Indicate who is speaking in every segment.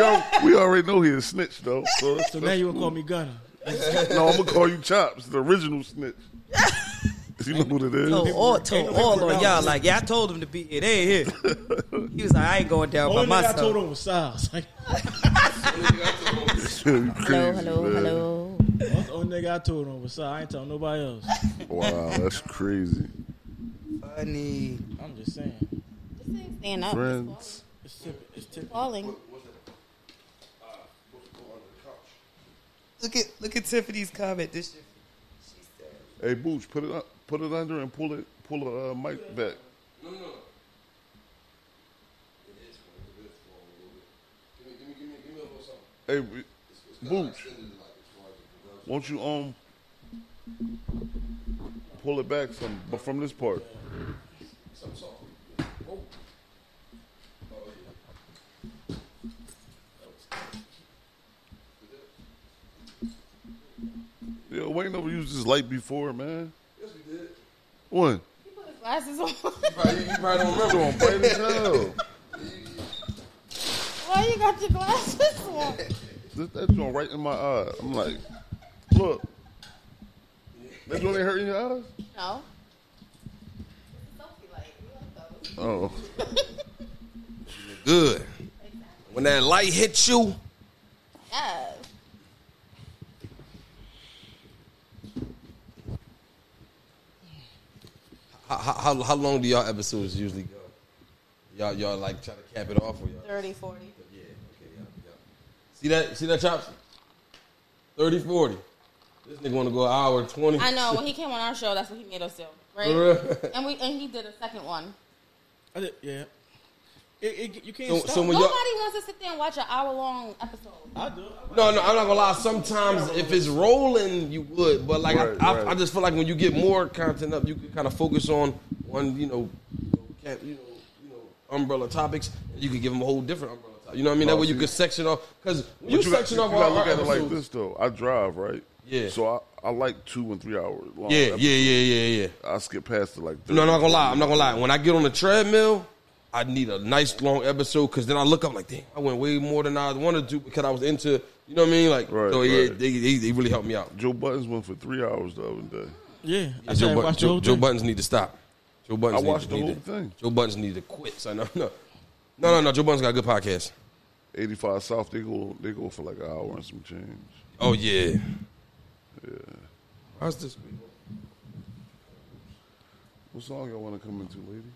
Speaker 1: know, we already know he a snitch though. So, that's-
Speaker 2: So now you gonna call me Gunner.
Speaker 1: no, I'm gonna call you Chops, the original snitch. You know what it is.
Speaker 3: Told all, told all on y'all. Like, yeah, I told him to be. It ain't here. He was like, I ain't going down by
Speaker 2: Only thing I
Speaker 3: myself.
Speaker 2: told him was Styles. Like,
Speaker 1: You crazy,
Speaker 4: Hello, hello,
Speaker 1: man.
Speaker 4: hello.
Speaker 2: that's the only nigga I told him was Styles. I ain't telling nobody else.
Speaker 1: Wow, that's crazy.
Speaker 3: Funny.
Speaker 2: I'm just saying.
Speaker 4: Stand up.
Speaker 1: Friends.
Speaker 2: It's typical. It's typical.
Speaker 4: Falling.
Speaker 3: Look at look at Tiffany's comment. This shit.
Speaker 1: Hey, Booch, put it up, put it under and pull it, pull the uh, mic back. Hey, we- Booch, won't you um pull it back from but from this part? Yo, Wayne never used this light before, man. When?
Speaker 4: Glasses on.
Speaker 5: Probably, you probably don't remember him.
Speaker 1: Why the hell?
Speaker 4: Why you got your glasses on?
Speaker 1: That, that joint right in my eye. I'm like, look. That joint ain't hurting your eyes?
Speaker 4: No.
Speaker 1: Oh.
Speaker 5: Good. When that light hits you,
Speaker 4: Yeah.
Speaker 5: how, how, how- how long do y'all episodes usually go? Y'all y'all like try to cap it off or y'all?
Speaker 4: 30, 40.
Speaker 5: Yeah, okay, yeah, yeah. See that? See that chops? 30, 40. This nigga want to go an hour 20.
Speaker 4: I know. When he came on our show, that's what he made us do, right?
Speaker 5: know.
Speaker 4: And we and he did a second one.
Speaker 2: I did, yeah. It, it, you can't
Speaker 5: So-
Speaker 2: stop.
Speaker 5: so when-
Speaker 4: Nobody
Speaker 5: y'all-
Speaker 4: wants to sit there and watch an hour long episode.
Speaker 2: I do.
Speaker 5: no, no, I'm not gonna lie. Sometimes if it's rolling, you would, but like
Speaker 1: Right,
Speaker 5: I,
Speaker 1: right.
Speaker 5: I, I just feel like when you get more content up, you can kind of focus on one, you know, cap- you know, you know, umbrella topics. And you can give them a whole different umbrella. topic. You know what I mean? That
Speaker 1: Oh,
Speaker 5: way you
Speaker 1: see.
Speaker 5: could section off because
Speaker 1: But
Speaker 5: you,
Speaker 1: got-
Speaker 5: section off
Speaker 1: you
Speaker 5: all
Speaker 1: gotta
Speaker 5: our
Speaker 1: look at it like
Speaker 5: episodes.
Speaker 1: this though. I drive, right?
Speaker 5: Yeah.
Speaker 1: So I, I like two and three hours long.
Speaker 5: Yeah, yeah, yeah, yeah, yeah.
Speaker 1: I skip past it like
Speaker 5: No, I'm not gonna lie. I'm not gonna lie. When I get on the treadmill, I need a nice long episode because then I look up like, damn, I went way more than I wanted to because I was into, you know what I mean? Like,
Speaker 1: Right,
Speaker 5: so yeah,
Speaker 1: right.
Speaker 5: they, they, they really helped me out.
Speaker 1: Joe Buttons went for three hours the other day.
Speaker 2: Yeah, I
Speaker 5: Joe,
Speaker 2: said
Speaker 5: Bud-
Speaker 2: watch the
Speaker 5: Joe-
Speaker 2: whole
Speaker 5: Joe
Speaker 2: thing.
Speaker 5: Buttons need to stop. Joe Buttons
Speaker 1: I
Speaker 5: need
Speaker 1: watched
Speaker 5: to,
Speaker 1: the
Speaker 5: need
Speaker 1: whole
Speaker 5: to-
Speaker 1: thing.
Speaker 5: Joe Buttons need to quit. So no, no, no, no, no. Joe Buttons got a good podcast.
Speaker 1: 85 South, they go they go for like an hour and some change.
Speaker 5: Oh yeah. Yeah. How's this?
Speaker 1: What song y'all want to come into, ladies?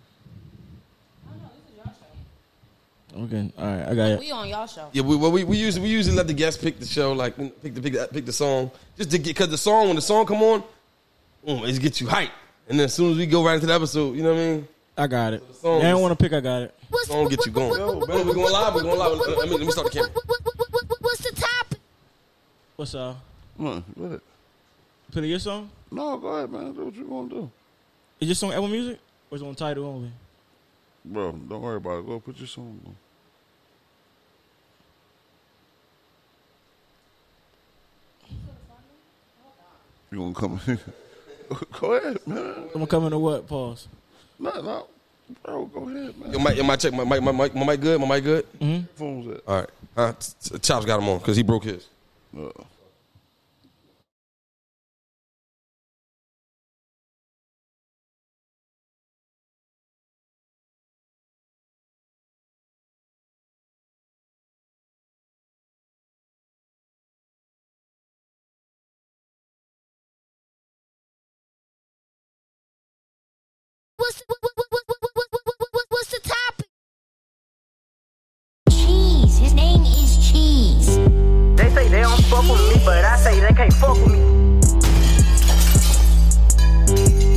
Speaker 2: Okay, all right, I got it.
Speaker 4: We on y'all show.
Speaker 5: Yeah, we, well, we we usually we usually let the guests pick the show, like you know, pick the pick the, pick the song, just to get because the song when the song come on, mm, it gets you hyped, and then as soon as we go right into the episode, you know what I mean?
Speaker 2: I got it. They
Speaker 5: songs.
Speaker 2: don't want to pick. I got it.
Speaker 6: What's,
Speaker 5: Don't get you going.
Speaker 1: Yo,
Speaker 5: Oh, But we going live, we going live. Let, let me, let me start the camera.
Speaker 6: what- what- what- what- what's the topic?
Speaker 2: What's up?
Speaker 1: Come on, go ahead.
Speaker 2: Play your song.
Speaker 1: No, go ahead, man. Do what you gonna do.
Speaker 2: Is your song Apple Music or is it on title only?
Speaker 1: Bro, don't worry about it. Go put your song on. You gonna come in? go ahead, man.
Speaker 2: I'm coming to what? Pause.
Speaker 1: No, no. Bro, go ahead, man.
Speaker 5: Yo, mic, yo, mic check. My mic, my mic, my mic good. My mic good.
Speaker 1: phone's at?
Speaker 5: All right. Uh, t- t- Chops got him on because he broke his.
Speaker 1: Uh,
Speaker 6: What's what- what- what- what- what- what- what- what- what- what's the topic? Cheese. His name is Cheese.
Speaker 7: They say they don't fuck with me, but I say they can't fuck with me.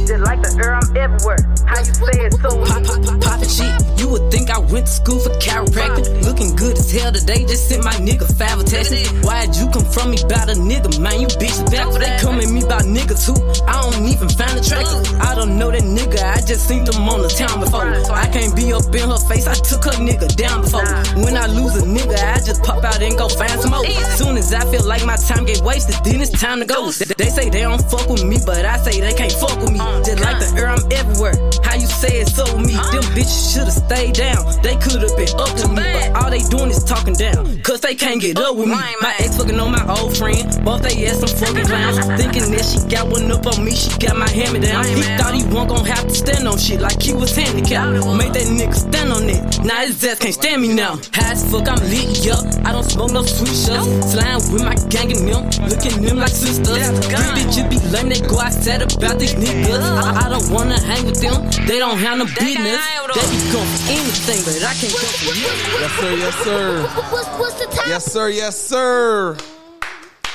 Speaker 7: Just like the air, I'm everywhere. How you say it so?
Speaker 8: Pop, pop, pop, pop the shit. You would think I went to school for chiropractic. Looking good as hell today. Just sent my nigga five a text. Why'd you come from me about a nigga, man? You bitch back. They come at me about nigga too. I don't even find attractive. I don't know that nigga. I just seen them on the town before. I can't be up in her face. I took her nigga down before. When I lose a nigga, I just pop out and go find some more. Soon as Cause I feel like my time get wasted, then it's time to go. They, they say they don't fuck with me, but I say they can't fuck with me. Just like the air, I'm everywhere. How you say it's so with me? Them bitches should've stayed down. They could've been up to me, but all they doing is talking down. Cause they can't get up with me. My ex fucking on my old friend. Both they ass some fucking clowns. Thinking that she got one up on me, she got my hammer down. He thought he won't gon' have to stand on shit like he was handicapped. Made that nigga stand on it. Now his ass can't stand me now. High as fuck, I'm lit, yup. I don't smoke no sweet shots. Slime with my gang and them. Looking them like sisters. Three bitches be lame, they go outside about these niggas. I, I don't wanna hang with them. They don't have no business. They be going for anything, but I can't go for you.
Speaker 5: Yes, sir. Yes, sir.
Speaker 6: What's, what's the top?
Speaker 5: Yes, sir. Yes, sir.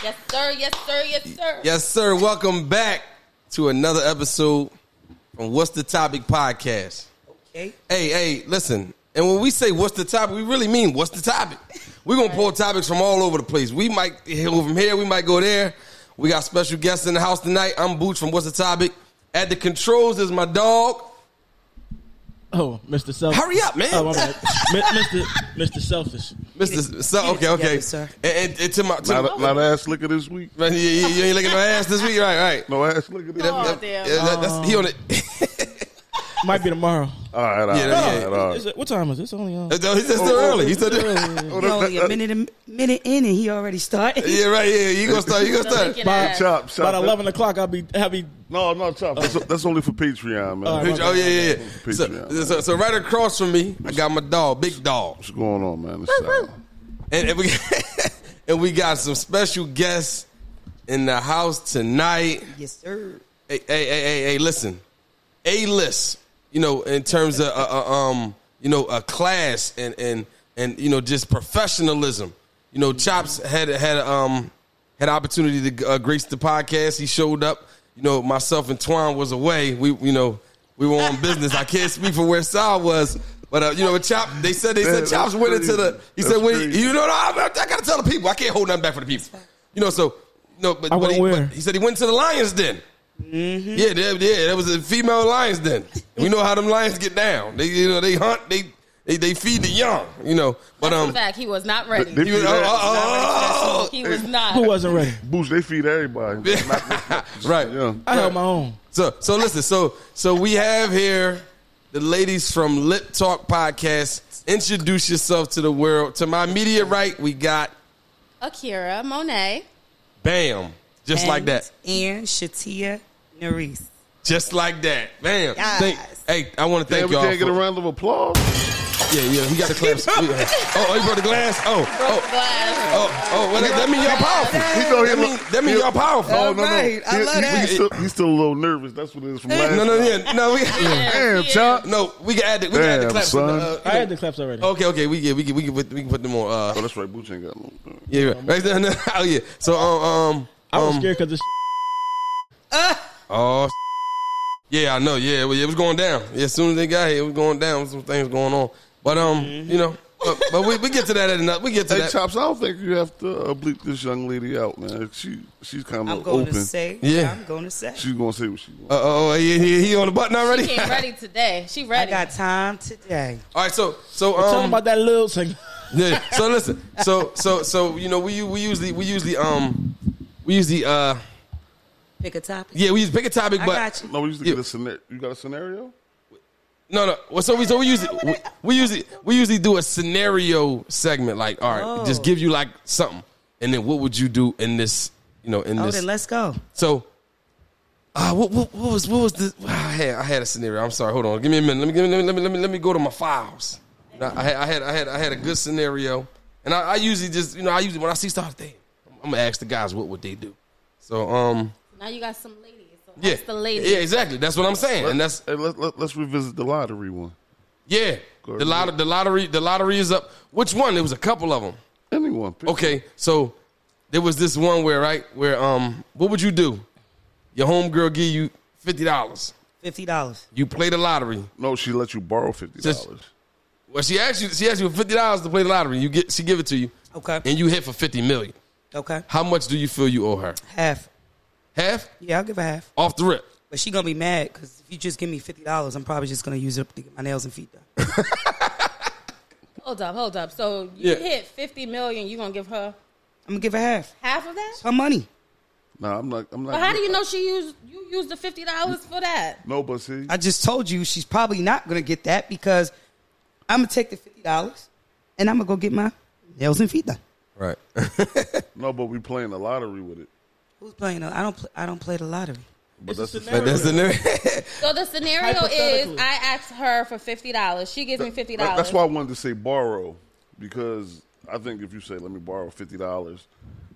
Speaker 4: Yes, sir. Yes, sir. Yes, sir.
Speaker 5: Yes, sir. Welcome back to another episode from What's the Topic podcast.
Speaker 3: Okay.
Speaker 5: Hey, hey, listen. And when we say what's the topic, we really mean what's the topic. We're gonna pull topics from all over the place. We might go from here, we might go there. We got special guests in the house tonight. I'm Boots from What's the Topic. At the controls is my dog.
Speaker 2: Oh, Mr. Selfish.
Speaker 5: Hurry up, man.
Speaker 2: Oh, my bad. Mi- Mr. Mr. Selfish.
Speaker 5: Mr. So, okay,
Speaker 3: together,
Speaker 5: okay.
Speaker 3: sir.
Speaker 5: And, and- and to my, to
Speaker 1: Not, a- not ass liquor this week.
Speaker 5: you, you- you ain't looking at my ass this week, right? Right.
Speaker 1: No ass liquor this
Speaker 4: Oh,
Speaker 1: week.
Speaker 4: damn.
Speaker 5: Yeah, that- that's, he on it.
Speaker 2: Might be tomorrow.
Speaker 1: All right, all right,
Speaker 5: Yeah,
Speaker 1: all
Speaker 5: yeah.
Speaker 1: right, all
Speaker 2: Is
Speaker 1: right.
Speaker 2: it- what time is it? It's only uh, on.
Speaker 5: No, he's still early. He's still
Speaker 1: Oh,
Speaker 9: We're
Speaker 1: that-
Speaker 9: only a
Speaker 1: that-
Speaker 9: minute, a minute in, and he already started.
Speaker 5: Yeah, right. Yeah, you gonna start. You gonna
Speaker 4: Don't
Speaker 5: start.
Speaker 4: lick it
Speaker 1: that-
Speaker 4: ass.
Speaker 1: Chop, chop.
Speaker 2: About 11 o'clock, I'll be, I'll be
Speaker 1: No, no, chop. That's, that's only for Patreon, man.
Speaker 2: All right,
Speaker 5: Pitch- oh yeah, yeah. yeah. So,
Speaker 1: Patreon.
Speaker 5: so, so right across from me, I got my dog, big dog,
Speaker 1: What's going on, man? It's, uh,
Speaker 5: and, and we and we got some special guests in the house tonight.
Speaker 9: Yes, sir.
Speaker 5: Hey, hey, hey, hey, hey listen, a list. You know, in terms of uh, uh, um, you know, a class and and and you know, just professionalism. You know, Chops had had um had opportunity to uh, grace the podcast. He showed up. You know, myself and Twan was away. We you know we were on business. I can't speak for where Sal was. But uh, you know, Chop. They said they
Speaker 1: Yeah,
Speaker 5: said
Speaker 1: that's
Speaker 5: Chops went into the. He
Speaker 1: crazy.
Speaker 5: said, "When
Speaker 1: That's
Speaker 5: you know, no, I, I gotta tell the people. I can't hold nothing back for the people. You know, so no, but,
Speaker 2: I
Speaker 5: but,
Speaker 2: went
Speaker 5: he,
Speaker 2: where?
Speaker 5: but he said he went to the lions den. Yeah, there, yeah, that was a female lions den. We know how them lions get down. They, you know, they hunt. They, they, they feed the young. You know, but um,
Speaker 4: Fact, he was not ready.
Speaker 1: They
Speaker 5: you,
Speaker 1: feed
Speaker 5: oh,
Speaker 1: every-
Speaker 5: oh, oh,
Speaker 4: he was not.
Speaker 2: Who wasn't ready?
Speaker 1: Boots, they feed everybody.
Speaker 5: Yeah.
Speaker 1: Not- not- just-
Speaker 5: Right.
Speaker 1: Yeah.
Speaker 2: I held my own.
Speaker 5: So, so listen. So, so we have here the ladies from Lip Talk Podcast. Introduce yourself to the world. To my immediate right, we got
Speaker 4: Akira Monet.
Speaker 5: Bam, just like that.
Speaker 9: And Shatia Nerys.
Speaker 5: Just like that. Bam.
Speaker 9: Yes.
Speaker 5: Thank- hey, I want to
Speaker 1: Damn,
Speaker 5: thank
Speaker 1: we
Speaker 5: y'all.
Speaker 1: can't get a
Speaker 5: for-
Speaker 1: round of applause.
Speaker 5: yeah, yeah, we got the claps. oh, oh, you brought the glass? Oh, oh,
Speaker 4: Glass.
Speaker 5: oh, oh. Well, that, that mean y'all powerful.
Speaker 1: He know he
Speaker 5: That
Speaker 1: lo-
Speaker 5: mean, that mean
Speaker 1: he-
Speaker 5: y'all powerful.
Speaker 1: Oh, no, no.
Speaker 9: Alright, I
Speaker 1: He-
Speaker 9: love
Speaker 1: he-
Speaker 9: that.
Speaker 1: He's still, he's still a little nervous. That's what it is from last
Speaker 5: No, no,
Speaker 1: time.
Speaker 5: yeah, no, we,
Speaker 1: Damn, Chop.
Speaker 5: no, we can add the, we can add the
Speaker 1: Damn,
Speaker 5: claps.
Speaker 1: son.
Speaker 5: Uh,
Speaker 2: I had the claps already.
Speaker 5: okay, okay, we can, we can, we can, put, we can put them on.
Speaker 1: Oh,
Speaker 5: Uh,
Speaker 1: that's right. Boots ain't got no.
Speaker 5: yeah, right. right there, no, oh yeah. So, um, um,
Speaker 2: I was
Speaker 5: um,
Speaker 2: scared because this
Speaker 5: Oh, yeah, I know. Yeah, it was, it was going down. Yeah, as soon as they got here, it was going down. Some things going on, but um,
Speaker 2: Mm-hmm.
Speaker 5: you know, but, but we, we get to that at another. We get to
Speaker 1: Hey,
Speaker 5: that.
Speaker 1: Chops, I don't think you have to uh, bleep this young lady out, man. She She's kind
Speaker 9: I'm
Speaker 1: of
Speaker 9: going
Speaker 1: open.
Speaker 9: to say.
Speaker 5: Yeah.
Speaker 9: Yeah. I'm going to say.
Speaker 1: She's going to say what she wants.
Speaker 5: Uh oh, he, he, he on the button already.
Speaker 4: She came ready today. She
Speaker 9: I
Speaker 4: ready.
Speaker 9: got time today.
Speaker 5: All right, so so
Speaker 2: Tell
Speaker 5: um,
Speaker 2: them about that little thing.
Speaker 5: yeah. So listen, so so so you know, we we usually we usually um we usually uh
Speaker 9: Pick a topic.
Speaker 5: yeah we usually pick a topic,
Speaker 9: I
Speaker 5: but
Speaker 9: got you.
Speaker 1: No, we used to
Speaker 5: Yeah.
Speaker 1: get a scenario. You got a scenario?
Speaker 5: No, no. Well, so we so we usually we, we usually we usually do a scenario segment. Like, all right,
Speaker 9: Oh.
Speaker 5: just give you like something, and then what would you do in this? You know, in
Speaker 9: Oh,
Speaker 5: this.
Speaker 9: then let's go.
Speaker 5: so, uh, what, what what was what was the? I had I had a scenario. I'm sorry. Hold on. Give me a minute. Let me give me, let me let me let me, let me go to my files. Now, I had I had I had I had a good scenario, and I, I usually just you know I usually when I see stuff, they I'm gonna ask the guys what would they do. So um
Speaker 4: Now you got some ladies. So
Speaker 5: yeah
Speaker 4: that's the ladies.
Speaker 5: yeah exactly that's what I'm saying, and that's
Speaker 1: Hey, let, let, let's revisit the lottery one.
Speaker 5: Yeah,
Speaker 1: Go
Speaker 5: the lottery,
Speaker 1: ahead.
Speaker 5: the lottery, the lottery is up. Which one? There was a couple of them.
Speaker 1: Anyone. Pick
Speaker 5: Okay, so there was this one where right where um, what would you do? Your homegirl give you fifty dollars.
Speaker 9: $50.
Speaker 5: You play the lottery.
Speaker 1: No, she let you borrow $50.
Speaker 5: Just- Well, she asked you, she asked you for fifty dollars to play the lottery. You get, she give it to you,
Speaker 9: Okay.
Speaker 5: and you hit for fifty million.
Speaker 9: Okay.
Speaker 5: How much do you feel you owe her?
Speaker 9: Half.
Speaker 5: Half
Speaker 9: Yeah, I'll give her half.
Speaker 5: off the rip.
Speaker 9: But she going to be mad because if you just give me $50, I'm probably just going to use it to get my nails and feet done.
Speaker 4: Hold up, hold up. So you
Speaker 5: Yeah.
Speaker 4: hit fifty million, you gonna give her
Speaker 9: I'm gonna give her half.
Speaker 4: Half of that?
Speaker 9: Her money.
Speaker 1: Nah, I'm not. I'm not.
Speaker 4: But how do you know she used you used the fifty dollars for that?
Speaker 1: No, but see,
Speaker 9: I just told you she's probably not gonna get that because I'm gonna take the fifty dollars and I'm gonna go get my nails and feet done.
Speaker 5: Right.
Speaker 1: no, but we playing the lottery with it.
Speaker 9: Who's playing? The, I don't. Play, I don't play the lottery.
Speaker 1: But that's the
Speaker 5: Like, that's the new.
Speaker 4: So the scenario
Speaker 2: Hypothetically.
Speaker 4: is I ask her for fifty dollars. She gives me fifty
Speaker 1: That-
Speaker 4: dollars.
Speaker 1: That's why I wanted to say borrow because I think if you say let me borrow fifty dollars,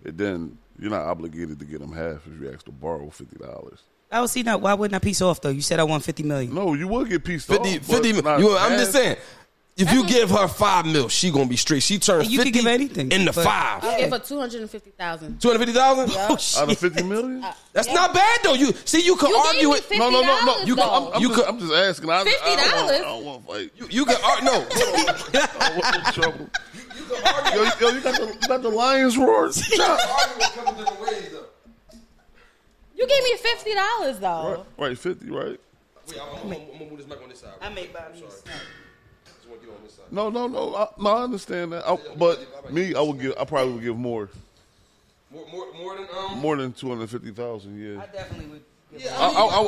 Speaker 1: then you're not obligated to get them half if you ask to borrow fifty dollars.
Speaker 9: I would see now. Why wouldn't I piece off though? You said I won fifty million.
Speaker 1: No, you will get pieced
Speaker 5: 50,
Speaker 1: off.
Speaker 5: 50
Speaker 1: but not
Speaker 5: you- I'm just
Speaker 1: half.
Speaker 5: saying. If you give her five mil, she gonna be straight. She turns
Speaker 9: And you can
Speaker 5: 50
Speaker 9: give anything,
Speaker 5: in the
Speaker 9: but-
Speaker 5: five.
Speaker 4: I'll give her two hundred and fifty thousand.
Speaker 5: Two hundred fifty thousand.
Speaker 9: Oh, shit.
Speaker 1: Out of fifty million?
Speaker 4: Uh,
Speaker 5: That's not bad though. You see, you can
Speaker 4: You gave
Speaker 5: argue
Speaker 4: me
Speaker 5: it.
Speaker 4: 50
Speaker 1: No, no, no, no. You
Speaker 4: though.
Speaker 1: can, I'm, I'm,
Speaker 5: You
Speaker 1: just,
Speaker 5: could-
Speaker 1: I'm just asking. I, I,
Speaker 4: $50?
Speaker 1: don't want- I don't want to fight.
Speaker 5: You can ar- no.
Speaker 1: I don't want no trouble. yo, yo, you got the, you got the lion's roar. Chop.
Speaker 4: You gave me fifty dollars though.
Speaker 1: right, right, fifty, right?
Speaker 9: I made Bobby.
Speaker 1: No, no, no, I, no. I understand that, I, but me, I would give. I probably would give more,
Speaker 5: More, more, more than um.
Speaker 1: more than two hundred fifty thousand. Yeah,
Speaker 9: I definitely would. Give
Speaker 1: I, I, I, I,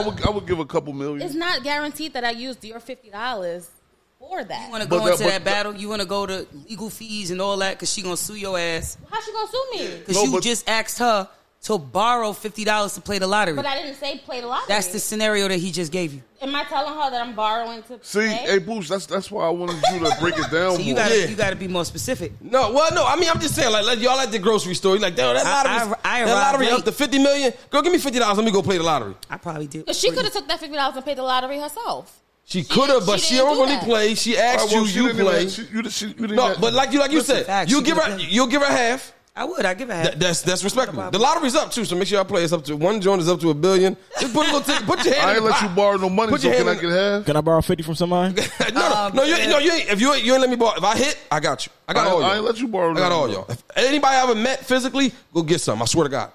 Speaker 1: I, I would, I would give a couple million.
Speaker 4: It's not guaranteed that I used your fifty dollars for
Speaker 9: You
Speaker 4: that.
Speaker 9: want to
Speaker 1: But
Speaker 9: go
Speaker 1: that-
Speaker 9: into
Speaker 1: but that-
Speaker 9: that battle? You want to go to legal fees and all that? Because she gonna sue your ass.
Speaker 4: How she gonna sue me?
Speaker 9: Because
Speaker 1: No,
Speaker 9: you
Speaker 1: but-
Speaker 9: just asked her to borrow fifty dollars to play the lottery.
Speaker 4: But I didn't say play the lottery.
Speaker 9: That's the scenario that he just gave you.
Speaker 4: Am I telling her that I'm borrowing to
Speaker 1: See,
Speaker 4: pay?
Speaker 1: hey, Boosh, that's that's why I wanted you to break it down.
Speaker 9: So you
Speaker 1: more.
Speaker 9: gotta
Speaker 5: Yeah.
Speaker 9: you gotta be more specific.
Speaker 5: No, well, no. I mean, I'm just saying, like, like y'all at the grocery store, you're like, damn, that
Speaker 9: I-
Speaker 5: lottery,
Speaker 9: I- I
Speaker 5: that
Speaker 9: arrived
Speaker 5: lottery up
Speaker 9: late.
Speaker 5: to fifty million. Girl, give me fifty dollars. Let me go play the lottery.
Speaker 9: I probably did.
Speaker 4: 'Cause she could have took that fifty dollars and paid the lottery herself.
Speaker 5: She, could
Speaker 4: didn't-
Speaker 5: have, but
Speaker 4: she
Speaker 5: she,
Speaker 4: didn't
Speaker 5: don't
Speaker 4: do
Speaker 5: really
Speaker 4: that.
Speaker 5: play. She
Speaker 1: All
Speaker 5: asked
Speaker 1: right, well,
Speaker 5: you,
Speaker 1: she
Speaker 5: you
Speaker 1: didn't even-
Speaker 5: play.
Speaker 1: she- you, she- you didn't
Speaker 5: no,
Speaker 1: have-
Speaker 5: but like you, like you
Speaker 9: Listen,
Speaker 5: said,
Speaker 9: facts,
Speaker 5: you
Speaker 9: she
Speaker 5: give her,
Speaker 9: would've played.
Speaker 5: you'll give her half.
Speaker 9: I would. I give a half.
Speaker 5: That- that's that's respectable. The
Speaker 9: problem.
Speaker 5: lottery's up too, so make sure y'all play. It's up to one joint is up to a billion. Just put a little ticket. Put your hand.
Speaker 1: I
Speaker 5: in
Speaker 1: ain't
Speaker 5: the
Speaker 1: let
Speaker 5: pot.
Speaker 1: you borrow no money,
Speaker 5: Put
Speaker 1: so
Speaker 5: your
Speaker 1: can I
Speaker 5: hand
Speaker 1: get
Speaker 5: in-
Speaker 1: half?
Speaker 2: Can I borrow fifty from somebody?
Speaker 5: no,
Speaker 9: Oh,
Speaker 5: no, no, you, ain't- no, you ain't. If you ain't, you ain't let me borrow. If I hit, I got you. I got
Speaker 1: I-
Speaker 5: all y'all.
Speaker 1: I ain't let you borrow
Speaker 5: I got
Speaker 1: nothing,
Speaker 5: all
Speaker 1: though.
Speaker 5: y'all. If anybody I ever met physically, go get some. I swear to God.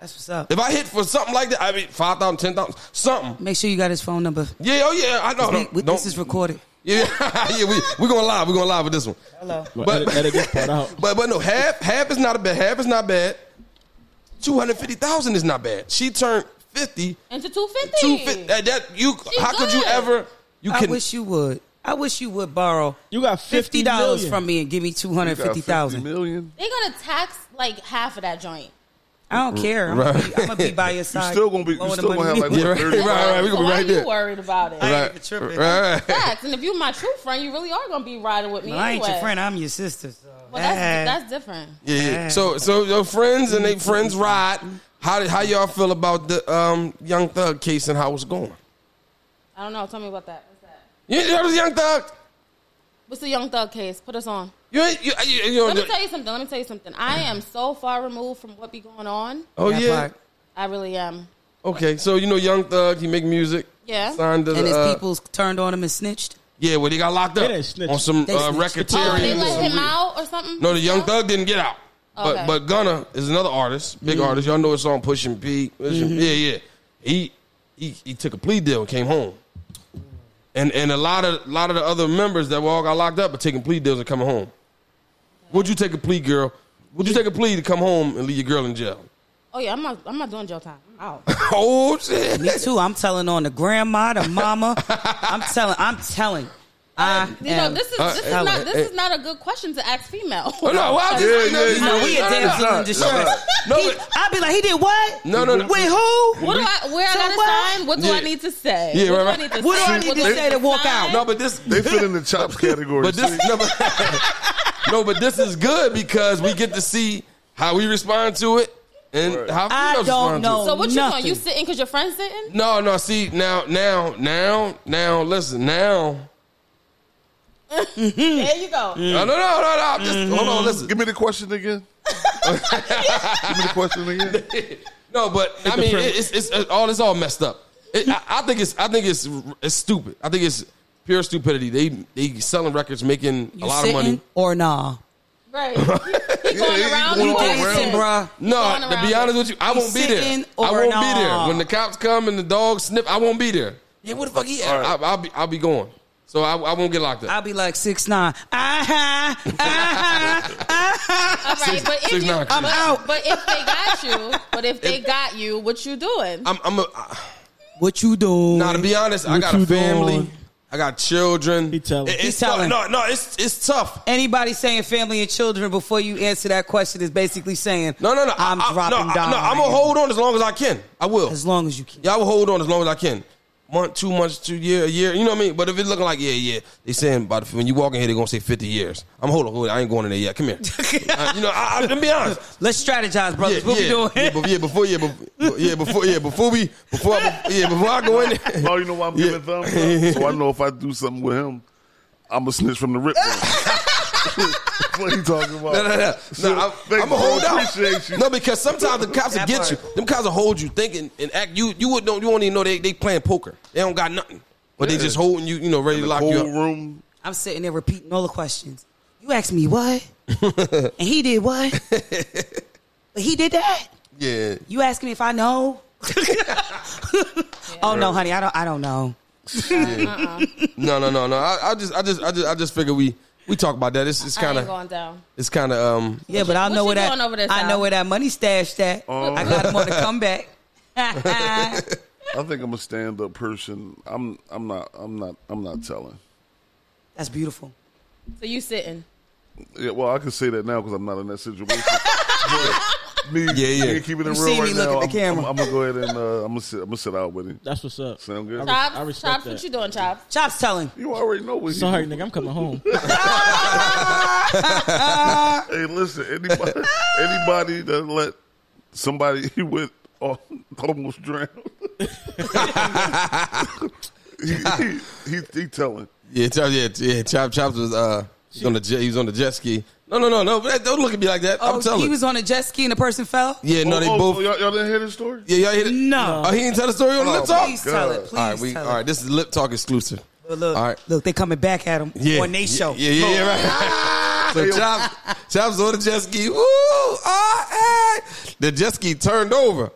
Speaker 9: That's what's up.
Speaker 5: If I hit for something like that, I mean five thousand, ten thousand, something.
Speaker 9: Make sure you got his phone number.
Speaker 5: Yeah, oh yeah, I know.
Speaker 9: We-
Speaker 5: Don't,
Speaker 9: we-
Speaker 5: don't-
Speaker 9: this is recorded.
Speaker 5: yeah, yeah. We we gonna live. We gonna live with this one.
Speaker 9: Hello.
Speaker 2: Well,
Speaker 5: But-
Speaker 2: edit, edit this part out.
Speaker 5: But but no, half half is not a bad. Half is not bad. Two hundred fifty thousand is not bad. She turned fifty.
Speaker 4: Into two
Speaker 5: Two
Speaker 4: fifty.
Speaker 5: fifty. That, that you.
Speaker 4: She
Speaker 5: how could you
Speaker 4: good.
Speaker 5: ever? You
Speaker 9: I
Speaker 5: can.
Speaker 9: wish you would. I wish you would borrow
Speaker 2: You got
Speaker 9: fifty
Speaker 2: fifty
Speaker 9: dollars
Speaker 2: million.
Speaker 9: from me and give me two
Speaker 1: You
Speaker 9: hundred
Speaker 1: got
Speaker 9: fifty thousand.
Speaker 1: million.
Speaker 4: They're gonna tax like half of that joint.
Speaker 9: I don't care. I'm, gonna be, I'm gonna be by your
Speaker 1: You
Speaker 9: side.
Speaker 1: still gonna be.
Speaker 9: blowing
Speaker 1: You
Speaker 9: the
Speaker 1: still gonna have
Speaker 9: money.
Speaker 1: like
Speaker 5: Yeah,
Speaker 1: what, 30
Speaker 5: right, right, right. We
Speaker 4: So
Speaker 5: gonna be
Speaker 4: why
Speaker 5: right
Speaker 4: are you
Speaker 5: there.
Speaker 4: worried about
Speaker 9: I
Speaker 4: it?
Speaker 9: ain't even
Speaker 5: Right,
Speaker 9: tripping.
Speaker 5: right, right.
Speaker 4: Facts. And if you my true friend, you really are gonna be riding with me.
Speaker 9: Well, I ain't your
Speaker 4: anyway.
Speaker 9: friend. I'm your sister. So.
Speaker 4: Well, that's
Speaker 9: Hey.
Speaker 4: that's different.
Speaker 5: Yeah, yeah.
Speaker 9: Yeah.
Speaker 5: So so your friends and they friends ride. How did, how y'all feel about the um Young Thug case and how it's going?
Speaker 4: I don't know. Tell me about that. What's that?
Speaker 5: You ain't heard of Young Thug?
Speaker 4: What's the Young Thug case? Put us on.
Speaker 5: You ain't you, you, you
Speaker 4: Let me tell you something. Let me tell you something. I am so far removed from what be going on.
Speaker 5: Oh
Speaker 9: That
Speaker 5: yeah.
Speaker 9: part.
Speaker 4: I really am.
Speaker 5: Okay, so you know Young Thug, he make music.
Speaker 4: Yeah.
Speaker 5: Signed to the,
Speaker 9: And his
Speaker 5: uh,
Speaker 9: people's turned on him and snitched.
Speaker 5: Yeah, well they got locked
Speaker 2: They
Speaker 5: up
Speaker 2: didn't snitch.
Speaker 5: on some
Speaker 9: They
Speaker 5: uh,
Speaker 9: snitched.
Speaker 4: Oh,
Speaker 5: racketeering.
Speaker 4: they
Speaker 5: and some
Speaker 4: let him
Speaker 5: weed.
Speaker 4: out or something?
Speaker 5: No, the Young
Speaker 4: No?
Speaker 5: Thug didn't get out.
Speaker 4: Okay.
Speaker 5: But but Gunna is another artist,
Speaker 9: Mm-hmm.
Speaker 5: big artist. Y'all know his song Pushing P. Pushin' Yeah, yeah. He, he he took a plea deal and came home. And and a lot of lot of the other members that were all got locked up are taking plea deals and coming home. Would you take a plea, girl? Would you take a plea to come home and leave your girl in jail?
Speaker 4: Oh yeah, I'm not. I'm not doing jail time. Oh,
Speaker 5: oh shit.
Speaker 9: Me too. I'm telling on the grandma, the mama. I'm telling. I'm telling. I
Speaker 4: you know
Speaker 9: am-
Speaker 4: this is
Speaker 5: Uh,
Speaker 4: this is
Speaker 5: uh,
Speaker 4: not this
Speaker 5: uh,
Speaker 4: is not a good question to ask female.
Speaker 5: Oh, no, well, I just,
Speaker 1: Yeah,
Speaker 5: you know,
Speaker 1: yeah,
Speaker 5: you
Speaker 1: yeah.
Speaker 5: know,
Speaker 9: No, we a
Speaker 1: No,
Speaker 9: damn
Speaker 1: it's
Speaker 9: deal in
Speaker 1: not.
Speaker 9: distress.
Speaker 5: No,
Speaker 9: He-
Speaker 5: but-
Speaker 9: I'd be like, he did what?
Speaker 5: No, no, no.
Speaker 9: With who?
Speaker 4: What do I? Where I
Speaker 9: So
Speaker 4: gotta
Speaker 9: what?
Speaker 4: sign? What do
Speaker 5: Yeah.
Speaker 4: I need to say?
Speaker 5: Yeah,
Speaker 4: what do
Speaker 5: right,
Speaker 4: I
Speaker 5: right.
Speaker 4: need to
Speaker 9: What do
Speaker 4: say?
Speaker 9: I need
Speaker 4: What
Speaker 9: to say to walk out?
Speaker 5: no, but this
Speaker 1: They fit in the chops category.
Speaker 5: But this
Speaker 1: too.
Speaker 5: no, but, no, but this is good because we get to see how we respond to it and
Speaker 1: Right.
Speaker 5: how
Speaker 9: I
Speaker 5: females
Speaker 9: don't
Speaker 5: respond
Speaker 9: know.
Speaker 5: To
Speaker 4: So what you doing?
Speaker 9: Nothing.
Speaker 4: You sitting because your friend's sitting?
Speaker 5: it. No, no. See now, now, now, now. Listen now.
Speaker 9: Mm.
Speaker 4: There you go.
Speaker 5: No, no, no, no, no. Just hold
Speaker 9: Mm-hmm.
Speaker 5: on. Listen.
Speaker 1: Give me the question again. Give me the question again.
Speaker 5: No, but I mean, it, it's, it's it's all it's all messed up. It, I, I think it's I think it's it's stupid. I think it's pure stupidity. They they selling records, making
Speaker 9: You
Speaker 5: a lot
Speaker 9: sitting
Speaker 5: of money.
Speaker 9: or nah?
Speaker 4: Right. He going
Speaker 1: he
Speaker 4: around.
Speaker 1: going
Speaker 9: Oh,
Speaker 4: the
Speaker 1: around.
Speaker 4: question.
Speaker 9: bruh.
Speaker 5: No,
Speaker 4: Going
Speaker 5: to
Speaker 4: around
Speaker 5: be
Speaker 4: it.
Speaker 5: honest with you, I
Speaker 9: You
Speaker 5: won't be there.
Speaker 9: sitting
Speaker 5: I
Speaker 9: or
Speaker 5: won't be
Speaker 9: not?
Speaker 5: there when the cops come and the dogs sniff. I won't be there. Yeah, what the fuck? Yeah, I, I'll be I'll be going. So I, I won't get locked up.
Speaker 9: I'll be like six nine. Ah ha ah ha ah
Speaker 4: All right, but if
Speaker 5: six
Speaker 4: you,
Speaker 5: nine,
Speaker 4: but,
Speaker 5: I'm
Speaker 9: out.
Speaker 4: but if they got you, but if they got you, what you doing?
Speaker 5: I'm, I'm a,
Speaker 9: ha. What you doing?
Speaker 5: Now to be honest, I
Speaker 2: What
Speaker 5: got a
Speaker 2: you
Speaker 5: family.
Speaker 2: doing?
Speaker 5: I got children.
Speaker 2: He telling.
Speaker 5: It-
Speaker 2: He
Speaker 5: it's tough.
Speaker 9: telling.
Speaker 5: No, no, it's it's tough.
Speaker 9: Anybody saying family and children before you answer that question is basically saying
Speaker 5: No, no, no.
Speaker 9: I'm
Speaker 5: I- I-
Speaker 9: dropping
Speaker 5: no, I-
Speaker 9: down.
Speaker 5: No, I'm gonna hold on as long as I can. I will.
Speaker 9: as long as you can.
Speaker 5: Y'all will hold on as long as I can. Month, two months, two year, a year. You know what I mean? But if it's looking like yeah, yeah, they saying about when you walk in here, they're gonna say fifty years. I'm hold on, hold on. I ain't going in there yet. Come here. Uh, you know, I, I, let me be honest.
Speaker 9: Let's strategize, brothers. what we doing?
Speaker 5: Yeah, bef- yeah, before yeah, bef- yeah, before yeah, before we before I, yeah, before I go in there.
Speaker 1: Oh, you know why I'm
Speaker 5: Yeah.
Speaker 1: giving thumbs up? So I know if I do something with him, I'm a snitch from the rip. what are you talking about?
Speaker 5: No, no, no.
Speaker 1: So,
Speaker 5: no I'm,
Speaker 1: thank
Speaker 5: I'm gonna
Speaker 1: you.
Speaker 5: hold
Speaker 1: Appreciate
Speaker 5: out.
Speaker 1: you.
Speaker 5: No, because sometimes the cops will
Speaker 9: That
Speaker 5: get
Speaker 9: part.
Speaker 5: you. Them cops will hold you thinking and act. You you would don't you won't even know they they playing poker. They don't got nothing, but they just holding you. You know, ready to lock you
Speaker 1: Whole
Speaker 5: up.
Speaker 1: room.
Speaker 9: I'm sitting there repeating all the questions. You asked me what, and he did what, but he did that.
Speaker 5: Yeah.
Speaker 9: You asking me if I know? Oh no, honey, I don't. I don't know.
Speaker 5: No, no, no, no. I, I just I just I just I just figure we we talk about that. It's it's
Speaker 4: I
Speaker 5: kind
Speaker 4: ain't going
Speaker 5: of
Speaker 4: down.
Speaker 5: it's kind of um.
Speaker 9: Yeah, but I
Speaker 4: What
Speaker 9: know
Speaker 4: you
Speaker 9: where that.
Speaker 4: doing over there,
Speaker 9: I
Speaker 4: Sal?
Speaker 9: know where that money stashed at.
Speaker 1: Oh.
Speaker 9: I got him on the comeback. I
Speaker 1: I think I'm a stand up person. I'm I'm not I'm not I'm not telling.
Speaker 9: That's beautiful.
Speaker 4: So you sitting?
Speaker 1: Yeah, well, I can say that now because I'm not in that situation. But me,
Speaker 5: Yeah, yeah.
Speaker 1: me keeping it
Speaker 9: You
Speaker 1: real
Speaker 9: see me
Speaker 1: right
Speaker 9: look
Speaker 1: now.
Speaker 9: at the
Speaker 1: I'm,
Speaker 9: camera.
Speaker 1: I'm, I'm gonna go ahead and uh, I'm gonna sit, I'm gonna sit out with him.
Speaker 2: That's what's up.
Speaker 1: Sound good?
Speaker 4: Chops,
Speaker 2: I respect
Speaker 4: chops, what
Speaker 2: that.
Speaker 4: you doing, chops?
Speaker 9: Chops telling.
Speaker 1: You already know what he.
Speaker 2: Sorry, nigga, I'm coming home.
Speaker 1: Hey, listen, anybody, anybody that let somebody he with uh, almost drown. he, he, he, he telling.
Speaker 5: Yeah, chop, yeah, yeah. Chop, chops was uh he was on the jet, he was on the jet ski. No, no, no, no. but Don't look at me like that.
Speaker 9: Oh,
Speaker 5: I'm telling.
Speaker 9: he was on a jet ski and the person fell.
Speaker 5: yeah, no,
Speaker 1: Oh,
Speaker 5: they
Speaker 1: oh,
Speaker 5: both.
Speaker 1: oh, y'all, y'all didn't hear this story?
Speaker 5: Yeah, y'all hit it.
Speaker 9: No.
Speaker 5: Oh, he didn't tell the story on the
Speaker 1: Oh,
Speaker 5: lip talk.
Speaker 9: Please tell it.
Speaker 1: God.
Speaker 9: Please
Speaker 5: all right, we,
Speaker 9: tell
Speaker 5: all
Speaker 9: it.
Speaker 5: right. This is lip talk exclusive.
Speaker 9: But look,
Speaker 5: all right.
Speaker 9: look, they coming back at him
Speaker 5: Yeah,
Speaker 9: on they show.
Speaker 5: Yeah, yeah, yeah right. so chops, chops on the jet ski. Woo! All right. The jet ski turned over.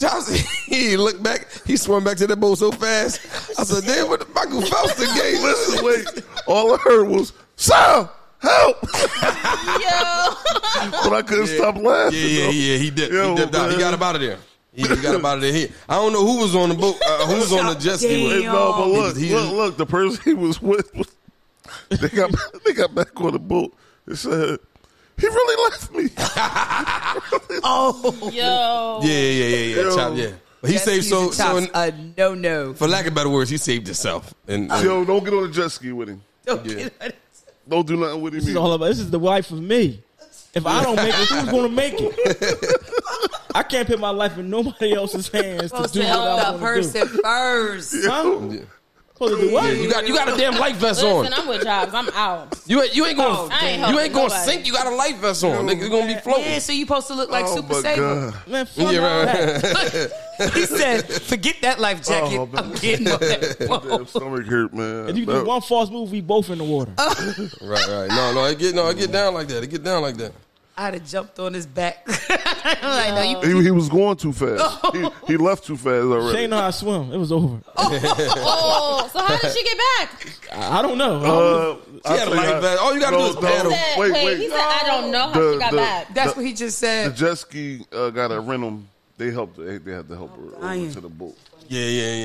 Speaker 5: Chops, he looked back. He swam back to that boat so fast. I said, "Damn, what the Michael Foster game?"
Speaker 1: Listen, wait. All I heard was, Sal, help! but I couldn't stop laughing.
Speaker 5: Yeah, yeah,
Speaker 1: though.
Speaker 5: yeah. He dipped.
Speaker 1: Yo,
Speaker 5: he dipped out. He
Speaker 1: man.
Speaker 5: got up out of there. He, he got up out of there. He, I don't know who was on the boat. Uh, who was on the jet ski?
Speaker 1: Hey,
Speaker 5: with-
Speaker 1: no, but look,
Speaker 5: He- he-
Speaker 1: look, look, the person he was with, was, they, got, they got back on the boat and said, he really left me.
Speaker 4: Yo,
Speaker 5: Yeah, yeah, yeah, yeah.
Speaker 1: Yo.
Speaker 5: Chop, yeah. But he saved so. so in-
Speaker 9: a Uh, no no.
Speaker 5: for lack of better words, he saved himself. And, and-
Speaker 1: Yo, don't get on the jet ski with him.
Speaker 5: yeah.
Speaker 1: Don't do nothing with him.
Speaker 2: This is
Speaker 1: either.
Speaker 2: all about. This is the life of me. If I don't make it, who's gonna make it? I can't put my life in nobody else's hands to do what I
Speaker 9: Tell the
Speaker 2: want to do.
Speaker 9: person first.
Speaker 2: Huh? Supposed to do what?
Speaker 5: You got you got a damn life vest on.
Speaker 4: listen, I'm with jobs. I'm out.
Speaker 5: You ain't- you ain't going
Speaker 4: Oh, I ain't
Speaker 5: you
Speaker 4: helping
Speaker 5: ain't going to
Speaker 4: nobody.
Speaker 5: sink. You got a life vest on. Nigga, you gonna be floating.
Speaker 9: Yeah, so you supposed to look like
Speaker 1: oh
Speaker 9: Super
Speaker 1: my
Speaker 9: Saver.
Speaker 1: God.
Speaker 2: Man, fuck
Speaker 5: Yeah, right,
Speaker 2: all
Speaker 5: right.
Speaker 2: that.
Speaker 9: He said, "Forget that life jacket.
Speaker 1: Oh, man.
Speaker 9: I'm getting on that
Speaker 1: Damn,
Speaker 9: boat."
Speaker 1: stomach hurt, man.
Speaker 2: If you
Speaker 1: That-
Speaker 2: do one false move, we both in the water.
Speaker 5: Right, right. No, no. It get no. It get down like that. It get down like that.
Speaker 9: I'd have jumped on his back. I'm like, no, you.
Speaker 1: he, he was going too fast. he, he left too fast
Speaker 2: She
Speaker 1: already.
Speaker 2: ain't know how to swim. It was over.
Speaker 4: Oh, so how did she get back?
Speaker 2: I, I don't know.
Speaker 5: Oh.
Speaker 1: Uh, I
Speaker 5: had a
Speaker 1: tell
Speaker 5: life
Speaker 1: you-
Speaker 5: vest. All you gotta do is paddle.
Speaker 4: Said-
Speaker 1: Wait,
Speaker 4: wait,
Speaker 1: wait.
Speaker 4: he said I don't know how
Speaker 1: The-
Speaker 4: she got
Speaker 1: the-
Speaker 4: back.
Speaker 9: That's what he just
Speaker 1: the
Speaker 9: said.
Speaker 1: jet ski uh, got to rent them. They helped. They, they had to help her
Speaker 9: dying.
Speaker 1: over to the boat.
Speaker 5: Yeah, yeah, yeah.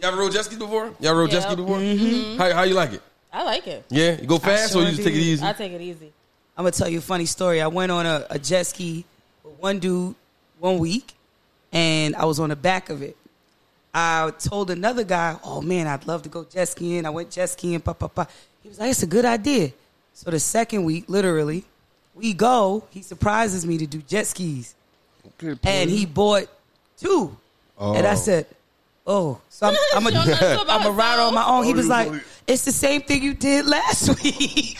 Speaker 5: Y'all ever rode jet ski before? Y'all rode jet
Speaker 4: Yeah.
Speaker 5: ski before? How how you like it?
Speaker 4: I like it.
Speaker 5: Yeah, you go
Speaker 9: Mm-hmm.
Speaker 5: fast
Speaker 9: sure
Speaker 5: or you just take it
Speaker 9: did.
Speaker 5: easy.
Speaker 4: I take it easy.
Speaker 9: I'm gonna tell you a funny story. I went on a, a jet ski with one dude one week, and I was on the back of it. I told another guy, "Oh man, I'd love to go jet skiing." I went jet skiing, pa pa pa. He was like, "It's a good idea." So the second week, literally, we go. He surprises me to do jet skis,
Speaker 1: Okay,
Speaker 9: and he bought two, and I said, "Oh, so I'm, I'm
Speaker 4: She don't know
Speaker 9: a."
Speaker 4: nothing about
Speaker 9: I'm a ride on my own. He
Speaker 1: Oh,
Speaker 9: was
Speaker 1: you
Speaker 9: like,
Speaker 1: really-
Speaker 9: "It's the same thing you did last week."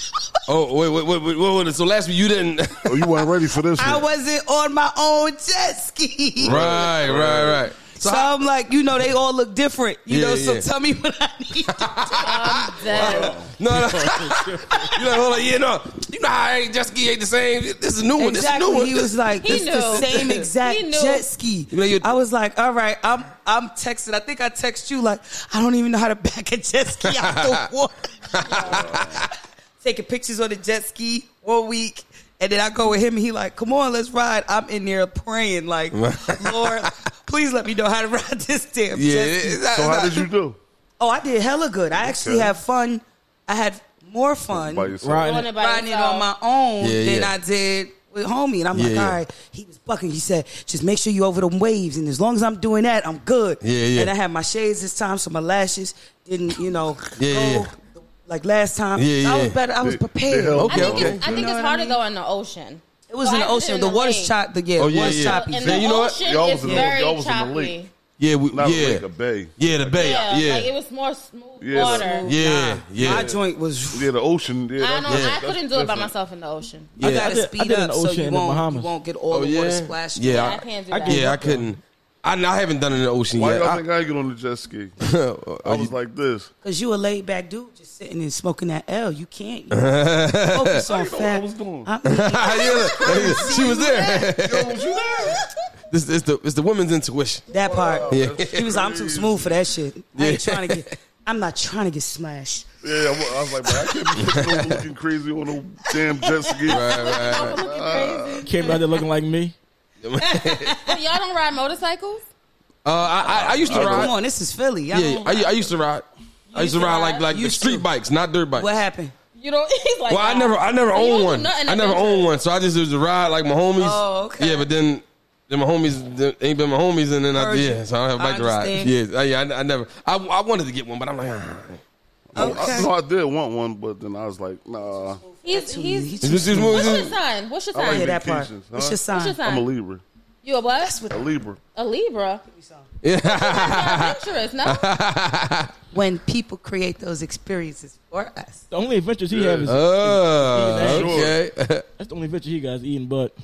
Speaker 5: Oh wait, wait, wait, wait, wait, wait. So last week you didn't.
Speaker 1: oh, you weren't ready for this.
Speaker 9: I
Speaker 1: one.
Speaker 9: wasn't on my own jet ski.
Speaker 5: right, right, right.
Speaker 9: So,
Speaker 5: I-
Speaker 9: I'm like, you know, they all look different. You
Speaker 5: Yeah,
Speaker 9: know, so
Speaker 5: yeah.
Speaker 9: tell me what I need.
Speaker 4: I'm done.
Speaker 5: No, no. you like, hold on, yeah, no. You know how I ain't jet ski ain't the same. This is a new one. This is a new
Speaker 9: exactly.
Speaker 5: one.
Speaker 9: He was like,
Speaker 4: He
Speaker 9: it's the
Speaker 4: knew.
Speaker 9: same exact
Speaker 4: He knew.
Speaker 9: jet ski.
Speaker 5: You know, you-
Speaker 9: I was like, all right, I'm I'm texting. I think I text you like, I don't even know how to back a jet ski out the water. Taking pictures on the jet ski one week. And then I go with him and he like, come on, let's ride. I'm in there praying like, Lord, please let me know how to ride this damn
Speaker 5: yeah.
Speaker 9: jet ski.
Speaker 5: it's not-
Speaker 1: So how
Speaker 5: it's
Speaker 1: did
Speaker 5: not-
Speaker 1: you do?
Speaker 9: Oh, I did hella good. I actually
Speaker 1: Okay.
Speaker 9: had fun. I had more fun
Speaker 1: By yourself.
Speaker 2: Right.
Speaker 4: Going by
Speaker 9: riding it
Speaker 4: yourself.
Speaker 9: on my own
Speaker 5: Yeah,
Speaker 9: than
Speaker 5: yeah.
Speaker 9: I did with homie. And I'm like,
Speaker 5: Yeah, yeah.
Speaker 9: all right, he was bucking. He said, just make sure you over them waves. And as long as I'm doing that, I'm good.
Speaker 5: Yeah, yeah.
Speaker 9: And I had my shades this time, so my lashes didn't, you know,
Speaker 5: Yeah, yeah.
Speaker 9: go like last time.
Speaker 5: Yeah, yeah.
Speaker 9: I was better. I was
Speaker 1: They- they
Speaker 9: prepared.
Speaker 1: help.
Speaker 4: I
Speaker 5: Okay,
Speaker 4: think
Speaker 5: okay.
Speaker 4: it's, I think
Speaker 9: You know
Speaker 4: it's
Speaker 9: what
Speaker 4: hard
Speaker 9: I
Speaker 4: to go in the ocean.
Speaker 9: It was
Speaker 4: So
Speaker 9: in the
Speaker 4: I did
Speaker 9: ocean. the water's
Speaker 4: lake.
Speaker 9: choppy. Yeah,
Speaker 5: Oh, yeah,
Speaker 9: water's
Speaker 5: yeah.
Speaker 9: choppy.
Speaker 4: In
Speaker 5: Then
Speaker 4: the
Speaker 5: you know what?
Speaker 4: ocean,
Speaker 1: Y'all was
Speaker 4: it's
Speaker 1: in the lake.
Speaker 4: very
Speaker 1: Y'all was in the
Speaker 4: choppy.
Speaker 1: lake.
Speaker 5: Yeah, we,
Speaker 1: Not
Speaker 5: yeah.
Speaker 1: like a bay.
Speaker 5: yeah, the bay.
Speaker 4: Yeah,
Speaker 5: Yeah. Yeah.
Speaker 4: like it was more smooth
Speaker 1: Yeah, like-
Speaker 4: water.
Speaker 5: yeah,
Speaker 9: Nah,
Speaker 5: yeah.
Speaker 9: My joint was.
Speaker 1: Yeah, the ocean. Yeah,
Speaker 4: I
Speaker 1: that-
Speaker 4: don't.
Speaker 1: that's-
Speaker 4: I
Speaker 1: that's
Speaker 4: couldn't do it by
Speaker 1: different.
Speaker 4: myself in the ocean.
Speaker 5: yeah.
Speaker 9: You gotta
Speaker 2: did- I
Speaker 9: speed
Speaker 2: did in
Speaker 9: up
Speaker 2: the
Speaker 9: so
Speaker 2: ocean
Speaker 9: you
Speaker 2: in the
Speaker 9: won't, you
Speaker 2: Bahamas.
Speaker 9: won't get all
Speaker 5: Oh,
Speaker 9: the
Speaker 5: yeah.
Speaker 9: water splashed.
Speaker 5: Yeah.
Speaker 4: I can't do
Speaker 2: I
Speaker 4: that.
Speaker 2: get
Speaker 5: Yeah, I couldn't. I, I haven't done it in the ocean
Speaker 1: Why
Speaker 5: yet.
Speaker 1: y'all
Speaker 5: I-
Speaker 1: think I ain't get on the jet ski?
Speaker 5: Oh,
Speaker 1: I was like this.
Speaker 9: Cause you a laid back dude, just sitting and smoking that L. You can't you focus on
Speaker 1: what I was doing.
Speaker 9: fat. I'm-
Speaker 5: yeah, look, look, she was there. this is the it's the woman's intuition.
Speaker 9: That part.
Speaker 5: Yeah.
Speaker 9: He was like, I'm too smooth for that shit. I ain't trying to get. I'm not trying to get smashed.
Speaker 1: Yeah, I was, I was like, man, I can't be looking, looking crazy on a damn jet ski.
Speaker 2: Came out there looking like me.
Speaker 4: But y'all don't ride motorcycles.
Speaker 5: Uh, I, I I used to
Speaker 9: Come
Speaker 5: ride.
Speaker 9: on, this is Philly. Y'all
Speaker 5: Yeah,
Speaker 9: don't-
Speaker 5: I, I used to ride. I used to ride like like the
Speaker 9: Used
Speaker 5: street
Speaker 9: to.
Speaker 5: bikes, not dirt bikes.
Speaker 9: what happened?
Speaker 4: You know, he's like.
Speaker 5: Well, I
Speaker 4: nah.
Speaker 5: never, I never
Speaker 4: So you don't
Speaker 5: owned
Speaker 4: do
Speaker 5: one.
Speaker 4: nothing
Speaker 5: I never
Speaker 4: adventurous.
Speaker 5: owned one, so I just used to ride like my homies.
Speaker 9: Oh, okay.
Speaker 5: Yeah, but then, then my homies then ain't been my homies, and then I
Speaker 9: Heard
Speaker 5: yeah,
Speaker 9: you.
Speaker 5: so I don't have a
Speaker 9: I
Speaker 5: bike to ride.
Speaker 9: understand.
Speaker 5: Yeah, I, yeah, I, I never. I, I wanted to get one, but I'm like, ah.
Speaker 1: I, no, I did want one, but then I was like, nah.
Speaker 4: He's he's.
Speaker 5: It's just- it's
Speaker 4: What's your
Speaker 5: just-
Speaker 4: sign? What's your
Speaker 1: I
Speaker 4: sign?
Speaker 1: like
Speaker 9: Yeah, that part.
Speaker 1: Vacations, huh?
Speaker 9: What's your sign?
Speaker 4: What's your sign?
Speaker 1: I'm a Libra.
Speaker 4: You a what?
Speaker 1: A Libra.
Speaker 4: A Libra.
Speaker 5: yeah.
Speaker 4: Adventurous, no.
Speaker 9: When people create those experiences for us.
Speaker 2: The only adventures he has is
Speaker 5: Oh,
Speaker 2: Sure.
Speaker 5: okay.
Speaker 2: that's the only adventure he got is eating butt.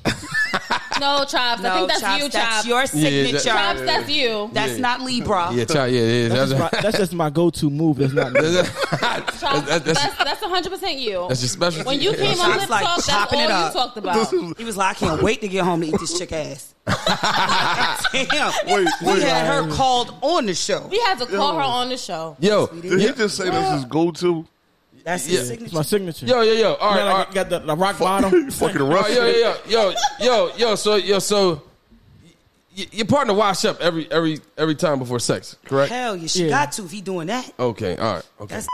Speaker 4: No, Tribes. I think that's
Speaker 9: Chops,
Speaker 4: you,
Speaker 9: That's
Speaker 4: Tribes.
Speaker 9: your signature.
Speaker 5: that-
Speaker 4: Tribes, that's you.
Speaker 9: That's not Libra.
Speaker 5: yeah, child, yeah, yeah.
Speaker 2: That's,
Speaker 5: That's,
Speaker 2: just my, that's just my go-to move. That's not me.
Speaker 5: that's,
Speaker 4: Tribes,
Speaker 5: that's, that's,
Speaker 4: that's that's 100% you.
Speaker 5: that's your specialty.
Speaker 4: When you came
Speaker 5: Yeah.
Speaker 4: on
Speaker 9: Chops
Speaker 4: Lip
Speaker 9: like
Speaker 4: Talk, that's
Speaker 9: chopping
Speaker 4: all
Speaker 9: it
Speaker 4: you
Speaker 9: up.
Speaker 4: talked about.
Speaker 9: He was like, I can't wait to get home to eat this chick ass. Damn.
Speaker 1: Wait,
Speaker 9: We
Speaker 1: wait.
Speaker 9: had her called on the show.
Speaker 4: We had to call her on the show.
Speaker 5: yo,
Speaker 1: Did
Speaker 5: yeah,
Speaker 1: he just say this is go to?
Speaker 9: That's
Speaker 5: Yeah.
Speaker 9: his
Speaker 2: It's
Speaker 9: signature.
Speaker 2: my signature.
Speaker 5: yo, yo, yo. All right,
Speaker 2: Now, like,
Speaker 5: all right.
Speaker 2: got the, the rock bottom.
Speaker 1: Fucking
Speaker 5: Oh,
Speaker 1: Russian.
Speaker 5: yo, yo, yo, yo, yo, yo. So, yo, so y- your partner wash up every every every time before sex, correct?
Speaker 9: Hell yeah, she
Speaker 2: Yeah.
Speaker 9: got to if he doing that.
Speaker 5: Okay, all right, okay.
Speaker 9: That's-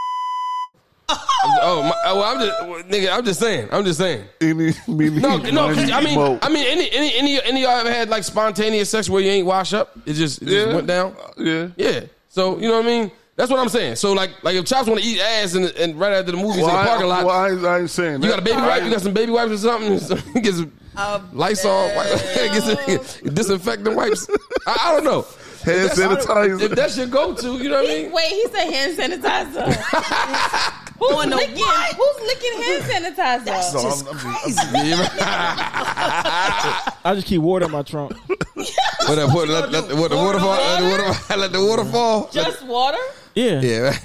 Speaker 5: oh, my, oh, I'm just well, nigga. I'm just saying. I'm just saying.
Speaker 1: Any, meaning,
Speaker 5: No, no. 'cause I mean,
Speaker 1: mo.
Speaker 5: I mean, any any any any y'all ever had like spontaneous sex where you ain't wash up? It just it just
Speaker 1: Yeah.
Speaker 5: went down.
Speaker 1: yeah.
Speaker 5: Yeah. So you know what I mean. That's what I'm saying. So like, like if Chops want to eat ass and, and right after the movies in
Speaker 1: Well,
Speaker 5: the
Speaker 1: I,
Speaker 5: parking lot,
Speaker 1: well, I, ain't- I ain't saying that.
Speaker 5: you got a baby wipe? You
Speaker 1: I-
Speaker 5: got some baby wipes or something? Get some Lysol, wipe- get some disinfectant wipes. I, I don't know.
Speaker 1: Hand
Speaker 5: If
Speaker 1: sanitizer.
Speaker 5: that's your go-to, you know what I
Speaker 4: He,
Speaker 5: mean?
Speaker 4: wait, he said hand sanitizer. who's,
Speaker 9: Doing the
Speaker 4: licking,
Speaker 9: what?
Speaker 4: who's licking hand sanitizer?
Speaker 1: No, I'm-
Speaker 9: Just
Speaker 1: I'm just-
Speaker 9: crazy.
Speaker 2: I just keep water in my trunk.
Speaker 5: What that- what- let, let the water waterfall, let the waterfall, let the waterfall.
Speaker 4: Just water?
Speaker 2: Yeah.
Speaker 5: Yeah,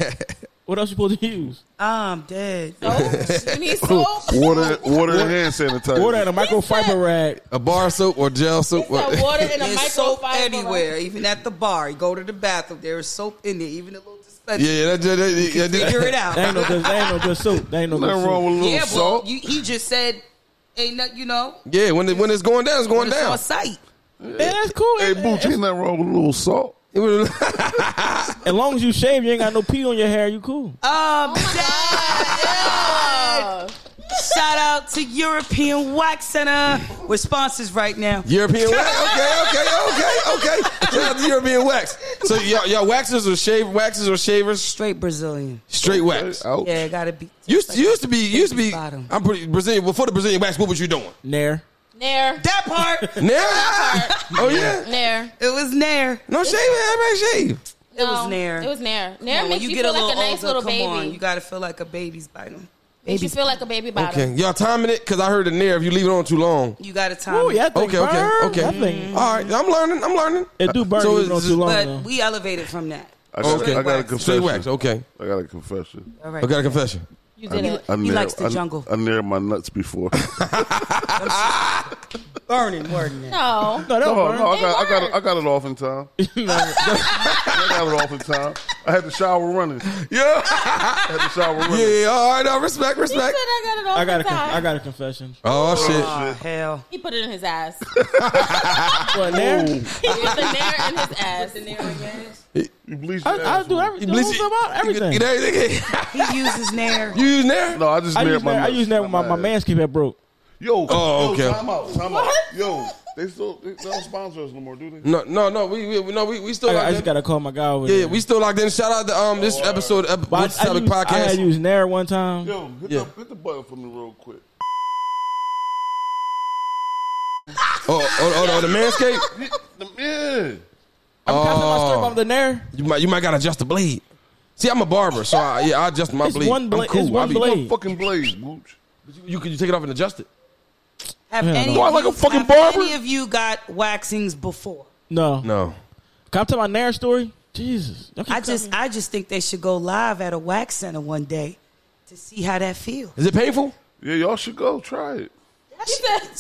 Speaker 2: What else you supposed to use?
Speaker 9: I'm dead.
Speaker 4: Soap? You need soap?
Speaker 1: water, water, and hand sanitizer.
Speaker 2: Water and a microfiber rag.
Speaker 5: a bar soap or gel soap.
Speaker 4: He said water in a
Speaker 9: There's soap
Speaker 4: microfiber.
Speaker 9: everywhere, even at the bar. You go to the bathroom, there is soap in there, even a little dispenser.
Speaker 5: Yeah, yeah, that, that, that, that, that,
Speaker 9: Figure it
Speaker 2: That ain't no
Speaker 9: out.
Speaker 2: good. That ain't no good soup. That ain't no good
Speaker 1: Nothing
Speaker 2: soup.
Speaker 1: wrong with a little
Speaker 9: yeah, but
Speaker 1: salt.
Speaker 9: you, he just said, ain't nothing, you know,
Speaker 5: Yeah, when it, when it's going down, it's going
Speaker 9: it's on
Speaker 5: down.
Speaker 9: site.
Speaker 2: Yeah, that's cool.
Speaker 1: hey, Booch, ain't nothing wrong with a little salt.
Speaker 2: As long as you shave, you ain't got no pee on your hair. You cool.
Speaker 5: Uh,
Speaker 9: Um,
Speaker 4: Oh,
Speaker 9: shout out to European Wax Center. We're sponsors right now.
Speaker 5: European wax. Okay, okay, okay, okay. Shout out to European wax. So y'all, y'all waxers or shave waxes or shavers?
Speaker 9: Straight Brazilian.
Speaker 5: Straight wax.
Speaker 2: Oh.
Speaker 1: Ouch.
Speaker 9: Yeah, gotta be.
Speaker 5: Used to, used to be used to be.
Speaker 9: Bottom.
Speaker 5: I'm pretty Brazilian. Before the Brazilian wax, what was you doing?
Speaker 2: Nair.
Speaker 4: Nair.
Speaker 9: That part,
Speaker 5: Nair. oh yeah.
Speaker 4: Nair. Um,
Speaker 9: it was Nair.
Speaker 5: No shave. Everybody shave.
Speaker 9: It was Nair.
Speaker 4: It was Nair.
Speaker 9: Come
Speaker 4: Nair
Speaker 9: on,
Speaker 4: makes you, feel like a nice little
Speaker 9: come
Speaker 4: baby.
Speaker 9: on, you gotta feel like a baby's biting.
Speaker 4: Makes you feel like a baby bottle.
Speaker 5: Okay, y'all timing it because I heard the nair. If you leave it on too long,
Speaker 9: You got to time.
Speaker 2: Oh
Speaker 9: it.
Speaker 2: yeah, that thing
Speaker 5: okay, okay,
Speaker 2: burn.
Speaker 5: okay.
Speaker 2: That thing,
Speaker 5: All right, I'm learning. I'm learning.
Speaker 2: it do burn
Speaker 5: So
Speaker 2: even
Speaker 5: it's
Speaker 2: on
Speaker 5: just-
Speaker 2: too long.
Speaker 9: But
Speaker 2: though.
Speaker 9: we elevated from that.
Speaker 1: I got,
Speaker 5: Okay.
Speaker 1: I got a
Speaker 5: Straight
Speaker 1: confession.
Speaker 5: wax. Okay,
Speaker 1: I got a confession.
Speaker 9: All right.
Speaker 5: I got a confession.
Speaker 4: You did it.
Speaker 1: I
Speaker 9: He
Speaker 1: nailed-
Speaker 9: likes the
Speaker 1: I-
Speaker 9: jungle.
Speaker 1: I nailed my nuts before. no,
Speaker 3: Burning, burning. that.
Speaker 4: No.
Speaker 2: no, that
Speaker 1: no,
Speaker 2: burn.
Speaker 1: I got, I got,
Speaker 4: worked.
Speaker 1: I got it off in time. I got it off in time. I had the shower running.
Speaker 5: Yeah,
Speaker 1: I had the shower running.
Speaker 5: yeah. All right, no, respect,
Speaker 4: He said
Speaker 5: respect.
Speaker 4: I got it off
Speaker 2: I got a
Speaker 4: his
Speaker 2: conf- I
Speaker 4: eye.
Speaker 2: got a confession.
Speaker 5: Oh shit.
Speaker 9: Oh, hell.
Speaker 4: He put it in his ass.
Speaker 2: What there?
Speaker 4: He put the nair in his ass.
Speaker 1: You bleached
Speaker 2: I,
Speaker 5: Oh.
Speaker 1: your
Speaker 2: I
Speaker 1: ass.
Speaker 2: do everything. What's about everything?
Speaker 5: You,
Speaker 2: I
Speaker 9: He uses Nair.
Speaker 5: you using nair?
Speaker 1: No, I just nailed
Speaker 2: used
Speaker 1: my
Speaker 2: that. I
Speaker 1: nuts.
Speaker 2: used that when my my
Speaker 1: ass.
Speaker 2: manscape had broke.
Speaker 1: Yo,
Speaker 5: Oh,
Speaker 1: yo,
Speaker 5: okay.
Speaker 1: Time out. Time out. Yo, they still they, they don't sponsor us no more, do they?
Speaker 5: No, no, no. We, we no, we, we still
Speaker 2: I, I
Speaker 5: locked
Speaker 2: just
Speaker 5: in.
Speaker 2: gotta call my guy over
Speaker 5: yeah,
Speaker 2: there.
Speaker 5: we still locked in. Shout out to um this episode of
Speaker 2: But
Speaker 5: What's
Speaker 2: I, I,
Speaker 5: Topic
Speaker 2: used, I had
Speaker 5: podcast.
Speaker 2: used Nair one time.
Speaker 1: Yo, hit,
Speaker 5: Yeah.
Speaker 1: the, hit the button for me real quick.
Speaker 5: Oh, oh, oh, oh, the manscape.
Speaker 1: The man.
Speaker 2: Can I put my strip
Speaker 5: Oh.
Speaker 2: on the Nair?
Speaker 5: You might you might gotta adjust the blade. See, I'm a barber, so I, yeah, I adjust my
Speaker 2: It's
Speaker 5: blade.
Speaker 2: one blade-
Speaker 5: I'm cool.
Speaker 2: it's one
Speaker 5: I be-
Speaker 2: blade. Hey.
Speaker 1: Fucking blaze, Mooch.
Speaker 5: You could you take it off and adjust it.
Speaker 9: Have
Speaker 2: Yeah,
Speaker 9: any
Speaker 2: no.
Speaker 5: Do I
Speaker 9: of
Speaker 5: look
Speaker 9: you-
Speaker 5: a fucking
Speaker 9: have
Speaker 5: barber?
Speaker 9: Any of you got waxings before?
Speaker 2: No.
Speaker 5: No.
Speaker 2: Can I tell my Nair story? Jesus. Y'all keep
Speaker 9: I just, I just think they should go live at a wax center one day to see how that feels.
Speaker 5: Is it painful?
Speaker 1: Yeah, y'all should go try it.
Speaker 2: coming.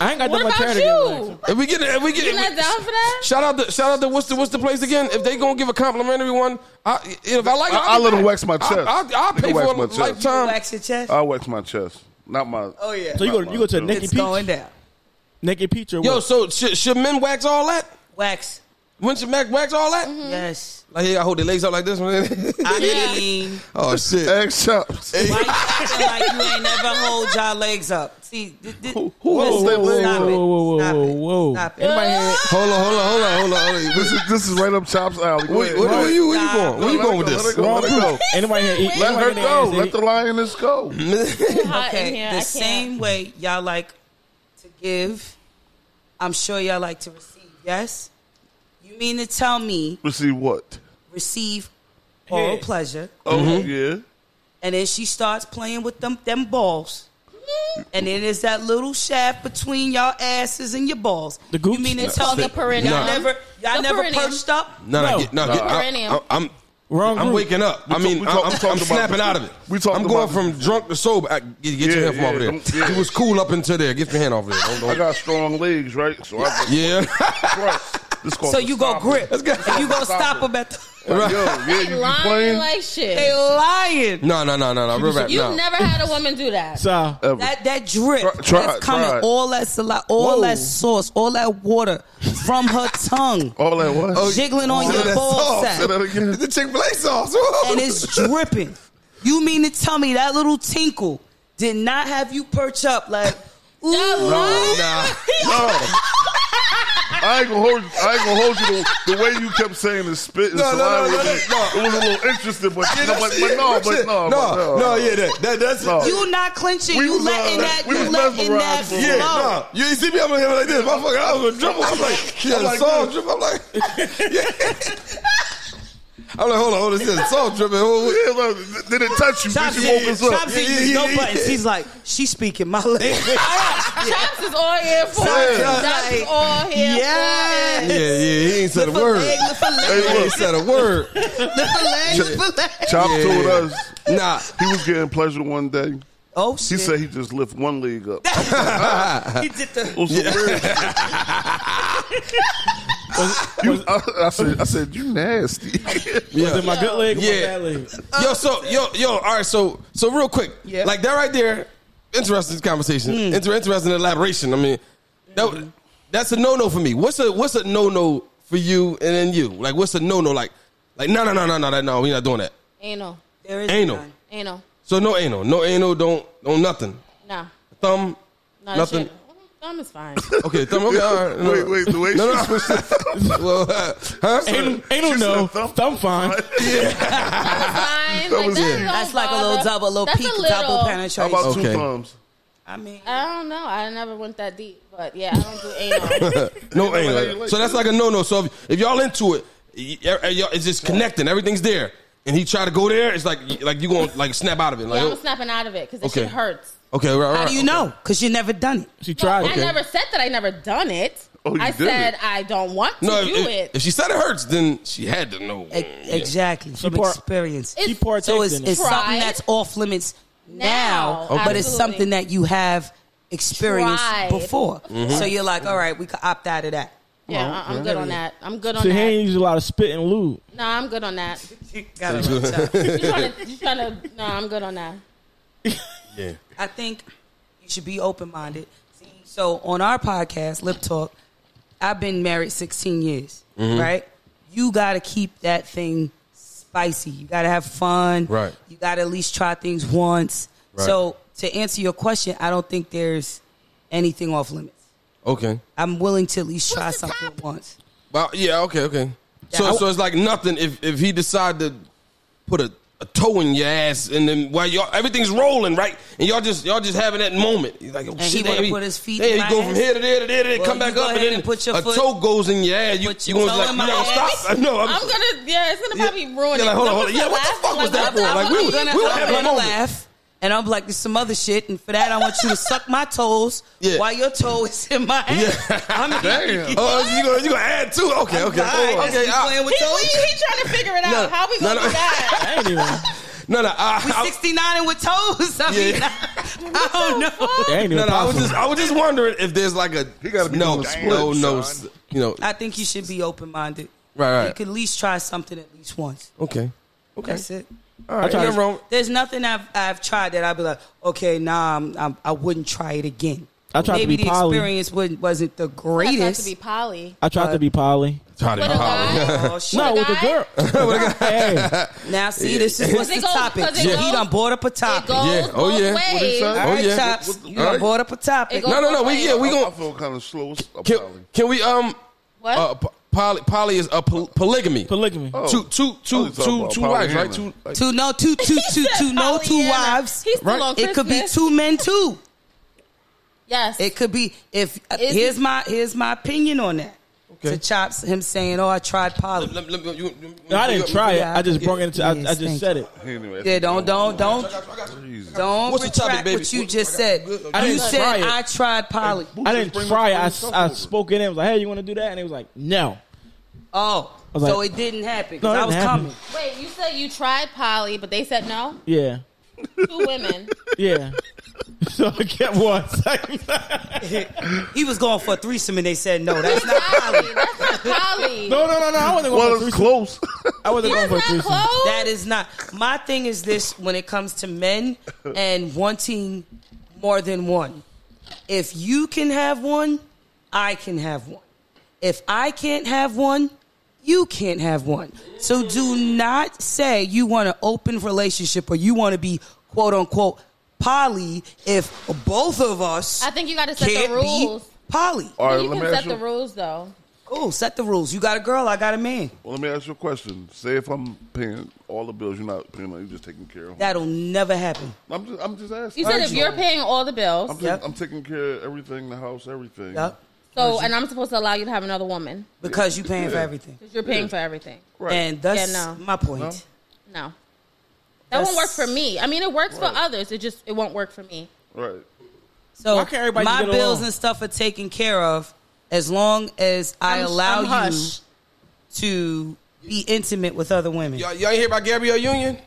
Speaker 2: I ain't got
Speaker 4: What
Speaker 2: that much hair
Speaker 4: about
Speaker 2: to get waxed.
Speaker 4: you?
Speaker 5: If we get it, if we get
Speaker 4: You
Speaker 5: it.
Speaker 4: not down for that?
Speaker 5: Shout out the shout out the what's the what's the place again? If they gonna give a complimentary one, I, if I like it,
Speaker 1: I- I'll let 'em wax my chest.
Speaker 5: I, I'll, I'll
Speaker 1: They
Speaker 5: pay
Speaker 1: can wax
Speaker 5: for a
Speaker 1: my chest.
Speaker 5: lifetime.
Speaker 9: Wax your chest.
Speaker 1: I wax my chest, not my.
Speaker 9: oh yeah,
Speaker 2: Um, uh, So you go you go to
Speaker 1: It's
Speaker 2: Nikki
Speaker 9: it's
Speaker 2: Peach,
Speaker 9: going down.
Speaker 2: Naked Peach or
Speaker 5: Yo,
Speaker 2: what?
Speaker 5: so should, should men wax all that?
Speaker 9: Wax.
Speaker 5: Wouldn't you wax, wax all that?
Speaker 9: Mm-hmm. Yes.
Speaker 5: Like yeah, I hold their legs up like this one.
Speaker 9: I
Speaker 4: Yeah.
Speaker 9: mean,
Speaker 5: oh shit!
Speaker 1: Egg chops.
Speaker 9: why you acting like you ain't never hold y'all legs up? See, th- th-
Speaker 1: Who- who holds their legs
Speaker 9: stop
Speaker 1: up?
Speaker 9: it.
Speaker 2: Whoa, whoa,
Speaker 9: Stop
Speaker 2: whoa,
Speaker 9: it.
Speaker 2: whoa.
Speaker 9: Stop it.
Speaker 2: Anybody hear it?
Speaker 5: Hold on, hold on, hold on, hold on, hold on.
Speaker 1: This is this is right up Chops alley. Go
Speaker 5: Wait,
Speaker 1: ahead,
Speaker 5: where,
Speaker 1: go
Speaker 5: where
Speaker 1: ahead.
Speaker 5: you where you going? Where you going with
Speaker 1: Let her
Speaker 5: this?
Speaker 1: go, Let her go.
Speaker 2: Anybody hear it?
Speaker 1: Let her
Speaker 2: Anybody hear
Speaker 1: go. Mm-hmm.
Speaker 2: it?
Speaker 1: Let the lioness go.
Speaker 4: Hot in here.
Speaker 9: Okay,
Speaker 4: I
Speaker 9: the
Speaker 4: can't.
Speaker 9: same way y'all like to give, I'm sure y'all like to receive. Yes, you mean to tell me
Speaker 1: Let's see what.
Speaker 9: receive oral
Speaker 2: Yeah.
Speaker 9: pleasure,
Speaker 1: Oh
Speaker 5: Mm-hmm.
Speaker 1: yeah.
Speaker 9: and then she starts playing with them them balls, and then there's that little shaft between y'all asses and your balls.
Speaker 2: The gooch?
Speaker 9: You mean to
Speaker 4: It's
Speaker 9: tell
Speaker 4: called
Speaker 9: me
Speaker 4: the perineum.
Speaker 9: y'all
Speaker 5: Nah.
Speaker 9: never y'all
Speaker 4: The
Speaker 9: never
Speaker 4: perineum.
Speaker 9: perched up?
Speaker 5: No, no,
Speaker 2: No.
Speaker 5: get, no, get, I,
Speaker 4: Perineum.
Speaker 5: I, I'm
Speaker 2: Wrong
Speaker 5: I'm
Speaker 2: group.
Speaker 5: waking up. I mean,
Speaker 1: we talk-
Speaker 5: I'm,
Speaker 1: we
Speaker 5: I'm,
Speaker 1: talking
Speaker 5: I'm
Speaker 1: about-
Speaker 5: snapping out of it.
Speaker 1: we talking
Speaker 5: I'm going
Speaker 1: about-
Speaker 5: from drunk to sober. I, get get your
Speaker 1: Yeah,
Speaker 5: hand from
Speaker 1: yeah,
Speaker 5: over there.
Speaker 1: them- yeah.
Speaker 5: You was cool up until there. Get your hand off there. Don't- don't-
Speaker 1: I got strong legs, right? So I just
Speaker 5: yeah.
Speaker 1: press. This called
Speaker 9: So
Speaker 1: the
Speaker 9: you go
Speaker 1: stopper.
Speaker 9: grip.
Speaker 5: Let's go.
Speaker 9: And you go stop
Speaker 1: Stopper.
Speaker 9: them at the.
Speaker 1: Like, yo, yeah, you
Speaker 4: You
Speaker 1: be
Speaker 4: lying
Speaker 1: playing.
Speaker 4: like shit.
Speaker 9: They lying.
Speaker 5: No, no, no, no, no. Real rap.
Speaker 4: You've
Speaker 5: No.
Speaker 4: never had a woman do that.
Speaker 2: So
Speaker 1: Ever.
Speaker 9: That that drip
Speaker 1: Try- try-
Speaker 9: that's coming,
Speaker 1: try.
Speaker 9: all that saliva, all
Speaker 2: Whoa.
Speaker 9: that sauce, all that water from her tongue,
Speaker 1: All that what?
Speaker 5: Oh,
Speaker 9: jiggling on
Speaker 5: Say
Speaker 9: your
Speaker 5: that
Speaker 9: ball
Speaker 5: sauce.
Speaker 1: Say
Speaker 9: sack,
Speaker 1: that again.
Speaker 5: The Chick Fil A sauce.
Speaker 9: and it's dripping. You mean to tell me that little tinkle did not have you perch up like? Ooh,
Speaker 5: nah.
Speaker 1: I ain't gonna hold. I ain't gonna hold you. The, the way you kept saying the spit and
Speaker 5: No, no,
Speaker 1: saliva,
Speaker 5: no, no, no,
Speaker 1: it,
Speaker 5: no.
Speaker 1: it was a little interesting, but,
Speaker 5: Yeah,
Speaker 1: no,
Speaker 5: that's
Speaker 1: but,
Speaker 5: it.
Speaker 1: but no,
Speaker 5: Real
Speaker 1: but
Speaker 5: shit.
Speaker 1: no, but
Speaker 5: no, no, yeah, that, that that's
Speaker 1: No.
Speaker 5: it.
Speaker 9: you not clenching.
Speaker 1: We
Speaker 9: you
Speaker 1: was, uh,
Speaker 9: letting that.
Speaker 1: we
Speaker 9: You
Speaker 1: was
Speaker 9: letting that
Speaker 1: mesmerized for
Speaker 9: flow.
Speaker 1: a
Speaker 5: Yeah, nah. You ain't see me? I'm on him like this, motherfucker. I was gonna dribble. I'm like, she had
Speaker 1: I'm
Speaker 5: a
Speaker 1: like
Speaker 5: song
Speaker 1: this.
Speaker 5: drip. I'm like, yeah. I'm like, hold on, hold on. She had a song dripping. Hold on.
Speaker 1: Yeah, look, did it touch you? Did
Speaker 9: Chopsy,
Speaker 1: you woke us up?
Speaker 9: Chopsy
Speaker 5: Yeah, yeah,
Speaker 9: used
Speaker 5: yeah,
Speaker 9: no buttons.
Speaker 5: yeah.
Speaker 9: He's like, she's speaking my language.
Speaker 4: Chops is all here for.
Speaker 5: Yeah.
Speaker 4: it. Chops is all here
Speaker 9: Yeah.
Speaker 4: for.
Speaker 5: Yeah,
Speaker 4: it.
Speaker 5: yeah, he ain't said a word.
Speaker 9: Leg,
Speaker 5: He
Speaker 9: lift a leg,
Speaker 5: ain't said a word.
Speaker 9: lift a leg.
Speaker 1: Chop
Speaker 5: Yeah.
Speaker 1: told us
Speaker 5: Nah.
Speaker 1: he was getting pleasure one day.
Speaker 9: Oh
Speaker 1: He
Speaker 9: shit!
Speaker 1: said he just lift one leg up. That
Speaker 9: he did the.
Speaker 1: was some weird shit. You- I, I said, I said, you nasty.
Speaker 5: Yeah.
Speaker 2: Is it my good leg or
Speaker 5: Yeah.
Speaker 2: my bad leg?
Speaker 5: yo, so yo, yo, all right, so so real quick,
Speaker 9: Yeah.
Speaker 5: like that right there, interesting conversation,
Speaker 1: Hmm.
Speaker 5: Inter- interesting elaboration. I mean, that, that's a no no for me. What's a what's a no no for you and then you? Like, what's a no no? Like, like no no no no no that no, we not doing that.
Speaker 4: Anal.
Speaker 9: There is
Speaker 5: Anal.
Speaker 9: none.
Speaker 4: Anal.
Speaker 5: So no anal, no anal, don't don't nothing.
Speaker 4: Nah.
Speaker 5: Thumb,
Speaker 4: Not
Speaker 5: Nothing.
Speaker 4: Nothing. Shit. Thumb is fine.
Speaker 5: okay, thumb, okay, all right. No,
Speaker 1: wait, wait, the way
Speaker 5: no,
Speaker 1: she
Speaker 5: no.
Speaker 1: switched it
Speaker 5: well, uh, huh?
Speaker 2: Ain't,
Speaker 1: She
Speaker 2: ain't no
Speaker 1: said
Speaker 2: no.
Speaker 1: thumb-
Speaker 2: Thumb fine.
Speaker 4: fine.
Speaker 1: was
Speaker 4: Like,
Speaker 1: it.
Speaker 4: that
Speaker 9: That's like a little double, little
Speaker 4: That's
Speaker 9: peak,
Speaker 4: a little-
Speaker 9: double
Speaker 1: How
Speaker 9: penetration.
Speaker 1: about
Speaker 5: Okay.
Speaker 1: two thumbs?
Speaker 9: I mean,
Speaker 4: I don't know. I never went that deep, but yeah, I don't do anal.
Speaker 5: no
Speaker 1: Ain't no
Speaker 5: anal.
Speaker 1: anal.
Speaker 5: so that's like a no no. So if, if y'all into it, y- y- y'all- it's just connecting. Everything's there. and he try to go there, it's like like you gonna like snap out of it. Like
Speaker 4: Yeah, I'm snapping out of it because it
Speaker 5: Okay.
Speaker 4: shit hurts.
Speaker 5: okay, right, right.
Speaker 9: How do you know? Because you never done it.
Speaker 2: She tried
Speaker 4: I
Speaker 2: it.
Speaker 4: never said that I never done it.
Speaker 1: Oh, you
Speaker 4: I
Speaker 1: did
Speaker 4: said
Speaker 1: it.
Speaker 4: I don't want to
Speaker 5: No, if,
Speaker 4: do
Speaker 5: if-
Speaker 4: it.
Speaker 5: if she said it hurts, then she had to know.
Speaker 9: E- Exactly. From
Speaker 2: part-
Speaker 9: experience.
Speaker 4: It's-
Speaker 2: She partaked
Speaker 9: So it's,
Speaker 2: in it.
Speaker 9: it's something
Speaker 4: Tried.
Speaker 9: that's off limits now,
Speaker 4: Now,
Speaker 9: but it's
Speaker 4: absolutely.
Speaker 9: something that you have experienced
Speaker 4: Tried.
Speaker 9: before.
Speaker 1: Mm-hmm.
Speaker 9: So you're like, all right, we could opt out of that.
Speaker 4: yeah, I- I'm good on that. I'm good on
Speaker 2: So he
Speaker 4: that.
Speaker 2: ain't use a lot of spit and lube.
Speaker 4: No, I'm good on that.
Speaker 5: yeah.
Speaker 4: You trying to? You trying to? No, I'm good on that.
Speaker 5: yeah.
Speaker 9: I think you should be open minded. So on our podcast, Lip Talk, I've been married 16 years,
Speaker 5: Mm-hmm.
Speaker 9: right? You got to keep that thing spicy. You got to have fun.
Speaker 5: Right.
Speaker 9: You got to at least try things once.
Speaker 5: Right.
Speaker 9: So to answer your question, I don't think there's anything off limits.
Speaker 5: Okay.
Speaker 9: I'm willing to at least try
Speaker 6: What's the
Speaker 9: something
Speaker 6: topic?
Speaker 9: once.
Speaker 5: Well, yeah. Okay. Okay. So so it's like nothing if if he decide to put a, a toe in your ass and then while y'all everything's rolling right and y'all just y'all just having that moment. He's like, oh,
Speaker 9: he
Speaker 5: shit,
Speaker 9: wanna
Speaker 5: baby.
Speaker 9: put his feet
Speaker 5: Yeah,
Speaker 9: in
Speaker 5: you
Speaker 9: my
Speaker 5: go
Speaker 9: ass?
Speaker 5: from here to there to there, to there
Speaker 9: Well,
Speaker 5: come
Speaker 9: you
Speaker 5: back
Speaker 9: go
Speaker 5: up and
Speaker 9: ahead
Speaker 5: then
Speaker 9: and put your
Speaker 5: a
Speaker 9: foot-
Speaker 5: toe goes in your ass. You
Speaker 9: put
Speaker 5: you
Speaker 9: your
Speaker 5: gonna
Speaker 9: toe
Speaker 5: like
Speaker 9: in
Speaker 5: you
Speaker 9: my
Speaker 5: not gonna
Speaker 9: ass.
Speaker 5: stop? No,
Speaker 4: I'm gonna. Yeah, it's gonna probably ruin
Speaker 5: Yeah,
Speaker 4: it.
Speaker 5: like, hold on, hold
Speaker 4: Remember
Speaker 5: on. Yeah,
Speaker 4: the
Speaker 5: what the
Speaker 4: last-
Speaker 5: fuck was that
Speaker 4: I'm
Speaker 5: for?
Speaker 4: gonna-
Speaker 5: Like, we
Speaker 4: I'm
Speaker 5: was-
Speaker 4: gonna-
Speaker 5: we were
Speaker 4: I'm
Speaker 5: having a
Speaker 4: gonna-
Speaker 9: gonna
Speaker 5: moment.
Speaker 9: laugh, and I'm like, "There's some other shit." And for that, I want you to suck my toals
Speaker 5: Yeah.
Speaker 9: while your toe is in my ass. I'm
Speaker 1: Damn.
Speaker 5: Oh, you gonna you gonna add two? Okay, okay,
Speaker 9: Alright,
Speaker 5: okay.
Speaker 9: you
Speaker 5: I-
Speaker 9: playing with
Speaker 4: He,
Speaker 9: toes.
Speaker 4: he, he trying to figure it out.
Speaker 5: No,
Speaker 4: How we
Speaker 5: no,
Speaker 4: gonna
Speaker 5: no.
Speaker 4: do that?
Speaker 2: I ain't even.
Speaker 5: No, no, I,
Speaker 9: We
Speaker 5: I-
Speaker 9: 69 and with toes. I mean,
Speaker 5: Yeah.
Speaker 9: I don't know.
Speaker 2: That ain't even
Speaker 5: no, no. I was
Speaker 2: possible.
Speaker 5: just, I was just wondering if there's like a
Speaker 1: He gotta be
Speaker 5: no,
Speaker 1: doing
Speaker 5: no,
Speaker 1: splits,
Speaker 5: no,
Speaker 1: son.
Speaker 5: you know.
Speaker 9: I think you should be open minded.
Speaker 5: Right, right.
Speaker 9: You could at least try something at least once.
Speaker 5: Okay, okay.
Speaker 9: That's it.
Speaker 5: All right,
Speaker 2: tried
Speaker 5: nothing
Speaker 2: to-
Speaker 5: wrong.
Speaker 9: There's nothing I've I've tried that I'd be like, okay, nah, I'm, I'm, I wouldn't try it again.
Speaker 2: I tried to
Speaker 9: Maybe
Speaker 2: be
Speaker 9: the
Speaker 2: poly.
Speaker 9: experience wasn't, wasn't the
Speaker 4: I tried
Speaker 9: greatest.
Speaker 4: to be poly.
Speaker 2: I tried to be poly.
Speaker 5: Try
Speaker 4: With a guy.
Speaker 9: Oh, shit.
Speaker 2: No, with
Speaker 4: a
Speaker 2: the girl. Hey,
Speaker 9: Now, see, this is what's
Speaker 4: It
Speaker 9: the
Speaker 4: goes-
Speaker 9: topic.
Speaker 4: because it
Speaker 9: He
Speaker 4: goes-
Speaker 9: done brought up a
Speaker 4: It
Speaker 9: topic.
Speaker 4: goes
Speaker 5: Yeah, oh,
Speaker 4: both
Speaker 5: yeah.
Speaker 1: What did he
Speaker 4: ways.
Speaker 1: say?
Speaker 9: All
Speaker 5: Oh,
Speaker 9: right,
Speaker 5: yeah.
Speaker 9: Tops,
Speaker 1: What-
Speaker 9: you done
Speaker 5: alright.
Speaker 9: brought up a
Speaker 4: It
Speaker 9: topic.
Speaker 4: goes
Speaker 5: No, no, no, we-
Speaker 4: both
Speaker 5: yeah,
Speaker 4: ways.
Speaker 5: we
Speaker 1: I-
Speaker 5: gon-
Speaker 1: I feel kind of slow. It's a
Speaker 5: Can,
Speaker 1: poly.
Speaker 5: can we um
Speaker 4: What?
Speaker 5: uh po- poly poly is a pol- polygamy.
Speaker 2: polygamy.
Speaker 1: Oh.
Speaker 5: Two two
Speaker 1: Oh,
Speaker 5: two
Speaker 1: it's
Speaker 5: two
Speaker 1: about
Speaker 5: two wives, right?
Speaker 1: polyamory.
Speaker 5: Two like,
Speaker 9: Two, no, two, two,
Speaker 4: He
Speaker 9: two,
Speaker 4: said
Speaker 9: two, no, two
Speaker 4: polyandry.
Speaker 9: wives.
Speaker 4: He's still
Speaker 5: Right.
Speaker 4: on
Speaker 9: It could be
Speaker 4: Christmas.
Speaker 9: two men too.
Speaker 4: Yes.
Speaker 9: It could be if uh,
Speaker 4: Is-
Speaker 9: here's my here's my opinion on that.
Speaker 5: Okay.
Speaker 9: To chops him saying, "Oh, I tried poly."
Speaker 5: let- let me- you- you-
Speaker 2: No, I didn't try it.
Speaker 9: Yeah,
Speaker 2: I just
Speaker 9: yeah,
Speaker 2: brought it. Into, I,
Speaker 9: yes,
Speaker 2: I just
Speaker 9: thank
Speaker 2: said it.
Speaker 1: Anyway,
Speaker 9: Yeah, don't don't don't
Speaker 1: Jesus.
Speaker 9: don't
Speaker 5: What's the topic,
Speaker 9: retract
Speaker 5: baby?
Speaker 9: what you
Speaker 5: What-
Speaker 9: just
Speaker 5: what I
Speaker 9: said.
Speaker 5: got? Good,
Speaker 2: I
Speaker 9: You
Speaker 2: didn't
Speaker 9: said
Speaker 2: try it.
Speaker 9: I tried poly.
Speaker 2: I didn't
Speaker 1: Bring the-
Speaker 2: try it. I,
Speaker 1: bring
Speaker 2: s-
Speaker 1: the
Speaker 2: I
Speaker 1: stuff
Speaker 2: spoke in. I was like, "Hey, you want to do that?" And he was like, "No."
Speaker 9: Oh,
Speaker 2: was like-
Speaker 9: so it didn't happen
Speaker 2: No,
Speaker 9: because
Speaker 2: it
Speaker 9: I was
Speaker 2: didn't happen.
Speaker 9: coming.
Speaker 4: Wait, you said you tried poly, but they said no.
Speaker 2: Yeah,
Speaker 4: Two women.
Speaker 2: yeah. so I kept one.
Speaker 9: He was going for a threesome and they said no. That's not
Speaker 4: poly.
Speaker 9: poly.
Speaker 4: That's not poly.
Speaker 2: no, no, no, no. I wasn't going
Speaker 1: Well,
Speaker 2: for
Speaker 1: it's
Speaker 2: threesome.
Speaker 1: close.
Speaker 2: I wasn't going
Speaker 4: That's
Speaker 2: for a
Speaker 4: not
Speaker 2: threesome.
Speaker 4: close.
Speaker 9: That is not my thing. Is this when it comes to men and wanting more than one? If you can have one, I can have one. If I can't have one, you can't have one. So do not say you want an open relationship or you want to be quote unquote poly if both of us
Speaker 4: I think you got to set
Speaker 9: can't
Speaker 4: the rules.
Speaker 9: be poly.
Speaker 1: All right,
Speaker 4: you
Speaker 1: let
Speaker 4: can
Speaker 1: me
Speaker 4: set
Speaker 1: ask
Speaker 4: the
Speaker 1: you.
Speaker 4: rules though.
Speaker 9: Oh, set the rules. You got a girl, I got a man.
Speaker 1: Well, let me ask you a question. Say if I'm paying all the bills, you're not paying. You're just taking care of. Them.
Speaker 9: That'll never happen.
Speaker 1: I'm just, I'm just asking.
Speaker 4: You said if you're paying all the bills,
Speaker 1: I'm, just,
Speaker 9: Yep.
Speaker 1: I'm taking care of everything, the house, everything.
Speaker 9: Yup.
Speaker 4: so and I'm supposed to allow you to have another woman
Speaker 9: Because you're paying for
Speaker 1: Yeah.
Speaker 9: everything.
Speaker 4: because you're paying for everything.
Speaker 1: Right.
Speaker 9: And that's
Speaker 4: Yeah, no.
Speaker 9: my point.
Speaker 1: No?
Speaker 4: No, that won't work
Speaker 9: That's-
Speaker 4: for me. I mean, it works
Speaker 1: Right.
Speaker 4: for others. It just it won't work for me.
Speaker 1: right.
Speaker 9: So
Speaker 2: Why can't everybody
Speaker 9: my
Speaker 2: get along?
Speaker 9: bills and stuff are taken care of as long as I
Speaker 4: I'm-
Speaker 9: allow
Speaker 4: I'm
Speaker 9: you
Speaker 4: hush.
Speaker 9: to be intimate with other women.
Speaker 5: Y'all, y'all hear about Gabrielle Union?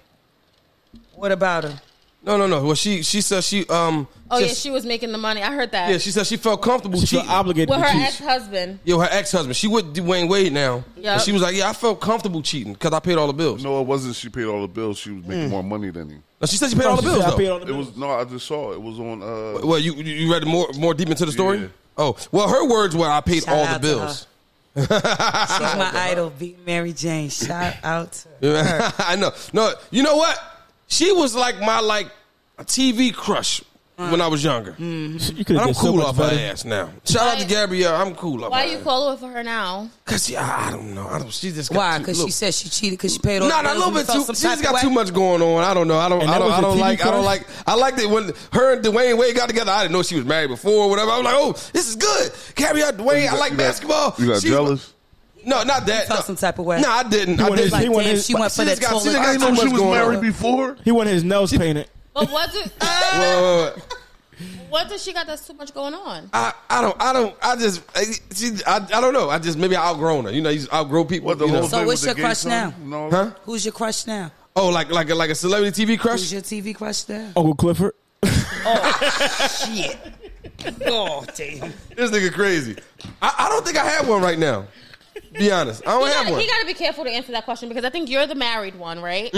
Speaker 9: What about her?
Speaker 5: No, no, no. Well, she she said she um
Speaker 4: Oh
Speaker 5: said
Speaker 4: yeah, she was making the money. I heard that.
Speaker 5: yeah she said she felt comfortable
Speaker 2: She felt
Speaker 5: cheating.
Speaker 2: obligated
Speaker 4: with
Speaker 2: to
Speaker 4: her
Speaker 2: cheat.
Speaker 4: ex husband.
Speaker 5: Yo, her ex husband. She with Dwayne Wade now.
Speaker 4: Yup.
Speaker 5: And she was like, yeah, I felt comfortable cheating because I paid all the bills. No.
Speaker 1: No, it wasn't. She paid all the bills. She was
Speaker 5: Mm.
Speaker 1: making more money than him.
Speaker 5: she said she paid all the
Speaker 2: She said,
Speaker 5: bills
Speaker 2: I
Speaker 5: though.
Speaker 2: paid all the
Speaker 1: It was no. I just saw it. It was on. Uh,
Speaker 5: Well, you you you read more more deep into the story.
Speaker 1: Yeah.
Speaker 5: Oh, well, her words were, "I paid
Speaker 9: Shout
Speaker 5: all the
Speaker 9: out to
Speaker 5: bills."
Speaker 9: She's my idol, B. Mary Jane. Shout out.
Speaker 5: I know. No, you know what? She was like my like TV crush when I was younger.
Speaker 2: You could
Speaker 5: And
Speaker 2: have
Speaker 5: I'm
Speaker 2: did so
Speaker 5: cool
Speaker 2: much
Speaker 5: off
Speaker 2: better.
Speaker 5: her ass now. Shout out to
Speaker 4: Why-
Speaker 5: Gabrielle. I'm cool off.
Speaker 4: Why
Speaker 5: her
Speaker 4: are you
Speaker 5: ass.
Speaker 4: calling for her now?
Speaker 5: Cause yeah, I don't know. I don't. She just got
Speaker 9: Why?
Speaker 5: too-
Speaker 9: Because
Speaker 5: look.
Speaker 9: she said she cheated because she paid all
Speaker 5: No,
Speaker 9: the
Speaker 5: no, a
Speaker 9: bills.
Speaker 5: little
Speaker 9: and
Speaker 5: bit
Speaker 9: felt some
Speaker 5: too. She's
Speaker 9: type of
Speaker 5: got
Speaker 9: way.
Speaker 5: too much going on. I don't know. I don't.
Speaker 2: And
Speaker 5: I
Speaker 2: that
Speaker 5: don't.
Speaker 2: was
Speaker 5: I
Speaker 2: a
Speaker 5: don't
Speaker 2: TV
Speaker 5: like. I don't
Speaker 2: crush?
Speaker 5: like. I liked it when her and Dwayne Wade got together. I didn't know she was married before or whatever. I was like, oh, this is good. Gabrielle Dwayne. I like
Speaker 1: you got-
Speaker 5: basketball.
Speaker 1: You got
Speaker 5: She's-
Speaker 1: jealous.
Speaker 5: No, not that.
Speaker 9: felt
Speaker 5: no.
Speaker 9: some type of way.
Speaker 5: No, I didn't.
Speaker 2: He
Speaker 5: I
Speaker 2: wanted
Speaker 5: didn't.
Speaker 2: his-
Speaker 9: Like,
Speaker 2: he wanted
Speaker 9: damn,
Speaker 2: his-
Speaker 9: she went
Speaker 5: she
Speaker 9: for the
Speaker 5: just got- she
Speaker 9: toilet.
Speaker 5: just
Speaker 1: I
Speaker 5: got
Speaker 1: didn't
Speaker 5: so
Speaker 1: know she
Speaker 5: much
Speaker 1: was
Speaker 5: going
Speaker 1: married
Speaker 5: on.
Speaker 1: before.
Speaker 2: He wanted his nails painted.
Speaker 4: But was it?
Speaker 5: Wait, wait, wait.
Speaker 4: What does she got that's too much going on?
Speaker 5: I, I don't I don't I just I, she, I, I don't know I just maybe I outgrown her you know you just outgrow people
Speaker 1: What the
Speaker 5: you know?
Speaker 1: whole
Speaker 9: So
Speaker 1: thing
Speaker 9: what's
Speaker 1: with
Speaker 9: your
Speaker 1: the gay
Speaker 9: crush
Speaker 1: song?
Speaker 9: now?
Speaker 1: No.
Speaker 5: huh
Speaker 9: Who's your crush now?
Speaker 5: oh like like a, like a celebrity TV
Speaker 9: Who's
Speaker 5: crush
Speaker 9: your TV crush now?
Speaker 2: Uncle Clifford.
Speaker 9: Shit. Oh damn.
Speaker 5: this nigga crazy I, I don't think I have one right now be honest I don't
Speaker 4: He
Speaker 5: have
Speaker 4: gotta,
Speaker 5: one Mm-hmm.
Speaker 4: he gotta be careful to answer that question because I think you're the married one, right?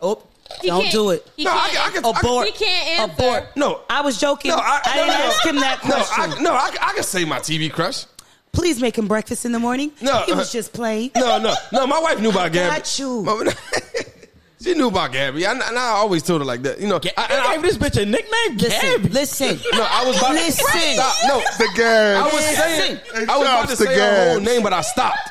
Speaker 9: Oh,
Speaker 4: He
Speaker 9: don't
Speaker 4: can't-
Speaker 9: do it.
Speaker 4: He
Speaker 5: no I,
Speaker 4: can't,
Speaker 5: can- I can I
Speaker 9: Abort.
Speaker 4: he can't answer.
Speaker 9: Abort.
Speaker 5: No.
Speaker 9: I was joking.
Speaker 5: No,
Speaker 9: I,
Speaker 5: I, no,
Speaker 9: didn't
Speaker 5: no, no.
Speaker 9: ask him that question.
Speaker 5: No, I, no, I, I can say my TV crush.
Speaker 9: Please make him breakfast in the morning.
Speaker 5: No,
Speaker 9: he was
Speaker 5: uh,
Speaker 9: just playing.
Speaker 5: No, no, no. My wife knew about Gabby.
Speaker 9: got you.
Speaker 5: My- she knew about Gabby. I, and I always told her like that. You know, I, and
Speaker 2: I
Speaker 5: I-
Speaker 2: gave this bitch a nickname.
Speaker 9: Listen,
Speaker 2: Gabby.
Speaker 9: listen.
Speaker 5: no, I was about
Speaker 9: Listen.
Speaker 5: to stop. No,
Speaker 1: The gas.
Speaker 5: I was saying,
Speaker 1: Hey,
Speaker 5: I was about to
Speaker 1: shouts to
Speaker 5: say her whole
Speaker 1: Gabs.
Speaker 5: name, but I stopped.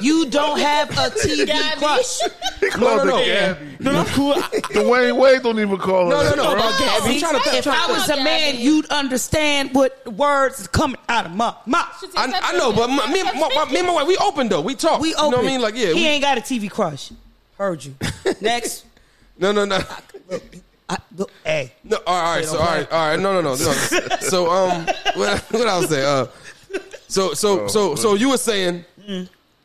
Speaker 9: You don't have a TV
Speaker 4: Gabby.
Speaker 9: crush.
Speaker 1: He called
Speaker 5: no,
Speaker 1: her
Speaker 5: no.
Speaker 1: Gabby.
Speaker 2: No, no, I'm cool. I-
Speaker 1: Dwayne Wade don't even call
Speaker 5: No,
Speaker 1: her.
Speaker 5: no,
Speaker 1: that,
Speaker 5: no.
Speaker 1: bro.
Speaker 5: About Gabby. I'm trying to
Speaker 9: If
Speaker 5: think.
Speaker 9: I was a man, you'd understand what words is coming out of my mouth.
Speaker 5: I, I know, but my, me, and my, my, me and my wife, we open though. We talk.
Speaker 9: We
Speaker 5: You
Speaker 9: open.
Speaker 5: know what I mean? Like, yeah.
Speaker 9: he
Speaker 5: We,
Speaker 9: ain't got a TV crush. Heard you. Next,
Speaker 5: no, no, no.
Speaker 9: I, look, hey,
Speaker 5: No, all right, all right, so all right, all right, no, no, no, no. so, um, what, what I was saying, uh, so, so, so, so, you were saying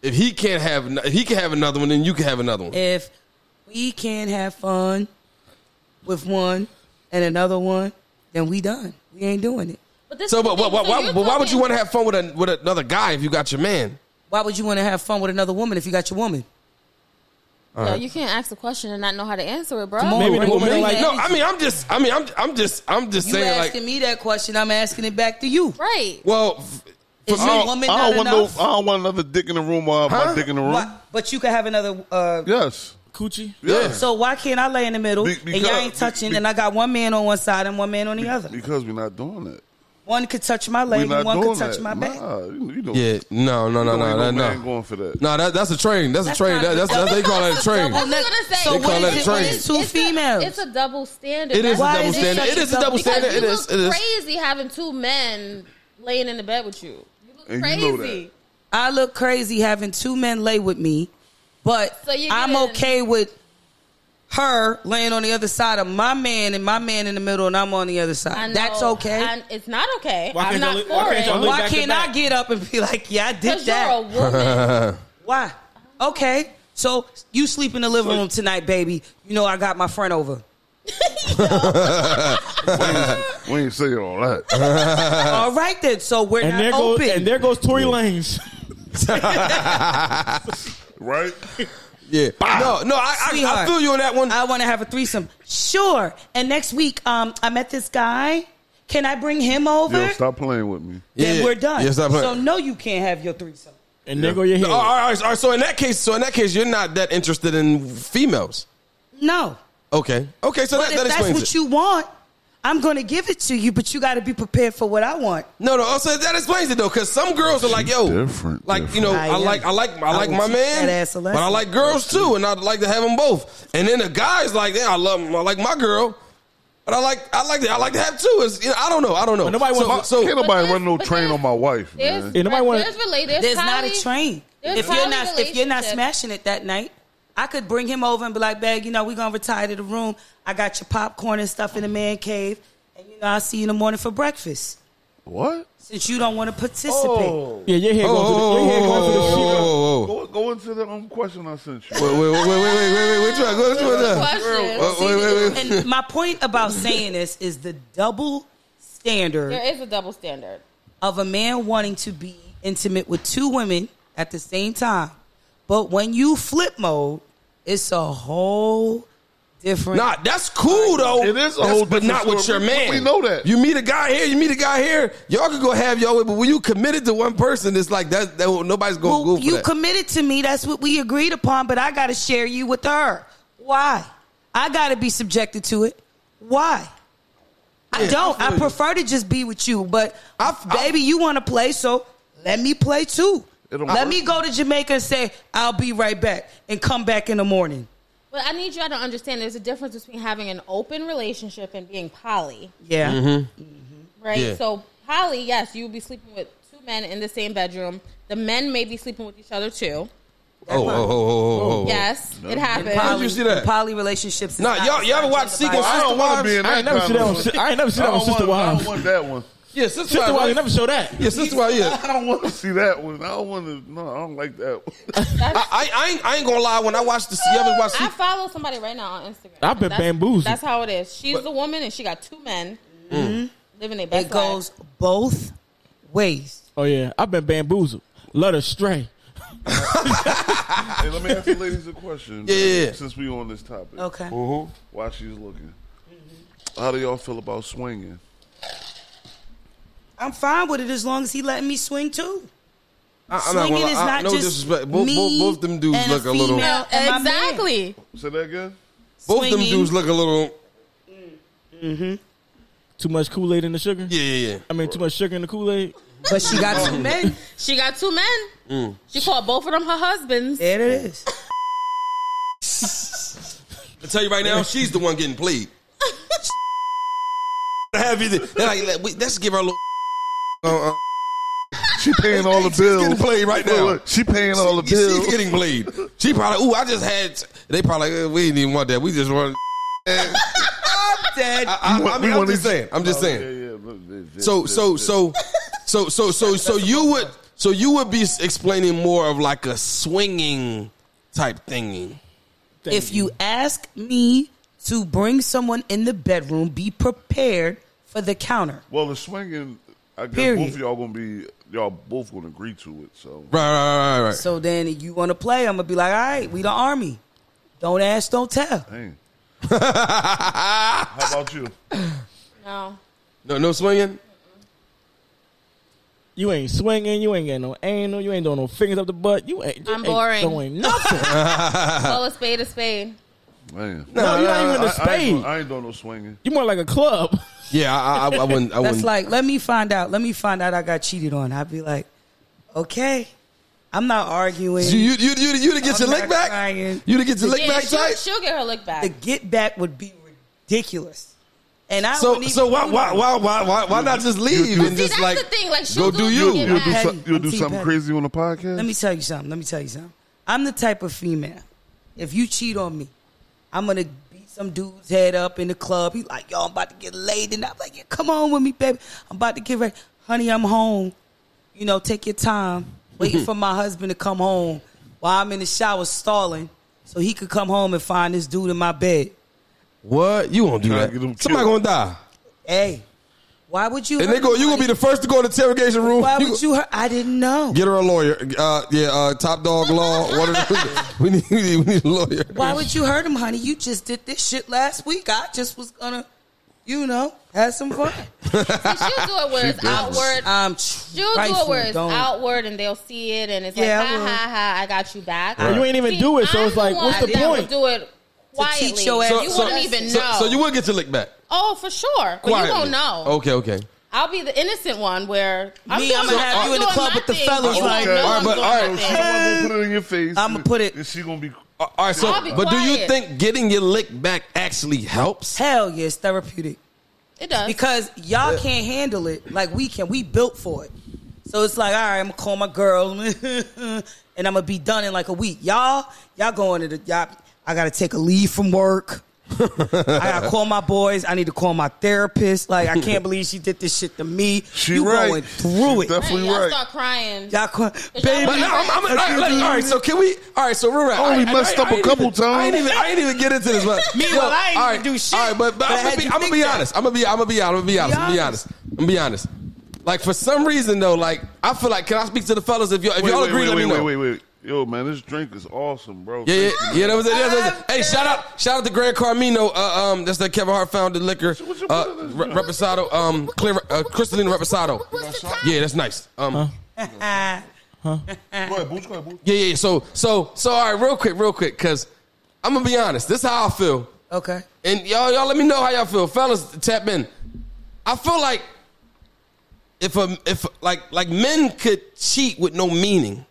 Speaker 5: if he can't have, an- if he can have another one, then you can have another one.
Speaker 9: if we can't have fun with one and another one, then we done. We ain't doing it.
Speaker 5: So, but, but, but, why, but why would you want to have fun with a, with another guy if you got your man?
Speaker 9: Why would you want to have fun with another woman if you got your woman?
Speaker 4: to? you can't ask a question and not know how to answer it, bro.
Speaker 9: Come on,
Speaker 2: Maybe the
Speaker 9: Ray,
Speaker 2: woman
Speaker 9: Ray,
Speaker 2: like-
Speaker 9: Ray.
Speaker 5: No, I mean, I'm just, I mean, I'm, I'm just, I'm just
Speaker 9: you
Speaker 5: saying,
Speaker 9: asking
Speaker 5: like,
Speaker 9: me that question. I'm asking it back to you.
Speaker 4: Right.
Speaker 5: well, f-
Speaker 9: Is
Speaker 1: I
Speaker 9: your
Speaker 1: don't,
Speaker 9: woman
Speaker 1: I
Speaker 9: not
Speaker 1: don't want
Speaker 9: enough?
Speaker 1: no. I don't want another dick in the room. While
Speaker 5: Huh?
Speaker 1: my dick in the room.
Speaker 9: Why- but you could have another. Uh,
Speaker 1: Yes.
Speaker 2: Coochie.
Speaker 1: Yeah.
Speaker 9: So why can't I lay in the middle
Speaker 1: Be-
Speaker 9: and y'all
Speaker 1: because-
Speaker 9: ain't touching?
Speaker 1: be-
Speaker 9: and I got one man on one side and one man on the other.
Speaker 1: Because we're not doing that.
Speaker 9: one could touch my
Speaker 1: We're
Speaker 9: leg,
Speaker 1: not
Speaker 9: and one
Speaker 1: doing
Speaker 9: could touch
Speaker 1: that.
Speaker 9: my back.
Speaker 1: Nah, you, you don't.
Speaker 5: yeah, no, no, no,
Speaker 1: No,
Speaker 5: no,
Speaker 1: ain't
Speaker 5: no,
Speaker 1: no man
Speaker 5: no.
Speaker 1: going for that.
Speaker 5: No, that, that's a train. That's a
Speaker 9: That's
Speaker 5: train.
Speaker 9: not-
Speaker 5: That, that's, that's they call that a train.
Speaker 4: I was gonna say,
Speaker 9: So
Speaker 5: They call
Speaker 9: what
Speaker 5: that
Speaker 9: is it
Speaker 5: train.
Speaker 9: when it's two females?
Speaker 4: A, it's a double standard.
Speaker 5: It is a
Speaker 9: Why
Speaker 5: double
Speaker 9: is it
Speaker 5: standard.
Speaker 9: such
Speaker 5: It
Speaker 9: a
Speaker 5: is a
Speaker 9: double-
Speaker 5: double
Speaker 4: Because
Speaker 5: standard.
Speaker 4: you
Speaker 5: It is.
Speaker 4: look
Speaker 5: It is.
Speaker 4: crazy having two men laying in the bed with you. You look
Speaker 1: And you
Speaker 4: crazy.
Speaker 1: know
Speaker 9: I look crazy having two men lay with me, but
Speaker 4: So you
Speaker 9: I'm
Speaker 4: getting-
Speaker 9: okay with her laying on the other side of my man and my man in the middle, and I'm on the other
Speaker 4: I know.
Speaker 9: side. Uh, That's okay.
Speaker 4: I- it's not okay.
Speaker 2: Why
Speaker 4: I'm
Speaker 2: can't
Speaker 4: not
Speaker 2: y'all- why
Speaker 4: for
Speaker 2: can't y'all
Speaker 4: it.
Speaker 2: look
Speaker 9: Why
Speaker 2: back to
Speaker 9: can't
Speaker 2: back.
Speaker 9: I get up and be like, yeah, I did
Speaker 4: Because you're
Speaker 9: that?
Speaker 4: a woman.
Speaker 9: Why? Okay. So you sleep in the living room tonight, baby. You know I got my friend over.
Speaker 5: Uh-huh.
Speaker 1: We ain't say all that.
Speaker 9: All right then. So we're
Speaker 2: And
Speaker 9: not
Speaker 2: there goes
Speaker 9: open.
Speaker 2: and there goes Tory Lanez.
Speaker 1: right?
Speaker 5: Yeah. No, no, I, I, I
Speaker 9: Sweetheart.
Speaker 5: feel you on that one.
Speaker 9: I want to have a threesome. Sure. And next week, um, I met this guy. Can I bring him over?
Speaker 1: Yo, stop playing with me.
Speaker 9: Then
Speaker 5: Yeah.
Speaker 9: we're done.
Speaker 5: Yeah, stop playing.
Speaker 9: so no, you can't have your threesome.
Speaker 2: And there go your head.
Speaker 5: All right, all right, all right. So in that case, so in that case, you're not that interested in females.
Speaker 9: No.
Speaker 5: Okay. Okay. So
Speaker 9: But
Speaker 5: that, that
Speaker 9: if that's
Speaker 5: explains
Speaker 9: what
Speaker 5: it.
Speaker 9: you want, I'm going to give it to you. But you got to be prepared for what I want.
Speaker 5: no, no. So that explains it though, because some girls are like, yo,
Speaker 1: Different,
Speaker 5: Like you
Speaker 1: different.
Speaker 5: know,
Speaker 9: I
Speaker 5: I
Speaker 9: am.
Speaker 5: like, I like, I
Speaker 9: I
Speaker 5: like
Speaker 9: will
Speaker 5: my
Speaker 9: teach
Speaker 5: man,
Speaker 9: that ass a
Speaker 5: but I
Speaker 9: lesson.
Speaker 5: like girls too, and I'd like to have them both. And then the guys like, yeah, I love, 'em. I like my girl. But I like, I like, I like to have two. It's, you know, I don't know, I don't know.
Speaker 2: But nobody
Speaker 5: so,
Speaker 2: wants-
Speaker 5: so,
Speaker 1: Can't nobody
Speaker 4: there's-
Speaker 1: run no
Speaker 4: but
Speaker 1: train
Speaker 4: there's-
Speaker 1: on my wife,
Speaker 4: There's,
Speaker 1: man.
Speaker 2: Yeah, nobody wanna-
Speaker 4: there's related. There's,
Speaker 9: There's not
Speaker 4: probably-
Speaker 9: a train.
Speaker 4: there's
Speaker 9: if you're
Speaker 4: probably
Speaker 9: not if you're not
Speaker 4: relationships.
Speaker 9: smashing it that night, I could bring him over and be like, "Bag, you know, we're gonna retire to the room. I got your popcorn and stuff in the man cave, and you know, I'll see you in the morning for breakfast."
Speaker 1: What?
Speaker 9: Since you don't want to participate,
Speaker 2: Yeah, your head
Speaker 5: oh,
Speaker 2: goes to the, your head goes to the shooter.
Speaker 5: oh, oh, oh, oh,
Speaker 1: Go, go into the um, question I sent you.
Speaker 5: oh. Wait, wait, wait, wait, wait, wait, wait, which one? Which one?
Speaker 4: Good
Speaker 5: Uh,
Speaker 4: question.
Speaker 5: uh, Wait, wait, wait.
Speaker 9: and my point about saying this is the double standard
Speaker 4: There is a double standard.
Speaker 9: of a man wanting to be intimate with two women at the same time, but when you flip mode, it's a whole different.
Speaker 5: Nah, that's cool though.
Speaker 1: It is a
Speaker 5: That's-
Speaker 1: whole
Speaker 5: but
Speaker 1: different
Speaker 5: not with your
Speaker 1: story.
Speaker 5: man.
Speaker 1: We know that.
Speaker 5: You meet a guy here, you meet a guy here. Y'all can go have y'all way, but when you committed to one person, it's like that. that nobody's gonna
Speaker 9: Well,
Speaker 5: go for
Speaker 9: you
Speaker 5: that.
Speaker 9: committed to me. That's what we agreed upon. But I got to share you with her. Why? I got to be subjected to it. Why? I
Speaker 5: Yeah,
Speaker 9: don't.
Speaker 5: I
Speaker 9: I,
Speaker 5: feel you.
Speaker 9: prefer to just be with you. But
Speaker 5: I f- I-
Speaker 9: baby, you want to play, so let me play too.
Speaker 1: It'll
Speaker 9: Let
Speaker 1: work.
Speaker 9: me go to Jamaica and say I'll be right back and come back in the morning.
Speaker 4: But I need y'all to understand there's a difference between having an open relationship and being poly,
Speaker 9: Yeah.
Speaker 5: Mm-hmm.
Speaker 4: right?
Speaker 5: Yeah.
Speaker 4: So poly, yes, you would be sleeping with two men in the same bedroom. The men may be sleeping with each other too.
Speaker 5: Oh, oh, oh, oh, oh, oh.
Speaker 4: Yes, it happens.
Speaker 5: Poly- you see that?
Speaker 9: Poly relationships. is
Speaker 5: Nah,
Speaker 9: not
Speaker 5: y'all, y'all ever
Speaker 9: essential
Speaker 5: watch
Speaker 9: to the
Speaker 5: Secret
Speaker 9: Bible.
Speaker 1: I
Speaker 5: Sister
Speaker 1: don't wanna be
Speaker 5: Wives?
Speaker 1: in
Speaker 2: I
Speaker 1: that
Speaker 2: ain't never see
Speaker 1: kind
Speaker 2: that
Speaker 1: of
Speaker 2: on. si- I ain't never see
Speaker 1: I
Speaker 2: that on
Speaker 1: don't,
Speaker 2: Sister
Speaker 1: want, I don't
Speaker 2: Wives.
Speaker 1: want that one.
Speaker 5: Yeah, Sister
Speaker 2: Sister Wives, they
Speaker 5: Wives.
Speaker 2: never show that.
Speaker 5: Yeah, Sister Wives. Yeah.
Speaker 1: I don't want to see that one. I don't want to. No, I don't like that one.
Speaker 5: I, I, I, ain't, I ain't gonna lie. When I watch the, you ever watch
Speaker 4: I
Speaker 5: Secret?
Speaker 4: follow somebody right now on Instagram.
Speaker 2: I've been
Speaker 4: That's-
Speaker 2: bamboozled.
Speaker 4: That's how it is. She's a woman and she got two men living their best
Speaker 9: It goes both ways.
Speaker 2: Oh yeah, I've been bamboozled, led astray.
Speaker 1: hey, let me ask the ladies a question.
Speaker 5: Yeah, yeah, yeah.
Speaker 1: Since we on this topic,
Speaker 9: Okay.
Speaker 1: while she's looking, how do y'all feel about swinging?
Speaker 9: I'm fine with it as long as he letting me swing too.
Speaker 5: I, I'm not
Speaker 9: Swinging
Speaker 5: gonna lie.
Speaker 9: is
Speaker 5: I-
Speaker 9: not
Speaker 5: no
Speaker 9: just
Speaker 5: disrespect. Both,
Speaker 9: me
Speaker 5: both, both them dudes
Speaker 9: and a
Speaker 5: look a little.
Speaker 9: female.
Speaker 4: life.
Speaker 9: And my man.
Speaker 4: exactly.
Speaker 1: Say that again.
Speaker 5: Both them
Speaker 9: Swinging.
Speaker 5: dudes look a little.
Speaker 2: Too much Kool Aid in the sugar.
Speaker 5: Yeah, yeah, yeah.
Speaker 2: I mean, too much sugar in the Kool Aid.
Speaker 9: But she got two men.
Speaker 4: She got two men. She called both of them her husbands.
Speaker 9: There it is.
Speaker 5: I tell you right now, she's the one getting played. Have you? They're like, let- we- let's give her a little. Uh, uh,
Speaker 1: She paying all the bills.
Speaker 5: She's getting played right now.
Speaker 1: Look, She paying all the
Speaker 5: Yeah, She's
Speaker 1: bills.
Speaker 5: getting played. She probably. Ooh, I just had. They probably. eh, we didn't even want that. We just wanted.
Speaker 9: Dead.
Speaker 5: I, I, I
Speaker 1: We
Speaker 5: mean, I'm
Speaker 1: wanted-
Speaker 5: just saying. I'm just
Speaker 1: Oh,
Speaker 5: saying.
Speaker 1: yeah, yeah, look, this- this-
Speaker 5: So
Speaker 1: this-
Speaker 5: so
Speaker 1: this.
Speaker 5: so so so so so you would so you would be explaining more of like a swinging type thingy.
Speaker 2: Thank
Speaker 9: If you ask me to bring someone in the bedroom, be prepared for the counter.
Speaker 1: Well, the swinging, I guess
Speaker 9: Period.
Speaker 1: both of y'all gonna be y'all both gonna agree to it. So
Speaker 5: Right, right, right, right.
Speaker 9: So then if you want to play, I'm going to be like, all right, we the army. Don't ask, don't tell.
Speaker 1: dang. How about you?
Speaker 4: No.
Speaker 5: No, no swinging.
Speaker 2: you ain't swinging, you ain't getting no anal, you ain't doing no fingers up the butt. You ain't. You
Speaker 4: I'm
Speaker 2: ain't
Speaker 4: boring.
Speaker 2: Doing nothing.
Speaker 4: Call a spade a spade.
Speaker 1: Man,
Speaker 2: no, you're not even
Speaker 1: I,
Speaker 2: in the
Speaker 1: I, ain't,
Speaker 2: spade.
Speaker 1: doing- I ain't doing no swinging.
Speaker 2: You more like a club.
Speaker 5: Yeah, I, I, I wouldn't. I
Speaker 9: That's
Speaker 5: wouldn't.
Speaker 9: like, let me find out. Let me find out I got cheated on. I'd be like, okay. I'm not arguing.
Speaker 5: you, you, you, you, you to get
Speaker 9: I'm
Speaker 5: your lick
Speaker 9: not
Speaker 5: back.
Speaker 9: crying.
Speaker 5: You to get your lick
Speaker 4: Yeah,
Speaker 5: back
Speaker 4: she'll,
Speaker 5: tight.
Speaker 4: she'll get her look back.
Speaker 9: the get back would be ridiculous. And I
Speaker 5: So
Speaker 9: wouldn't
Speaker 5: so
Speaker 9: even
Speaker 5: why
Speaker 9: do
Speaker 5: why
Speaker 9: that.
Speaker 5: why why why, why not just leave and
Speaker 4: See,
Speaker 5: just
Speaker 4: that's
Speaker 5: like
Speaker 4: the thing. Like,
Speaker 5: go
Speaker 4: she'll
Speaker 5: do you.
Speaker 4: get
Speaker 1: You'll
Speaker 4: back.
Speaker 1: do,
Speaker 9: Patty,
Speaker 1: some, you'll
Speaker 9: I'm
Speaker 1: do
Speaker 9: Team
Speaker 1: something
Speaker 9: Patty.
Speaker 1: crazy on the podcast.
Speaker 9: Let me tell you something. Let me tell you something. I'm the type of female. If you cheat on me, I'm gonna beat some dude's head up in the club. He like, yo, I'm about to get laid, and I'm like, yeah, come on with me, baby. I'm about to get ready, honey. I'm home. You know, take your time. Waiting for my husband to come home while I'm in the shower stalling, so he could come home and find this dude in my bed.
Speaker 5: what? You won't do
Speaker 1: Trying to
Speaker 5: that.
Speaker 1: get them
Speaker 5: Somebody
Speaker 1: killed.
Speaker 5: gonna die.
Speaker 9: Hey, why would you?
Speaker 5: And they
Speaker 9: hurt
Speaker 5: go. You gonna be the first to go in the interrogation room.
Speaker 9: Why
Speaker 5: You
Speaker 9: would
Speaker 5: go-
Speaker 9: you? Hurt? I didn't know.
Speaker 5: Get her a lawyer. Uh, yeah, uh, top dog law. One of those. we need we need, we need a lawyer.
Speaker 9: Why would you hurt him, honey? You just did this shit last week. I just was gonna, you know, have some fun.
Speaker 4: See, she'll do it where it's outward.
Speaker 9: I'm
Speaker 4: She'll do it
Speaker 9: trifling,
Speaker 4: where it's
Speaker 9: Um, don't.
Speaker 4: outward and they'll see it and it's
Speaker 9: Yeah, I
Speaker 4: like, ha,
Speaker 9: will.
Speaker 4: ha, ha, I got you back.
Speaker 2: Right. You ain't even
Speaker 4: See,
Speaker 2: do it, so it's
Speaker 4: I'm
Speaker 2: like,
Speaker 4: one
Speaker 2: what's the
Speaker 4: that would
Speaker 2: point?
Speaker 4: do it quietly.
Speaker 9: teach your ass.
Speaker 4: you
Speaker 9: So-
Speaker 4: wouldn't even
Speaker 5: so,
Speaker 4: know.
Speaker 5: So you would get your lick back.
Speaker 4: oh, for sure. But
Speaker 5: Quietly.
Speaker 4: you won't know.
Speaker 1: Oh.
Speaker 5: Okay, okay.
Speaker 4: I'll be the innocent one where I'm
Speaker 9: Me,
Speaker 4: doing
Speaker 9: I'ma
Speaker 4: my-
Speaker 9: have
Speaker 4: I'm
Speaker 9: you in the
Speaker 4: doing
Speaker 9: club
Speaker 4: my
Speaker 9: with the
Speaker 4: thing,
Speaker 9: fellas,
Speaker 4: but you
Speaker 9: like-
Speaker 4: won't know
Speaker 5: All right,
Speaker 4: I'm
Speaker 5: but-
Speaker 4: doing
Speaker 5: all right.
Speaker 4: my
Speaker 1: She's the one
Speaker 4: thing.
Speaker 1: who put it in your face.
Speaker 9: I'ma put it-
Speaker 1: And she gonna be.
Speaker 5: All right. So,
Speaker 4: I'll be
Speaker 5: but do you
Speaker 4: quiet.
Speaker 5: think getting your lick back actually helps?
Speaker 9: Hell yeah, it's therapeutic
Speaker 4: It does.
Speaker 9: because y'all can't handle it like we can. We built for it, so it's like, all right, I'm gonna call my girl, and I'm gonna be done in like a week. Y'all, y'all going to the y'all. I gotta take a leave from work. I gotta call my boys. I need to call my therapist. Like I can't believe she did this shit to me.
Speaker 1: She
Speaker 9: you
Speaker 1: right.
Speaker 9: going through
Speaker 1: She
Speaker 9: it.
Speaker 4: Right,
Speaker 1: Definitely
Speaker 4: y'all
Speaker 1: right.
Speaker 4: start crying.
Speaker 9: Y'all call,
Speaker 4: y'all-
Speaker 9: baby.
Speaker 5: But no, I'm, I'm, all, right, like, all right, so can we? All right, so real rap.
Speaker 1: I only
Speaker 5: I- I-
Speaker 1: Oh, messed
Speaker 5: I-
Speaker 1: up
Speaker 5: I
Speaker 1: a
Speaker 5: ain't
Speaker 1: couple
Speaker 5: even- I ain't
Speaker 1: times.
Speaker 5: even, I ain't even get into this. But,
Speaker 9: Meanwhile, I ain't
Speaker 5: all
Speaker 9: even do shit.
Speaker 5: All right, but, but,
Speaker 9: But I
Speaker 5: I'm, gonna
Speaker 9: had
Speaker 5: be,
Speaker 9: you
Speaker 5: I'm gonna
Speaker 9: think
Speaker 5: be
Speaker 9: that.
Speaker 5: honest. I'm gonna be, I'm gonna be, I'm gonna be honest. I'm gonna be honest.
Speaker 9: honest.
Speaker 5: I'm gonna be honest. Like for some reason though, like I feel like can I speak to the fellas if y'all if y'all agree?
Speaker 1: wait,
Speaker 5: let
Speaker 1: wait,
Speaker 5: me know.
Speaker 1: wait, wait, wait. Yo, man, this drink is awesome, bro.
Speaker 5: Yeah, yeah,
Speaker 1: Thank
Speaker 5: yeah. That was it. That was it.
Speaker 9: I'm
Speaker 5: Hey, shout out, shout out to Grand Carmino. Uh, um, that's the Kevin Hart founded liquor.
Speaker 1: What you
Speaker 5: Uh,
Speaker 1: put in this
Speaker 5: Re-
Speaker 1: drink?
Speaker 5: Reposado. Um, clear. Uh, Crystalina Reposado.
Speaker 6: What's the time?
Speaker 5: Yeah, that's nice. Um,
Speaker 1: you. Go ahead, Boots. Go ahead, Boots.
Speaker 5: yeah, yeah. So, so, so. All right, real quick, real quick, because I'm gonna be honest. This is how I feel,
Speaker 9: Okay.
Speaker 5: and y'all, y'all, let me know how y'all feel, fellas. Tap in. I feel like if a if like like men could cheat with no meaning.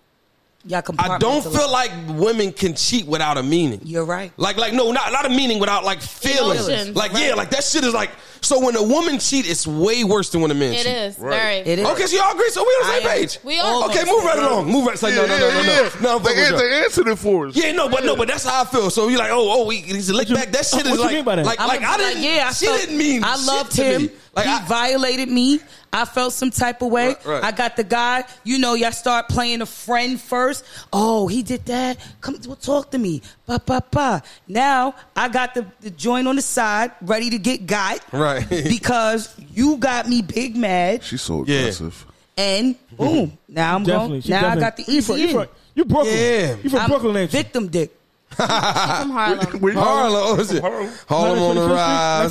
Speaker 9: Y'all
Speaker 5: I don't
Speaker 9: compartmentalize.
Speaker 5: feel like women can cheat without a meaning.
Speaker 9: You're right.
Speaker 5: Like, like no, not not a meaning without like feelings.
Speaker 4: Emotions,
Speaker 5: like yeah, like that shit is like So when a woman cheat, it's way worse than when a man
Speaker 4: It
Speaker 5: cheat.
Speaker 4: is
Speaker 1: Right.
Speaker 4: very.
Speaker 9: It is.
Speaker 5: Okay, so y'all agree. So we on the
Speaker 9: I
Speaker 5: same
Speaker 9: am-
Speaker 5: page.
Speaker 4: We are.
Speaker 5: Okay, move right along. Move right. So no, no, no, no, no, no. I'm
Speaker 1: They,
Speaker 5: fucking with
Speaker 1: an-
Speaker 5: y'all.
Speaker 1: they answered it for us.
Speaker 5: Yeah, no, but no, but that's how I feel. So you're like, oh, oh, we he's a lick back. That shit
Speaker 2: what
Speaker 5: is
Speaker 2: you
Speaker 5: like,
Speaker 2: mean by that?
Speaker 5: like,
Speaker 9: I'm
Speaker 5: like
Speaker 9: gonna
Speaker 5: I
Speaker 9: be
Speaker 5: didn't.
Speaker 9: like, yeah, I
Speaker 5: she
Speaker 9: felt-
Speaker 5: didn't mean.
Speaker 9: I
Speaker 5: shit
Speaker 9: loved
Speaker 5: to
Speaker 9: him.
Speaker 5: Me. Like,
Speaker 9: he
Speaker 5: I,
Speaker 9: violated me. I felt some type of way.
Speaker 5: Right, right.
Speaker 9: I got the guy. You know, y'all start playing a friend first. Oh, he did that. Come, well, talk to me. Ba ba ba. Now I got the, the joint on the side, ready to get got.
Speaker 5: Right.
Speaker 9: because you got me big mad,
Speaker 1: She's so
Speaker 5: Yeah.
Speaker 1: aggressive.
Speaker 9: and boom. Now I'm
Speaker 2: Definitely.
Speaker 9: going.
Speaker 2: She
Speaker 9: Now
Speaker 2: definitely. E
Speaker 9: I got the
Speaker 2: You
Speaker 9: easy
Speaker 2: from, you
Speaker 9: in.
Speaker 2: from, you Brooklyn.
Speaker 5: Yeah.
Speaker 2: You from
Speaker 9: I'm
Speaker 2: Brooklyn, ain't you?
Speaker 9: victim dick.
Speaker 4: She from Harlem.
Speaker 1: Wait,
Speaker 5: Harlem, oh, shit.
Speaker 1: Harlem.
Speaker 5: Harlem on the
Speaker 2: 121st
Speaker 5: rise.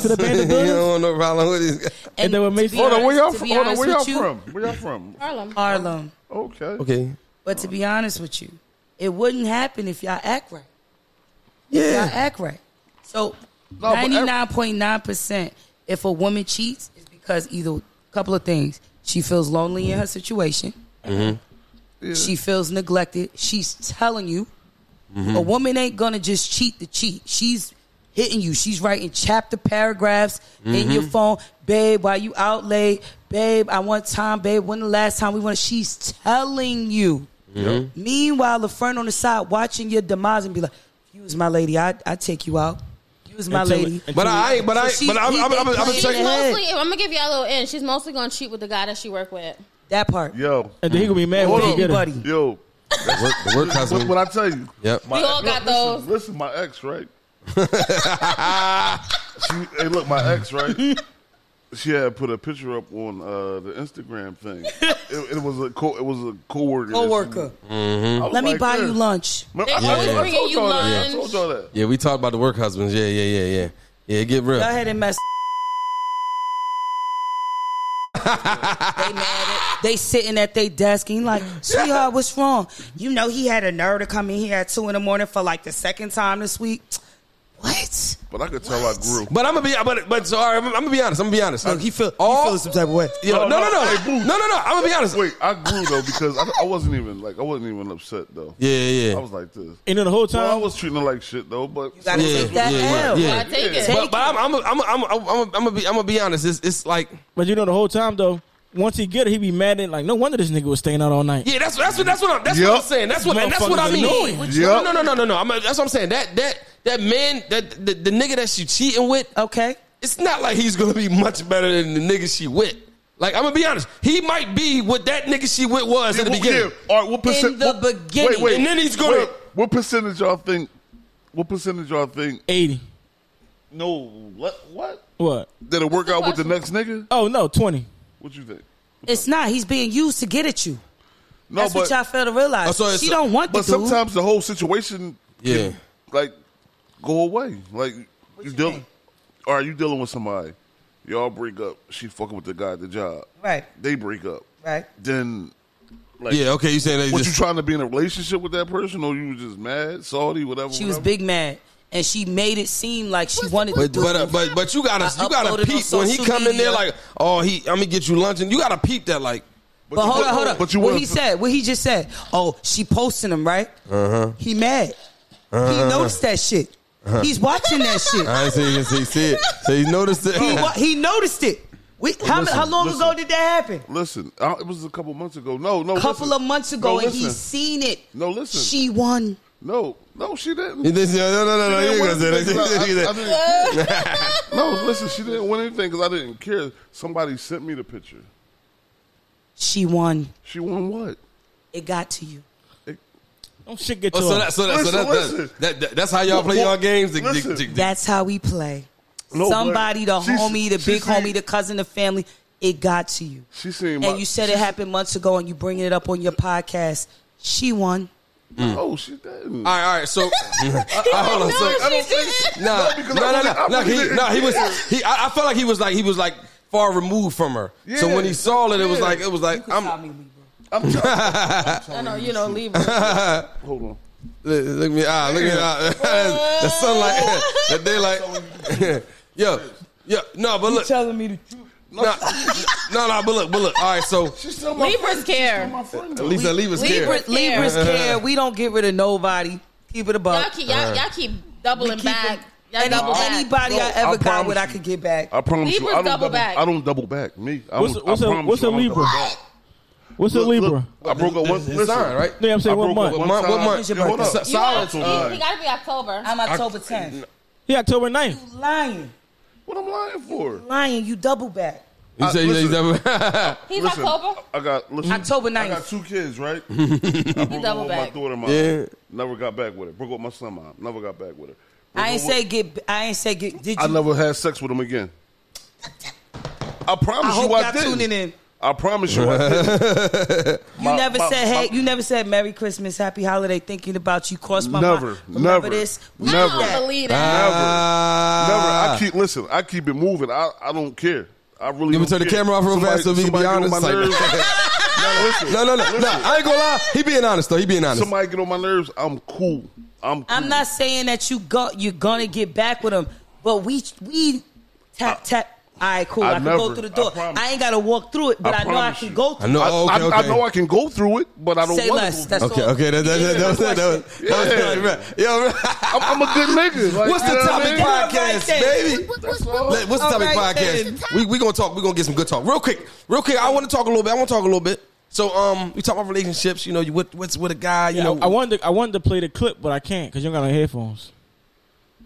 Speaker 2: Street, next to the Band of
Speaker 5: you
Speaker 2: Brothers?
Speaker 5: don't know Harlem with these guys.
Speaker 2: And then what makes-
Speaker 9: to be
Speaker 1: Hold on, where y'all
Speaker 9: honest- to
Speaker 1: from?
Speaker 9: be
Speaker 1: Hold on,
Speaker 9: honest
Speaker 1: where y'all
Speaker 9: with you,
Speaker 1: from? Where y'all from?
Speaker 4: Harlem.
Speaker 9: Harlem.
Speaker 1: Okay.
Speaker 5: Okay.
Speaker 9: But to be honest with you, it wouldn't happen if y'all act right. If y'all act right. So
Speaker 1: but every-
Speaker 9: ninety nine point nine percent, if a woman cheats, it's because either a couple of things: she feels lonely in her situation, she feels neglected. She's telling you, a woman ain't gonna just cheat to cheat. She's hitting you. She's writing chapter paragraphs in your phone, babe. While you out late, babe, I want time, babe. When the last time we went? She's telling you. Meanwhile, the friend on the side watching your demise and be like, "If you was my lady, I I take you out. If you was my
Speaker 2: Until-
Speaker 9: lady."
Speaker 2: until-
Speaker 5: But I ain't. But I.
Speaker 9: So
Speaker 5: But I'm.
Speaker 9: she-
Speaker 5: I'm. I'm. I'm,
Speaker 9: he-
Speaker 5: I'm
Speaker 9: he-
Speaker 4: She's
Speaker 9: Check it
Speaker 5: checking.
Speaker 9: out.
Speaker 4: mostly. I'm gonna give y'all a little in. She's mostly gonna cheat with the guy that she work with.
Speaker 9: That part.
Speaker 1: Yo,
Speaker 2: And then he gonna be mad
Speaker 1: Hold
Speaker 2: when he
Speaker 1: on.
Speaker 2: get her.
Speaker 9: Buddy.
Speaker 1: yo.
Speaker 5: The work, the work
Speaker 1: What, what I tell you?
Speaker 5: Yep.
Speaker 4: We all got those.
Speaker 1: Listen, listen, my ex, right? she, hey, look, my ex, right? She had put a picture up on uh, the Instagram thing. It, it was a co- it was a coworker.
Speaker 9: Coworker. Let me buy you lunch.
Speaker 4: They always bringing you
Speaker 1: I
Speaker 4: lunch.
Speaker 1: told y'all that.
Speaker 5: Yeah, we talked about the work husbands. Yeah, yeah, yeah, yeah. Yeah, get real.
Speaker 9: Go ahead and mess. they mad at they sitting at their desk and you like, sweetheart, what's wrong? You know he had a nerve to come in here at two in the morning for like the second time this week. What?
Speaker 1: But I could tell I grew.
Speaker 5: But I'm gonna be, but but sorry, I'm, I'm gonna be honest. I'm gonna be honest. he feel, all, he feels some type of way.
Speaker 1: No,
Speaker 5: no, no, no,
Speaker 1: no,
Speaker 5: no,
Speaker 1: hey,
Speaker 5: no,
Speaker 1: boo.
Speaker 5: no, no. I'm gonna be honest.
Speaker 1: Wait, I grew though because I, I wasn't even like I wasn't even upset though.
Speaker 5: Yeah, yeah, yeah.
Speaker 1: I was like this.
Speaker 2: And then the whole
Speaker 1: Well, I
Speaker 2: time,
Speaker 1: was treating her like shit though, but
Speaker 9: You gotta
Speaker 5: Yeah,
Speaker 9: take that
Speaker 5: yeah,
Speaker 9: L.
Speaker 5: yeah, yeah.
Speaker 4: I take it.
Speaker 5: But, but I'm, I'm, I'm, I'm, I'm, I'm, I'm gonna be, I'm gonna be honest. It's, it's like,
Speaker 2: but you know the whole time though, once he get it, he be mad at like, no wonder this nigga was staying out all night.
Speaker 5: yeah, that's, that's what, that's what I'm, that's what I'm
Speaker 1: Yup.
Speaker 5: saying. That's what, and that's what I
Speaker 2: Motherfuckers
Speaker 5: mean.
Speaker 2: annoying.
Speaker 5: No,
Speaker 1: Yup.
Speaker 5: No, no, no, no, no. I'm, that's what I'm saying. That, that, that man, that the, the nigga that she cheating with,
Speaker 9: Okay.
Speaker 5: it's not like he's gonna be much better than the nigga she with. Like I'm gonna be honest, he might be what that nigga she with was
Speaker 1: Yeah,
Speaker 5: in the
Speaker 1: what-
Speaker 5: beginning.
Speaker 1: yeah, all right, what percent,
Speaker 9: In the
Speaker 1: what-
Speaker 9: beginning.
Speaker 1: Wait, wait,
Speaker 5: And then he's gonna-
Speaker 1: wait, what percentage y'all think? What percentage y'all think?
Speaker 2: Eighty.
Speaker 1: No, what? What?
Speaker 2: What?
Speaker 1: Did it work out with the next nigga?
Speaker 2: Oh no, twenty.
Speaker 1: What you think?
Speaker 9: It's not. He's being used to get at you.
Speaker 1: No,
Speaker 9: That's
Speaker 1: but
Speaker 9: what y'all fail to realize.
Speaker 5: Oh, so it's-
Speaker 9: she don't want the
Speaker 1: but
Speaker 9: dude.
Speaker 1: sometimes the whole situation,
Speaker 5: Yeah.
Speaker 1: can, like go away. Like you dealing. All right, you dealing with somebody. Y'all break up. She fucking with the guy at the job.
Speaker 9: Right.
Speaker 1: They break up.
Speaker 9: Right.
Speaker 1: Then
Speaker 5: Yeah, okay, you saying that you
Speaker 1: what
Speaker 5: just
Speaker 1: you trying to be in a relationship with that person, or you was just mad, salty, whatever?
Speaker 9: She was
Speaker 1: whatever?
Speaker 9: big mad. And she made it seem like she wanted
Speaker 5: But
Speaker 9: the
Speaker 5: but, uh,
Speaker 9: dude.
Speaker 5: but but you gotta
Speaker 9: I
Speaker 5: you gotta
Speaker 9: uploaded
Speaker 5: peep
Speaker 9: on
Speaker 5: when he
Speaker 9: social
Speaker 5: come in
Speaker 9: media.
Speaker 5: there like oh he I'm gonna get you lunch and you gotta peep that like
Speaker 9: But
Speaker 1: you
Speaker 9: hold on,
Speaker 1: want-
Speaker 9: hold on.
Speaker 1: but you
Speaker 9: what
Speaker 1: want-
Speaker 9: he said, what he just said. Oh, she posting him, right? Uh-huh. He mad.
Speaker 1: Uh-huh.
Speaker 9: He noticed that shit. He's watching that shit.
Speaker 5: ain't see you see, see it so you noticed it
Speaker 9: He, wa- he noticed it. We, how,
Speaker 1: Uh-huh. listen,
Speaker 9: how long
Speaker 1: listen.
Speaker 9: ago did that happen?
Speaker 1: Listen, I, it was a couple months ago. No, no,
Speaker 9: A couple
Speaker 1: listen.
Speaker 9: of months ago,
Speaker 1: No,
Speaker 9: and he
Speaker 1: listen.
Speaker 9: seen it.
Speaker 1: No, listen.
Speaker 9: She won.
Speaker 1: No, no, she didn't.
Speaker 5: You think- no no no no
Speaker 1: She
Speaker 5: you
Speaker 1: didn't
Speaker 5: ain't
Speaker 1: win
Speaker 5: gonna say
Speaker 1: anything 'cause I- I- I
Speaker 5: that
Speaker 1: didn't care. no, listen, she didn't win anything because I didn't care. Somebody sent me the picture.
Speaker 9: She won.
Speaker 1: She won what?
Speaker 9: It got to you.
Speaker 2: Don't shit get to
Speaker 5: Oh, so
Speaker 2: her.
Speaker 5: that so that so
Speaker 1: Listen,
Speaker 5: that,
Speaker 1: listen.
Speaker 5: that, that, that that's how y'all play
Speaker 1: Well,
Speaker 5: y'all games. Dick, dick,
Speaker 1: listen.
Speaker 5: dick, dick.
Speaker 9: That's how we play.
Speaker 1: No, but
Speaker 9: Somebody, the
Speaker 1: she-
Speaker 9: homie, the
Speaker 1: she
Speaker 9: big
Speaker 1: seen-
Speaker 9: homie, the cousin, the family. It got to you.
Speaker 1: She seen my.
Speaker 9: And you said it happened months ago, and you bringing it up on your podcast. She won.
Speaker 1: No, she didn't.
Speaker 5: All right, all right. So, uh, uh, hold on. So,
Speaker 4: No, she didn't.
Speaker 5: Nah,
Speaker 1: No, because
Speaker 5: no,
Speaker 1: I
Speaker 5: no,
Speaker 1: really-
Speaker 5: no,
Speaker 1: I
Speaker 5: no.
Speaker 1: really
Speaker 5: He,
Speaker 1: didn't
Speaker 5: no, he was.
Speaker 1: care.
Speaker 5: He, I, I felt like he was like he was like far removed from her. So
Speaker 1: Yeah.
Speaker 5: when he saw it, it was
Speaker 1: Yeah.
Speaker 5: like it was like I'm.
Speaker 1: I'm trying.
Speaker 4: I know you know Libra.
Speaker 1: Hold on.
Speaker 5: Look, look me, ah, look at ah, the sunlight, the daylight. yo, yo, no, but look,
Speaker 9: Telling me the
Speaker 5: no, no, no, but look, but look. All right, so
Speaker 1: She's still my
Speaker 4: Libras care.
Speaker 1: friend. though.
Speaker 5: Lisa, leave us
Speaker 4: Libra-
Speaker 5: here.
Speaker 9: Libras, Libras care. We don't get rid of nobody. Keep it
Speaker 4: Y'all
Speaker 9: above.
Speaker 4: keep y'all, y'all keep doubling
Speaker 9: Uh, keep
Speaker 4: back.
Speaker 9: it-
Speaker 4: Y'all
Speaker 9: Any,
Speaker 4: double back.
Speaker 9: anybody I
Speaker 1: I
Speaker 9: ever got
Speaker 1: promise
Speaker 9: what I
Speaker 1: you.
Speaker 9: could get back.
Speaker 1: I promise you,
Speaker 4: Libra's
Speaker 1: I don't
Speaker 4: double
Speaker 1: double
Speaker 4: back.
Speaker 1: back. I don't double back. Me, I
Speaker 2: What's-
Speaker 1: don't,
Speaker 2: what's
Speaker 1: I
Speaker 2: a-
Speaker 1: promise
Speaker 2: what's
Speaker 1: you,
Speaker 2: a
Speaker 1: I don't
Speaker 2: Libra?
Speaker 1: double back.
Speaker 2: What's a Libra?
Speaker 1: I broke up one.
Speaker 5: This is
Speaker 1: Listen,
Speaker 5: sign, right?
Speaker 2: Yeah, I'm saying
Speaker 1: I
Speaker 2: what
Speaker 1: broke up
Speaker 2: month?
Speaker 1: one
Speaker 5: Month- what
Speaker 1: time.
Speaker 5: month?
Speaker 1: Yeah, hold
Speaker 5: So-
Speaker 1: up.
Speaker 4: You
Speaker 5: Solid
Speaker 4: want- he,
Speaker 5: time.
Speaker 4: he gotta be October.
Speaker 9: I'm October 10th.
Speaker 2: Yeah, October 9th.
Speaker 9: Lying,
Speaker 1: What I'm lying for?
Speaker 9: lying. You double back.
Speaker 5: You
Speaker 1: I-
Speaker 5: say you
Speaker 1: listen.
Speaker 5: never.
Speaker 4: He's
Speaker 1: Listen,
Speaker 4: October.
Speaker 1: I got listen,
Speaker 9: October
Speaker 1: I got
Speaker 9: 9th.
Speaker 1: two kids, right? I broke up
Speaker 4: double
Speaker 1: with my
Speaker 4: back.
Speaker 1: daughter, mom.
Speaker 5: Yeah.
Speaker 1: Never got back with her. Broke up with my son, mom. Never got back with her. Broke
Speaker 9: I ain't
Speaker 1: up with-
Speaker 9: say get. I ain't say get. Did you?
Speaker 1: I never had sex with him again. I
Speaker 9: I
Speaker 1: promise
Speaker 9: hope
Speaker 1: you, I
Speaker 9: y'all
Speaker 1: didn't.
Speaker 9: tuning in.
Speaker 1: I promise you, I didn't.
Speaker 9: You never said hey. you never said Merry Christmas, Happy Holiday, thinking about you. Cross my
Speaker 1: Never,
Speaker 9: mind. Remember
Speaker 1: never,
Speaker 9: this.
Speaker 4: I
Speaker 1: never.
Speaker 4: don't believe that.
Speaker 1: Never, never.
Speaker 5: Ah.
Speaker 1: I keep listen. I keep it moving. I, I don't care. I really.
Speaker 5: Let me
Speaker 1: don't
Speaker 5: turn the
Speaker 1: care.
Speaker 5: camera off real
Speaker 1: Somebody-
Speaker 5: fast so we can be
Speaker 1: somebody get on
Speaker 5: honest,
Speaker 1: my
Speaker 5: like-
Speaker 1: nerves. no, listen.
Speaker 5: No, no, no, no. I ain't gonna lie. He being honest though. He being honest.
Speaker 1: Somebody get on my nerves. I'm cool. I'm. Cool.
Speaker 9: I'm not saying that you go, you're gonna get back with them, but we we tap tap. All right, cool.
Speaker 1: I
Speaker 9: I, can
Speaker 1: never-
Speaker 9: go through the
Speaker 1: I
Speaker 9: door. I,
Speaker 1: promise.
Speaker 9: ain't gotta walk through it, but I,
Speaker 1: I
Speaker 9: know I
Speaker 1: promise
Speaker 9: can
Speaker 1: you.
Speaker 9: go
Speaker 5: I
Speaker 9: through.
Speaker 5: know.
Speaker 1: I,
Speaker 5: Okay,
Speaker 1: I,
Speaker 5: okay.
Speaker 1: I know I can go through it, but I don't
Speaker 9: Say
Speaker 1: want
Speaker 9: less.
Speaker 1: to.
Speaker 9: That's
Speaker 5: Okay,
Speaker 9: all.
Speaker 5: okay, that, that, that, that, that, that, that, that, yo,
Speaker 1: I'm, I'm a good nigga. Like,
Speaker 5: what's
Speaker 1: you
Speaker 5: the
Speaker 1: know what I
Speaker 5: topic
Speaker 1: mean?
Speaker 9: Alright
Speaker 5: podcast,
Speaker 9: then.
Speaker 5: baby?
Speaker 6: What- what- what-
Speaker 5: Let- What's the topic
Speaker 9: Alright then.
Speaker 5: podcast? We we gonna talk. We gonna get some good talk. Real quick, real quick. I want to talk a little bit. I want to talk a little bit. So, um, we talk about relationships. You know, you with what's with a guy. You
Speaker 2: Yeah,
Speaker 5: know,
Speaker 2: I, I wanted to, I wanted to play the clip, but I can't because you don't got no headphones.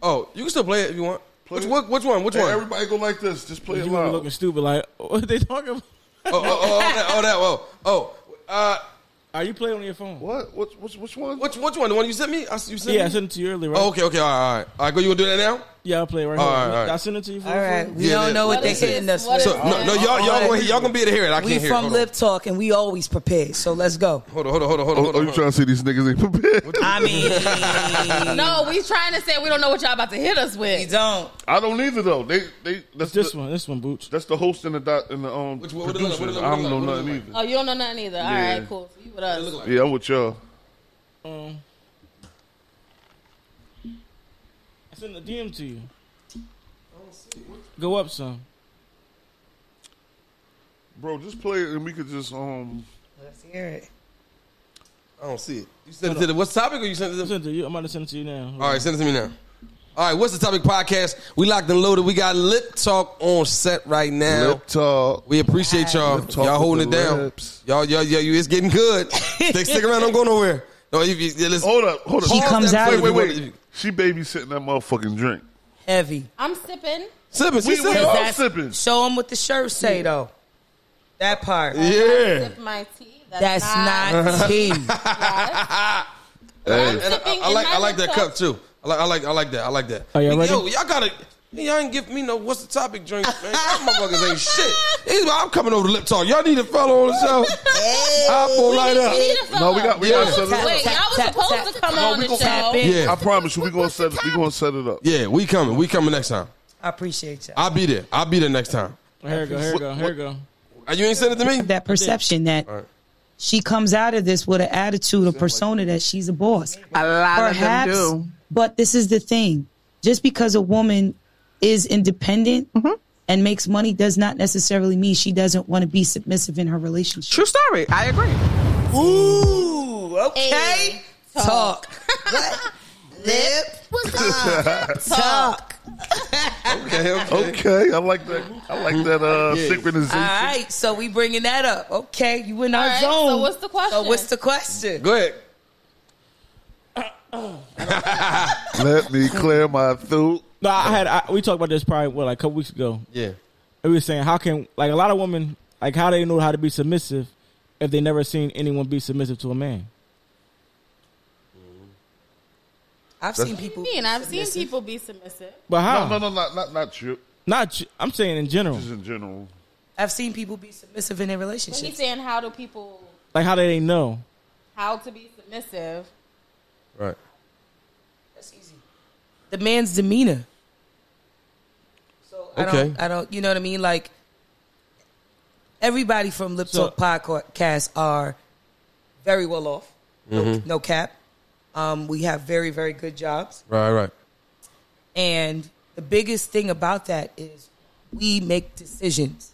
Speaker 5: Oh, you can still play it if you want.
Speaker 1: Play
Speaker 5: Which,
Speaker 1: it.
Speaker 5: which, which one? Which
Speaker 1: Hey,
Speaker 5: one? Oh,
Speaker 1: everybody go like this. Just play it
Speaker 2: You were
Speaker 1: loud.
Speaker 2: looking stupid. Like what they talking about?
Speaker 5: oh, oh, oh, that, oh, that, oh, oh. Uh,
Speaker 2: Are you playing on your phone?
Speaker 1: What? What? Which, which one?
Speaker 5: which, which one? The one you sent me? I, s- you sent
Speaker 2: Yeah, I
Speaker 5: me?
Speaker 2: sent it to you earlier, right?
Speaker 5: Oh, okay, okay, all right, all right. All right, go. You gonna do that now?
Speaker 2: Yeah, I'll play it right
Speaker 5: All
Speaker 2: here.
Speaker 5: right, all right.
Speaker 2: I sent it to you. For
Speaker 9: All right, we
Speaker 5: Yeah,
Speaker 9: don't
Speaker 5: that-
Speaker 9: know what
Speaker 4: What
Speaker 9: they
Speaker 4: is
Speaker 9: hitting
Speaker 4: this?
Speaker 9: us
Speaker 4: What
Speaker 9: with.
Speaker 4: is
Speaker 5: So, no, no, y'all, y'all gonna, y'all gonna be able to hear it. I can't
Speaker 9: we
Speaker 5: hear
Speaker 9: from
Speaker 5: it.
Speaker 9: Lip Talk, and we always prepared. So let's go.
Speaker 5: Hold on, hold on, hold on, hold
Speaker 1: Oh,
Speaker 5: on. Hold
Speaker 1: oh,
Speaker 5: on,
Speaker 1: you trying to see these niggas ain't prepared?
Speaker 9: I mean,
Speaker 4: No, we trying to say we don't know what y'all about to hit us
Speaker 9: we
Speaker 4: with.
Speaker 9: don't.
Speaker 1: I don't either though. They they that's
Speaker 2: This
Speaker 1: the,
Speaker 2: one, this one, Booch.
Speaker 1: That's the host and the doc, and the um
Speaker 5: Which- what- what it look like? What it
Speaker 1: producer.
Speaker 5: look
Speaker 1: I don't
Speaker 5: like? What it
Speaker 1: know
Speaker 5: look
Speaker 1: nothing
Speaker 5: like?
Speaker 1: either.
Speaker 4: Oh, you don't know nothing either. All
Speaker 1: Yeah.
Speaker 4: right, cool. So you with us?
Speaker 1: Yeah, I'm with y'all.
Speaker 2: I sent a DM to you. Go up some.
Speaker 1: Bro, just play it and we could just um.
Speaker 9: Let's hear it.
Speaker 5: I don't see it. You sent it to the what's the topic or you sent it to
Speaker 2: I
Speaker 5: the,
Speaker 2: sent it to you. I'm about to send it to you now.
Speaker 5: All right, send it to me now. All right, what's the topic podcast? We locked and loaded. We got Lip Talk on set right now.
Speaker 1: Lip talk.
Speaker 5: We appreciate y'all.
Speaker 1: Lip talk
Speaker 5: Y'all
Speaker 1: with
Speaker 5: holding it
Speaker 1: the
Speaker 5: down.
Speaker 1: lips.
Speaker 5: Y'all, y'all, y'all, you, it's getting good. Stick, stick around. Don't go nowhere. No, if you, yeah, listen.
Speaker 1: Hold up, hold up.
Speaker 9: She
Speaker 5: Pause
Speaker 9: comes
Speaker 5: that
Speaker 9: out-
Speaker 1: wait,
Speaker 5: play if
Speaker 1: wait,
Speaker 5: you want
Speaker 1: wait.
Speaker 5: to-
Speaker 1: She babysitting that motherfucking drink.
Speaker 9: Heavy.
Speaker 4: I'm sipping.
Speaker 5: Sipping,
Speaker 1: We,
Speaker 5: she's
Speaker 1: we
Speaker 5: sipping.
Speaker 1: all
Speaker 9: That's-
Speaker 1: sipping.
Speaker 9: Show them what the shirt say though. That part.
Speaker 5: Yeah.
Speaker 4: Sip my tea. That's,
Speaker 9: That's not tea.
Speaker 4: yes.
Speaker 1: Hey,
Speaker 4: I'm
Speaker 5: And I,
Speaker 4: sipping
Speaker 5: I
Speaker 4: in
Speaker 5: like,
Speaker 4: my
Speaker 5: I like that
Speaker 4: laptop.
Speaker 5: cup too. I like, I like, I like that. I like that.
Speaker 2: Are y'all ready?
Speaker 5: Yo, y'all gotta. Y'all ain't give me no what's the topic drink, man. Y'all motherfuckers ain't shit. These- I'm coming over to Lip Talk. Y'all need a fellow on the show. I'll pull right
Speaker 4: We need
Speaker 5: up.
Speaker 4: a
Speaker 1: No, we got- we got
Speaker 4: Y'all was-
Speaker 1: some-
Speaker 4: Wait, y'all was
Speaker 9: Tap,
Speaker 4: supposed
Speaker 9: tap,
Speaker 4: to come
Speaker 9: tap.
Speaker 4: on
Speaker 9: We
Speaker 4: the
Speaker 9: gonna
Speaker 4: show.
Speaker 9: tap in.
Speaker 1: I
Speaker 5: Yeah,
Speaker 1: promise you, we gonna set it. We gonna set it up.
Speaker 5: yeah. We coming. We coming next time.
Speaker 9: I appreciate you.
Speaker 5: I'll be there. I'll be there next time.
Speaker 2: Here it go. Here it go. Here it go.
Speaker 5: Uh, You ain't send it to me.
Speaker 10: that perception that she comes out of this with an attitude, a persona that she's a boss.
Speaker 8: A lot
Speaker 10: Perhaps, but this is the thing: just because a woman is independent
Speaker 8: Mm-hmm.
Speaker 10: and makes money does not necessarily mean she doesn't want to be submissive in her relationship.
Speaker 8: True story. I agree.
Speaker 9: Ooh, okay.
Speaker 4: Hey,
Speaker 9: Talk. What? Lip talk.
Speaker 5: Okay. Okay.
Speaker 1: Okay, I like that. I like that uh,
Speaker 5: Yeah. Ah.
Speaker 1: synchronization.
Speaker 9: All right, so we bringing that up. Okay, you in our
Speaker 4: All right,
Speaker 9: zone.
Speaker 4: so what's the question?
Speaker 9: So what's the question?
Speaker 5: Go ahead.
Speaker 1: Let me clear my throat.
Speaker 2: No, I had. I, we talked about this probably what like a couple weeks ago.
Speaker 5: Yeah.
Speaker 2: We were saying how can like a lot of women like how they know how to be submissive if they never seen anyone be submissive to a man.
Speaker 9: I've seen people.
Speaker 4: I mean, I've seen people be submissive.
Speaker 2: But how?
Speaker 1: No, no, no, not not not you.
Speaker 2: Not. you- I'm saying in general,
Speaker 1: Just in general.
Speaker 9: I've seen people be submissive in their
Speaker 4: But he's
Speaker 9: relationships.
Speaker 4: saying, how do people
Speaker 2: like how they didn't know.
Speaker 4: how to be submissive?
Speaker 5: Right.
Speaker 9: That's easy. The man's demeanor. So I
Speaker 5: Okay.
Speaker 9: don't. I don't. You know what I mean? Like everybody from Lip
Speaker 2: So-
Speaker 9: Talk podcast are very well off. No, no cap. Um, we have very very good jobs.
Speaker 5: Right. Right.
Speaker 9: And the biggest thing about that is we make decisions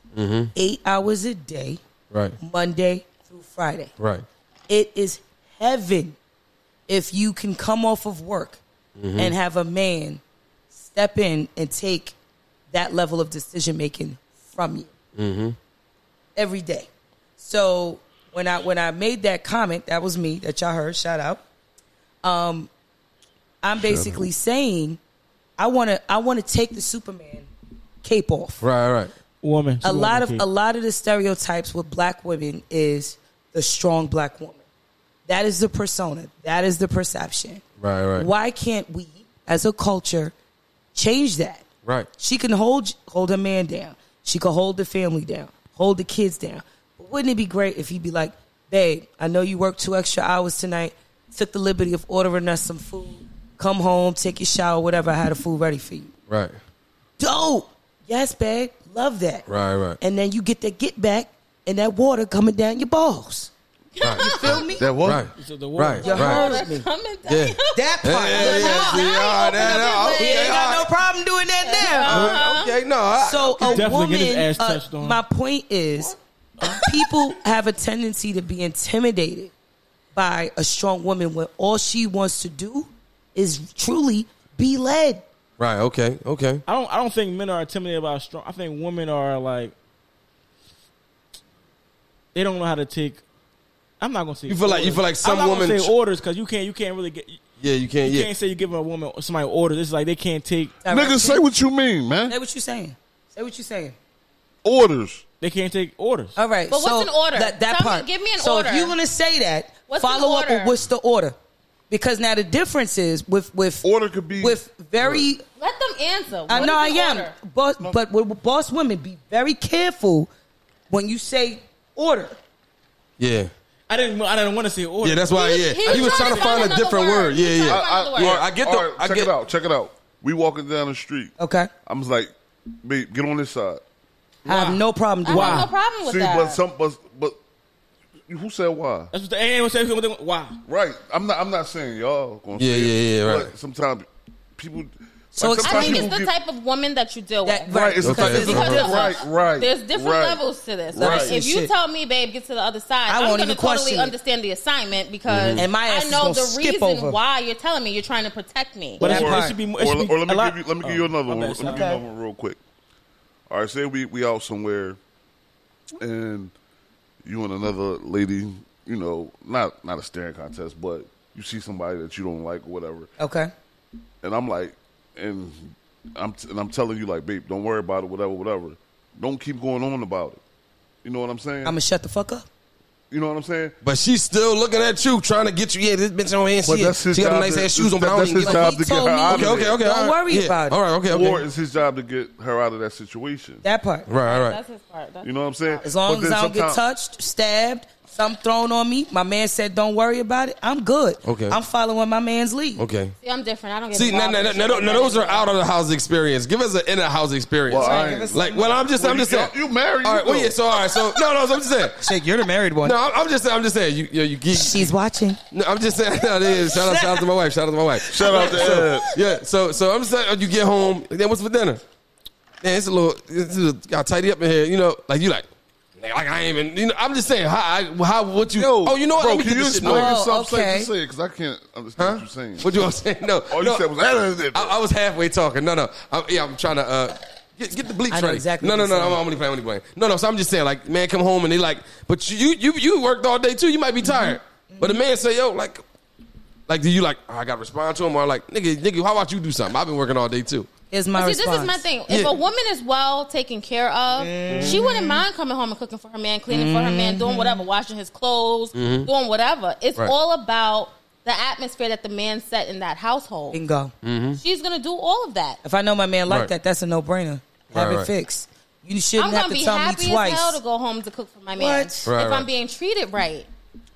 Speaker 9: eight hours a day,
Speaker 5: Right.
Speaker 9: Monday through Friday.
Speaker 5: Right.
Speaker 9: It is heaven if you can come off of work and have a man step in and take that level of decision making from you
Speaker 5: Mm-hmm.
Speaker 9: every day. So when I when I made that comment, that was me that y'all heard. Shout out. Um, I'm basically saying, I want to I want to take the Superman cape off
Speaker 5: Right, right.
Speaker 2: Woman.
Speaker 9: a lot of a lot of the stereotypes with black women is the strong black woman. That is the persona. That is the perception.
Speaker 5: Right, right.
Speaker 9: Why can't we, as a culture, change that?
Speaker 5: Right.
Speaker 9: She can hold hold her man down. She can hold the family down. Hold the kids down. But wouldn't it be great if he'd be like, "Babe, I know you worked two extra hours tonight. Took the liberty of ordering us some food. Come home, take your shower, whatever. I had the food ready for you.
Speaker 5: Right.
Speaker 9: Dope. Yes, babe. Love that.
Speaker 5: Right, right.
Speaker 9: And then you get that get back and that water coming down your balls.
Speaker 5: You
Speaker 9: feel me?
Speaker 1: That
Speaker 5: Right.
Speaker 2: So the water-
Speaker 5: Right.
Speaker 9: You
Speaker 5: Right.
Speaker 9: heard me.
Speaker 5: Yeah.
Speaker 9: That
Speaker 5: Yeah,
Speaker 9: part. Oh,
Speaker 5: yeah, yeah, yeah, see, all that, all-
Speaker 9: He
Speaker 5: okay,
Speaker 9: ain't got
Speaker 5: all
Speaker 9: no problem doing that now.
Speaker 5: right. Okay, no. I-
Speaker 9: So
Speaker 2: He
Speaker 9: a
Speaker 2: definitely
Speaker 9: woman,
Speaker 2: get his ass
Speaker 9: uh,
Speaker 2: touched on.
Speaker 9: my point is, people have a tendency to be intimidated by a strong woman when all she wants to do is truly be led.
Speaker 5: Right, okay, okay.
Speaker 2: I don't. I don't think men are intimidated by strong. I think women are like they don't know how to take. I'm not gonna say
Speaker 5: You feel like- you
Speaker 2: orders.
Speaker 5: feel like some
Speaker 2: I'm not gonna
Speaker 5: woman
Speaker 2: say
Speaker 5: tr-
Speaker 2: orders because you can't. You can't really get. You
Speaker 5: Yeah, you can't. Yeah.
Speaker 2: can't say you give a woman somebody orders. It's like they can't take.
Speaker 1: Nigga, say what you mean, man.
Speaker 9: Say what you saying. Say what you saying.
Speaker 1: Orders.
Speaker 2: they can't take orders.
Speaker 9: All right.
Speaker 4: But what's
Speaker 9: so
Speaker 4: an order?
Speaker 9: That, that
Speaker 4: Tell me-
Speaker 9: part.
Speaker 4: give me an
Speaker 9: so
Speaker 4: order.
Speaker 9: if you're gonna say that,
Speaker 4: What's an
Speaker 9: follow up
Speaker 4: order?
Speaker 9: with what's the order? Because now the difference is with with
Speaker 1: Order could be
Speaker 9: with very.
Speaker 4: Let them answer.
Speaker 9: I
Speaker 4: What
Speaker 9: know Uh, I
Speaker 4: is the
Speaker 9: am,
Speaker 4: order?
Speaker 9: but but with boss women, be very careful when you say order.
Speaker 5: Yeah.
Speaker 2: I didn't. I didn't want to say orders.
Speaker 5: Yeah, that's why.
Speaker 4: was-
Speaker 5: yeah,
Speaker 4: he was
Speaker 5: he was trying to find a
Speaker 4: another
Speaker 5: different
Speaker 4: word.
Speaker 5: word. Yeah,
Speaker 4: He was
Speaker 1: Uh,
Speaker 5: yeah.
Speaker 4: trying to find another
Speaker 5: yeah,
Speaker 4: word.
Speaker 5: I get the.
Speaker 1: All right,
Speaker 5: I
Speaker 1: check
Speaker 5: get
Speaker 1: it out. Check it out. We walking down the street.
Speaker 9: Okay,
Speaker 1: I'm just like, babe, get on this side.
Speaker 9: I have no problem
Speaker 4: I
Speaker 9: doing
Speaker 4: have no
Speaker 9: that.
Speaker 4: problem with
Speaker 1: See,
Speaker 4: that.
Speaker 1: but some, but, but who said why?
Speaker 2: That's what the and was saying. Why?
Speaker 1: Right. I'm not. I'm not saying y'all. Gonna
Speaker 5: Yeah,
Speaker 1: say it,
Speaker 5: yeah, yeah,
Speaker 1: but
Speaker 5: right.
Speaker 1: Sometimes people.
Speaker 9: So
Speaker 1: like,
Speaker 9: it's-
Speaker 4: I
Speaker 1: sometimes
Speaker 4: think
Speaker 1: people
Speaker 4: it's the
Speaker 1: get-
Speaker 4: type of woman that you deal
Speaker 9: That-
Speaker 4: with.
Speaker 9: right.
Speaker 1: Right. It's
Speaker 5: Okay,
Speaker 1: okay.
Speaker 5: it's
Speaker 4: Because
Speaker 5: different.
Speaker 4: there's,
Speaker 1: right. Right.
Speaker 4: there's different
Speaker 1: right.
Speaker 4: levels to this.
Speaker 1: Right.
Speaker 4: Like, if you
Speaker 9: Shit.
Speaker 4: tell me, babe, get to the other side,
Speaker 9: I
Speaker 4: I am
Speaker 9: won't
Speaker 4: going to
Speaker 9: even question
Speaker 4: totally
Speaker 9: it. Mm-hmm.
Speaker 4: understand the assignment because
Speaker 9: And my ass
Speaker 4: I
Speaker 9: is
Speaker 4: know
Speaker 9: gonna
Speaker 4: the
Speaker 9: skip
Speaker 4: reason
Speaker 9: over.
Speaker 4: why you're telling me. You're trying to protect me.
Speaker 2: But that's
Speaker 1: Or-
Speaker 2: it should be. more- It
Speaker 1: or,
Speaker 2: should be
Speaker 1: or let
Speaker 2: a
Speaker 1: me
Speaker 2: lot-
Speaker 1: give you let me give
Speaker 2: Oh,
Speaker 1: you another
Speaker 2: my
Speaker 1: one.
Speaker 2: bad,
Speaker 1: Let me
Speaker 2: son.
Speaker 1: give you another one real quick. All right, say we we out somewhere, and you and another lady, you know, not not a staring contest, but you see somebody that you don't like or whatever,
Speaker 9: Okay,
Speaker 1: and I'm like, and I'm and I'm telling you like, babe, don't worry about it, whatever, whatever. Don't keep going on about it. You know what I'm saying?
Speaker 9: I'm gonna shut the fuck up.
Speaker 1: you know what I'm saying?
Speaker 5: But she's still looking at you, trying to get you. Yeah, this bitch on here.
Speaker 1: But
Speaker 5: She,
Speaker 1: that's his
Speaker 5: she got
Speaker 1: job
Speaker 5: nice
Speaker 1: to-
Speaker 5: ass shoes on, but
Speaker 1: that-
Speaker 5: I don't
Speaker 1: that's
Speaker 5: even
Speaker 1: his
Speaker 5: get.
Speaker 1: job
Speaker 9: He
Speaker 1: to get
Speaker 9: told
Speaker 1: her
Speaker 9: me-
Speaker 1: out
Speaker 5: Okay,
Speaker 1: of
Speaker 5: okay,
Speaker 1: it.
Speaker 5: okay.
Speaker 9: Don't
Speaker 5: all right.
Speaker 9: worry
Speaker 5: Yeah,
Speaker 9: about it.
Speaker 5: All right, okay, okay.
Speaker 1: Or it's his job to get her out of that situation.
Speaker 9: That part.
Speaker 5: right, all right.
Speaker 4: That's his part. That's
Speaker 1: You know what I'm saying?
Speaker 9: As long
Speaker 1: But
Speaker 9: as
Speaker 1: then
Speaker 9: I don't get
Speaker 1: sometime-
Speaker 9: touched, stabbed, something thrown on me. My man said, "Don't worry about it. I'm good.
Speaker 5: Okay.
Speaker 9: I'm following my man's lead."
Speaker 5: Okay.
Speaker 4: See, I'm different. I don't get
Speaker 5: See, now,
Speaker 4: involved
Speaker 5: now,
Speaker 4: with
Speaker 5: now,
Speaker 4: shit
Speaker 5: now,
Speaker 4: like
Speaker 5: now
Speaker 4: that
Speaker 5: those are
Speaker 4: anymore.
Speaker 5: out of the house experience. Give us an in the house experience.
Speaker 1: Well, I
Speaker 9: Right,
Speaker 1: ain't-
Speaker 9: if it's-
Speaker 5: like, well, I'm just,
Speaker 1: Well,
Speaker 5: I'm
Speaker 1: you-
Speaker 5: just saying.
Speaker 1: you married,
Speaker 5: All right.
Speaker 1: you
Speaker 5: Well,
Speaker 1: know.
Speaker 5: yeah. So, all right. So, no, no. So I'm just saying.
Speaker 3: Shake, you're the married one.
Speaker 5: No, I'm, I'm just, saying. I'm just saying. You, you, you geek.
Speaker 9: She's watching.
Speaker 5: No, I'm just saying. No, it is. Shout out, shout out to my wife. Shout out to my wife.
Speaker 1: Shout out to Ed.
Speaker 5: Yeah, so so I'm saying you get home, then what's for dinner? Man, it's a little, it's a, got tidy up in here. You know, like you like, nigga, like I ain't even. You know, I'm just saying how I, how what you.
Speaker 1: Yo,
Speaker 5: oh, you know what?
Speaker 1: Bro,
Speaker 5: Let me
Speaker 1: can
Speaker 5: get
Speaker 1: you
Speaker 5: this shit
Speaker 1: explain
Speaker 5: moving.
Speaker 1: yourself?
Speaker 9: Oh, okay.
Speaker 1: Say say it because I can't understand
Speaker 5: Huh?
Speaker 1: what you're saying.
Speaker 5: What you I'm saying? No,
Speaker 1: All
Speaker 5: no,
Speaker 1: you said was that.
Speaker 5: I, I was halfway talking. No, no. I, yeah, I'm trying to uh, get, get the bleach
Speaker 9: I know
Speaker 5: ready.
Speaker 9: exactly
Speaker 5: no,
Speaker 9: what
Speaker 5: no,
Speaker 9: you're
Speaker 5: no. I'm,
Speaker 9: saying.
Speaker 5: I'm only playing. I'm only playing. No, no. So I'm just saying, like, man, come home and they like, but you, you, you worked all day too. You might be
Speaker 9: Mm-hmm.
Speaker 5: tired. But the man say, yo, like, like, do you like? "Oh, I got to respond to him or like, nigga, nigga, how about you do something? I've been working all day too.
Speaker 9: Is my
Speaker 4: But See,
Speaker 9: response. Mm-hmm.
Speaker 4: this is my thing. If
Speaker 5: Yeah.
Speaker 4: a woman is well taken care of, she wouldn't mind coming home and cooking for her man, cleaning for her man, doing whatever, washing his clothes, doing whatever. It's
Speaker 5: Right.
Speaker 4: all about the atmosphere that the man set in that household.
Speaker 9: Bingo.
Speaker 4: She's gonna do all of that.
Speaker 9: If I know my man like
Speaker 5: Right.
Speaker 9: that, that's a no brainer. Have
Speaker 5: Right,
Speaker 9: it
Speaker 5: right.
Speaker 9: fixed. You
Speaker 4: I'm
Speaker 9: shouldn't have
Speaker 4: gonna
Speaker 9: to
Speaker 4: be
Speaker 9: tell
Speaker 4: happy
Speaker 9: me
Speaker 4: as hell to
Speaker 9: twice.
Speaker 4: go home to cook for my man if
Speaker 5: Right, right.
Speaker 4: I'm being treated right.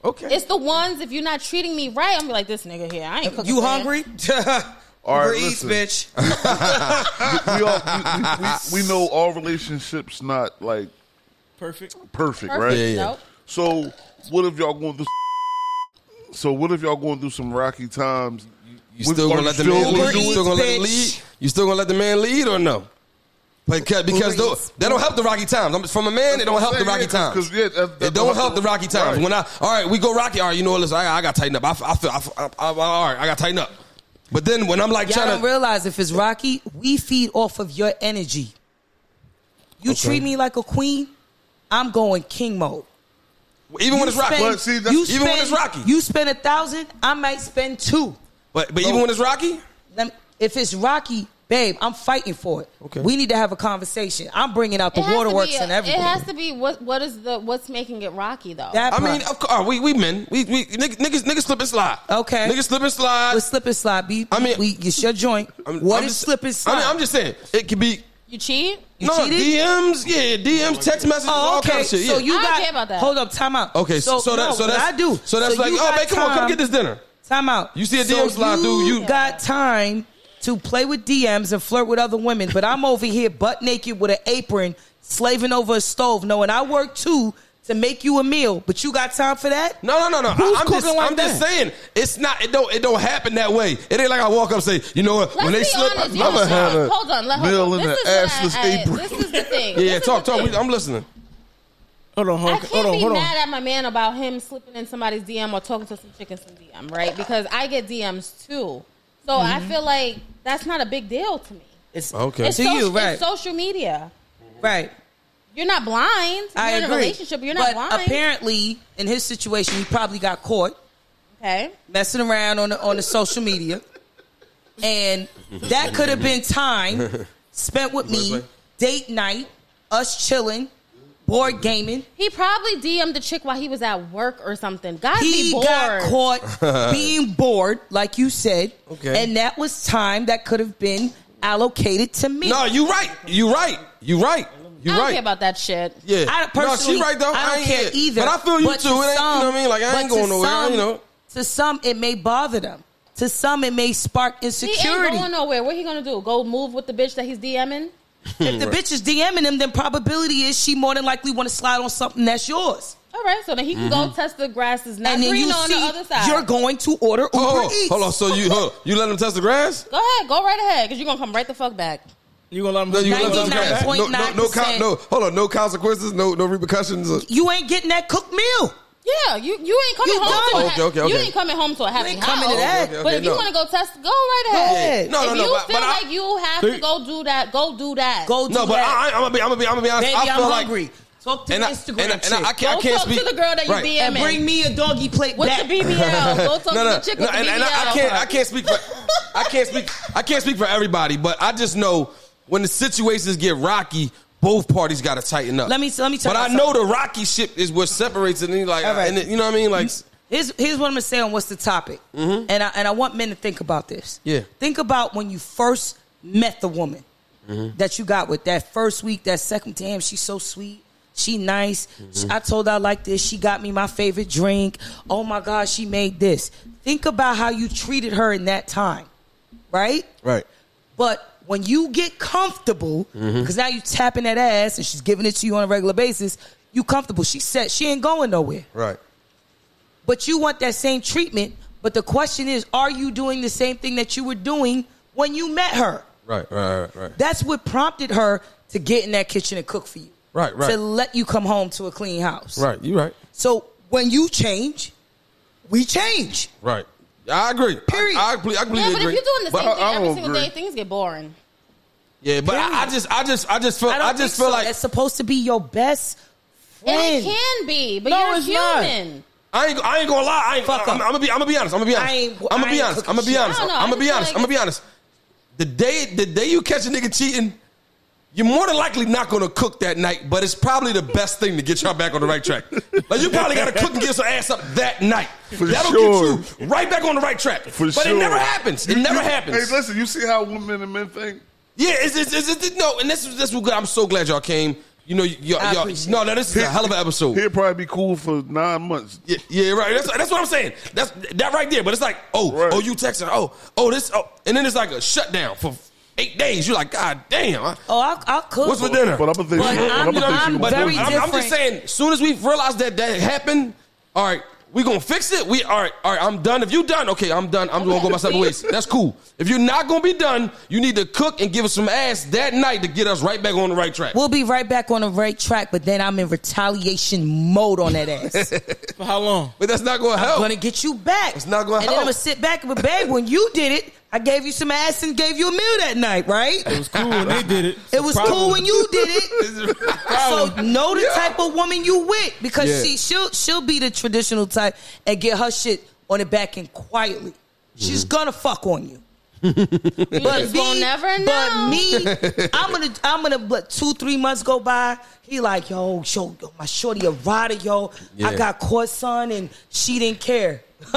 Speaker 5: Okay.
Speaker 4: It's the ones if you're not treating me right, I'm be like this nigga here. I ain't cooking.
Speaker 9: You
Speaker 4: for him.
Speaker 9: hungry?
Speaker 1: All right,
Speaker 9: Uber Eats,
Speaker 1: listen.
Speaker 9: bitch.
Speaker 1: we, all, we, we, we, we know all relationships not like
Speaker 2: perfect.
Speaker 1: perfect,
Speaker 4: Perfect.
Speaker 1: right?
Speaker 5: Yeah, yeah.
Speaker 4: Nope.
Speaker 1: So what if y'all going through? So what if y'all going through some rocky times?
Speaker 5: You
Speaker 1: What-
Speaker 5: still
Speaker 1: are
Speaker 5: gonna
Speaker 1: you
Speaker 5: let the
Speaker 1: still
Speaker 5: man
Speaker 1: gonna
Speaker 5: lead?
Speaker 1: do
Speaker 5: You
Speaker 1: it?
Speaker 5: still gonna let it
Speaker 9: Bitch.
Speaker 5: lead? You still gonna let the man lead or no? Because, because though,
Speaker 9: Please.
Speaker 5: that don't help the Rocky Times. I'm- From a man, it don't help the
Speaker 1: Yeah,
Speaker 5: Rocky
Speaker 1: yeah, 'cause-
Speaker 5: Times.
Speaker 1: 'cause, yeah, that- that
Speaker 5: It don't help the
Speaker 1: right.
Speaker 5: Rocky Times. When I all right, we go Rocky. All right, you know what? Listen, I, I got to tighten up. I, f- I feel. I, f- I- I- all right, I got to tighten up. But then when I'm like
Speaker 9: Y'all
Speaker 5: trying
Speaker 9: don't
Speaker 5: to,
Speaker 9: realize if it's Rocky, we feed off of your energy. You
Speaker 5: Okay.
Speaker 9: treat me like a queen, I'm going king mode.
Speaker 5: even when
Speaker 9: You
Speaker 5: it's Rocky,
Speaker 9: spend-
Speaker 5: you
Speaker 9: you
Speaker 5: even when
Speaker 9: spend-
Speaker 5: it's Rocky,
Speaker 9: You spend a thousand, I might spend two.
Speaker 5: but but even when it's Rocky,
Speaker 9: Let me- if it's Rocky, babe, I'm fighting for it.
Speaker 5: Okay.
Speaker 9: We need to have a conversation. I'm bringing out the
Speaker 4: It has to
Speaker 9: waterworks
Speaker 4: be a-
Speaker 9: and everything.
Speaker 4: It has to be what what is the what's making it rocky though.
Speaker 9: That
Speaker 5: I
Speaker 9: part.
Speaker 5: mean, of course, we we men, we we niggas niggas, niggas slip and slide.
Speaker 9: Okay.
Speaker 5: niggas slip and slide.
Speaker 9: With slip and slide, be,
Speaker 5: I
Speaker 9: I
Speaker 5: mean-
Speaker 9: mean, we, it's your joint.
Speaker 5: I'm-
Speaker 9: what
Speaker 5: I'm
Speaker 9: is
Speaker 5: just-
Speaker 9: slip and slide?
Speaker 5: I mean, I'm just saying it could be
Speaker 4: you cheat?
Speaker 9: You
Speaker 5: no
Speaker 9: cheated?
Speaker 5: DMs, yeah, DMs, text messages,
Speaker 9: Oh,
Speaker 5: all
Speaker 9: okay.
Speaker 5: kinds of shit.
Speaker 9: So
Speaker 5: yeah.
Speaker 9: you
Speaker 4: I don't
Speaker 9: got
Speaker 4: care about that.
Speaker 9: hold up, time out.
Speaker 5: okay? So, so that
Speaker 9: no,
Speaker 5: so
Speaker 9: what
Speaker 5: that's
Speaker 9: I do.
Speaker 5: So that's like,
Speaker 9: you
Speaker 5: oh
Speaker 9: got
Speaker 5: man, come on, come
Speaker 9: time-
Speaker 5: get this dinner.
Speaker 9: Time out.
Speaker 5: You see a DM slide through, you-
Speaker 9: got time to play with DMs and flirt with other women, but I'm over here butt naked with an apron, slaving over a stove, knowing I work too to make you a meal, but you got time for that?
Speaker 5: No, no, no, no.
Speaker 9: Who's
Speaker 5: I- I'm just,
Speaker 9: cooking like
Speaker 5: I'm just
Speaker 9: that?
Speaker 5: saying it's not. It don't. It don't happen that way. It ain't like I walk up and say, you know what?
Speaker 4: Let's
Speaker 5: when they
Speaker 4: be
Speaker 5: slip,
Speaker 4: honest.
Speaker 5: I-
Speaker 4: You
Speaker 1: I'ma
Speaker 4: cheat.
Speaker 1: have a
Speaker 4: hold on, let
Speaker 1: meal
Speaker 4: hold on.
Speaker 1: in
Speaker 4: This
Speaker 1: the
Speaker 4: is what
Speaker 1: assless
Speaker 4: I- I-
Speaker 1: apron.
Speaker 4: This is the thing.
Speaker 5: yeah, yeah.
Speaker 4: This is
Speaker 5: Talk,
Speaker 4: the
Speaker 5: talk.
Speaker 4: thing.
Speaker 5: We- I'm listening.
Speaker 2: Hold on, hold
Speaker 4: I
Speaker 2: on,
Speaker 4: can't
Speaker 2: hold on,
Speaker 4: be
Speaker 2: hold on.
Speaker 4: mad at my man about him slipping in somebody's DM or talking to some chick in some DM, right? Because I get DMs too. So
Speaker 9: Mm-hmm.
Speaker 4: I feel like that's not a big deal to me.
Speaker 9: It's
Speaker 5: Okay.
Speaker 4: It's,
Speaker 9: To
Speaker 4: soc-
Speaker 9: you, right.
Speaker 4: it's social media.
Speaker 9: right.
Speaker 4: You're not blind.
Speaker 9: I
Speaker 4: you're
Speaker 9: agree.
Speaker 4: in a relationship, you're not
Speaker 9: but
Speaker 4: blind.
Speaker 9: apparently, in his situation, he probably got caught.
Speaker 4: okay.
Speaker 9: messing around on the, on the social media, and that could have been time spent with me, date night, us chilling, board gaming.
Speaker 4: He probably DM'd the chick while he was at work or something. God
Speaker 9: He
Speaker 4: be bored.
Speaker 9: got caught being bored, like you said,
Speaker 5: Okay.
Speaker 9: and that was time that could have been allocated to me.
Speaker 5: No, you right. You right. You right. You
Speaker 4: I don't
Speaker 5: right.
Speaker 4: care about that shit.
Speaker 5: yeah.
Speaker 9: I personally,
Speaker 5: no, she right though.
Speaker 9: I don't
Speaker 5: ain't
Speaker 9: care
Speaker 5: hit.
Speaker 9: either.
Speaker 5: But I feel you
Speaker 9: But
Speaker 5: too. It ain't, you know what I mean? Like
Speaker 9: but
Speaker 5: I ain't
Speaker 9: to
Speaker 5: going nowhere.
Speaker 9: some-
Speaker 5: you know.
Speaker 9: to some it may bother them. To some it may spark
Speaker 4: He
Speaker 9: insecurity.
Speaker 4: ain't going nowhere. What he gonna do? Go move with the bitch that he's DMing?
Speaker 9: If the bitch is DMing him, then probability is she more than likely want to slide on something that's yours.
Speaker 4: All right, so then he can go test the grass is not
Speaker 9: Mm-hmm. And then
Speaker 4: green
Speaker 9: you
Speaker 4: on the other
Speaker 9: see
Speaker 4: side.
Speaker 9: you're going to order Uber
Speaker 5: Hold on.
Speaker 9: Eats.
Speaker 5: Oh, Hold on. So you hold on. you let them test the grass?
Speaker 4: Go ahead, go right ahead, because you're gonna come right the fuck back.
Speaker 2: You gonna let him?
Speaker 5: No, you let them test the grass. No, no, no, con-
Speaker 9: 99.9%.
Speaker 5: no. Hold on. No consequences. No, no repercussions. Uh,
Speaker 9: You ain't getting that cooked meal.
Speaker 4: Yeah, you, you ain't coming
Speaker 9: You
Speaker 4: home to
Speaker 9: done.
Speaker 4: a
Speaker 5: Okay, okay,
Speaker 4: you
Speaker 5: okay.
Speaker 4: ain't coming home to a happy
Speaker 9: ain't
Speaker 4: house.
Speaker 9: coming to that.
Speaker 5: Okay, okay,
Speaker 4: but if
Speaker 5: no.
Speaker 4: you want to go test, go right ahead.
Speaker 9: ahead.
Speaker 5: No, no,
Speaker 4: if
Speaker 5: no,
Speaker 4: you
Speaker 5: but-
Speaker 4: feel
Speaker 5: but I-
Speaker 4: like you have
Speaker 2: See-
Speaker 4: to go do that, go do that.
Speaker 9: Go do
Speaker 5: No, but I,
Speaker 9: that.
Speaker 5: I, I'm gonna be. I'm gonna be. I'm gonna be honest.
Speaker 9: Baby,
Speaker 5: I
Speaker 9: I'm
Speaker 5: feel like.
Speaker 9: hungry. Talk to
Speaker 5: And
Speaker 9: the
Speaker 5: I,
Speaker 9: Instagram
Speaker 5: and I, and I, I
Speaker 9: chick.
Speaker 5: can't, I
Speaker 4: Go
Speaker 5: can't
Speaker 4: talk to
Speaker 5: speak.
Speaker 4: the girl that you
Speaker 5: Right.
Speaker 4: DM.
Speaker 9: and bring me a doggy plate
Speaker 4: What's
Speaker 9: back.
Speaker 4: the BBL? Go talk
Speaker 5: no,
Speaker 4: to
Speaker 5: no,
Speaker 4: the chick
Speaker 5: no,
Speaker 4: with the
Speaker 5: and,
Speaker 4: BBL.
Speaker 5: and I, I can't, I can't speak for, I can't speak, I can't speak for everybody, but I just know when the situations get rocky, both parties got to tighten up.
Speaker 9: Let me- let me tell
Speaker 5: But I
Speaker 9: you
Speaker 5: know the rocky shit is what separates it, and like,
Speaker 9: All right.
Speaker 5: and it- you know what I mean, like,
Speaker 4: Mm-hmm.
Speaker 9: Here's, here's what I'm gonna say on what's the topic, and I and I want men to think about this.
Speaker 5: Yeah.
Speaker 9: think about when you first met the woman that you got with that first week, that second. Damn, she's so sweet. She nice. She- I told her I like this. She got me my favorite drink. Oh my God, she made this. Think about how you treated her in that time, right?
Speaker 5: right.
Speaker 9: But when you get comfortable, because now you tapping that ass and she's giving it to you on a regular basis, you comfortable. She said she ain't going nowhere
Speaker 5: Right.
Speaker 9: but you want that same treatment. But the question is, are you doing the same thing that you were doing when you met her?
Speaker 5: Right. Right. Right. Right.
Speaker 9: That's what prompted her to get in that kitchen and cook for you.
Speaker 5: Right, right.
Speaker 9: To let you come home to a clean house.
Speaker 5: right. You right.
Speaker 9: So when you change, we change.
Speaker 5: Right. I agree.
Speaker 9: Period.
Speaker 5: I, I, ple- I completely
Speaker 4: Yeah, but
Speaker 5: agree. uh,
Speaker 4: if you're doing the
Speaker 1: But
Speaker 4: same
Speaker 1: I-
Speaker 4: thing
Speaker 1: I
Speaker 4: every
Speaker 1: don't
Speaker 4: single
Speaker 1: agree.
Speaker 4: day, things get boring.
Speaker 5: yeah, but I, I just, I just, I just feel,
Speaker 9: I don't
Speaker 5: I, just
Speaker 9: think
Speaker 5: feel
Speaker 9: so.
Speaker 5: like
Speaker 9: that's supposed to be your best friend.
Speaker 4: And it can be, but
Speaker 9: No,
Speaker 4: you're
Speaker 9: it's not.
Speaker 4: human.
Speaker 5: I ain't, I ain't gonna lie. I ain't,
Speaker 9: Fuck
Speaker 5: I'm,
Speaker 9: up.
Speaker 5: I'm gonna be. I'm gonna be honest. I'm gonna be honest.
Speaker 9: I ain't-
Speaker 5: I'm
Speaker 9: I
Speaker 5: gonna be
Speaker 9: ain't
Speaker 5: honest.
Speaker 9: cooking
Speaker 5: I'm gonna be
Speaker 9: shit.
Speaker 5: honest.
Speaker 4: I don't know.
Speaker 5: I'm gonna
Speaker 4: I
Speaker 5: be
Speaker 4: just
Speaker 5: honest.
Speaker 4: feel
Speaker 5: I'm
Speaker 4: like
Speaker 5: gonna be honest. The day, the day you catch a nigga cheating, you're more than likely not gonna cook that night. But it's probably the best thing to get y'all back on the right track. Like you probably gotta cook and get some ass up that night.
Speaker 1: For
Speaker 5: That'll
Speaker 1: sure.
Speaker 5: get you right back on the right track.
Speaker 1: For
Speaker 5: but
Speaker 1: sure.
Speaker 5: it never happens. It
Speaker 1: You-
Speaker 5: never
Speaker 1: you-
Speaker 5: happens.
Speaker 1: Hey, listen, you see how women and men think?
Speaker 5: Yeah, it's, it's, it's, it's no. And this is this was good. I'm so glad y'all came. You know, y- y'all.
Speaker 9: I
Speaker 5: y'all
Speaker 9: appreciate
Speaker 5: no, no, this is a hell of an episode.
Speaker 1: He'll probably be cool for nine months.
Speaker 5: Yeah, yeah, right. That's, that's what I'm saying. That's that right there. But it's like, oh,
Speaker 1: Right.
Speaker 5: oh, you texting, oh, oh, this, oh, and then it's like a shutdown for eight days. You're like, God damn. I-
Speaker 9: Oh, I'll, I'll cook.
Speaker 5: What's for dinner?
Speaker 1: But I'm gonna think,
Speaker 9: But I'm-
Speaker 1: but
Speaker 9: I'm
Speaker 1: I'm, gonna
Speaker 5: But
Speaker 1: think
Speaker 9: very
Speaker 1: she
Speaker 5: I'm,
Speaker 1: gonna-
Speaker 5: I'm just
Speaker 9: different.
Speaker 5: saying, as soon as we realize that that happened, all right, we gonna fix it. We all right, all right. I'm done. If you done, okay, I'm done. I'm gonna go my separate ways. That's cool. If you're not gonna be done, you need to cook and give us some ass that night to get us right back on the right track.
Speaker 9: We'll be right back on the right track, but then I'm in retaliation mode on that ass.
Speaker 2: For how long?
Speaker 5: but that's not gonna
Speaker 9: I'm
Speaker 5: help.
Speaker 9: gonna get you back.
Speaker 5: Oh. It's not gonna
Speaker 9: And then I'm
Speaker 5: help.
Speaker 9: gonna sit back and be, babe, when you did it, I gave you some ass and gave you a meal that night, right? It was
Speaker 2: cool when they did it.
Speaker 9: It was
Speaker 2: Problem.
Speaker 9: cool when you did it. so know the type of woman you with because
Speaker 2: Yeah.
Speaker 9: she she'll she'll be the traditional type and get her shit on the back end quietly. She's gonna fuck on you. but
Speaker 4: just will never know.
Speaker 9: But me, I'm gonna, I'm gonna let two, three months go by. He like, yo, yo, yo, my shorty erotic, yo. I
Speaker 5: Yeah.
Speaker 9: got caught, son, and she didn't care.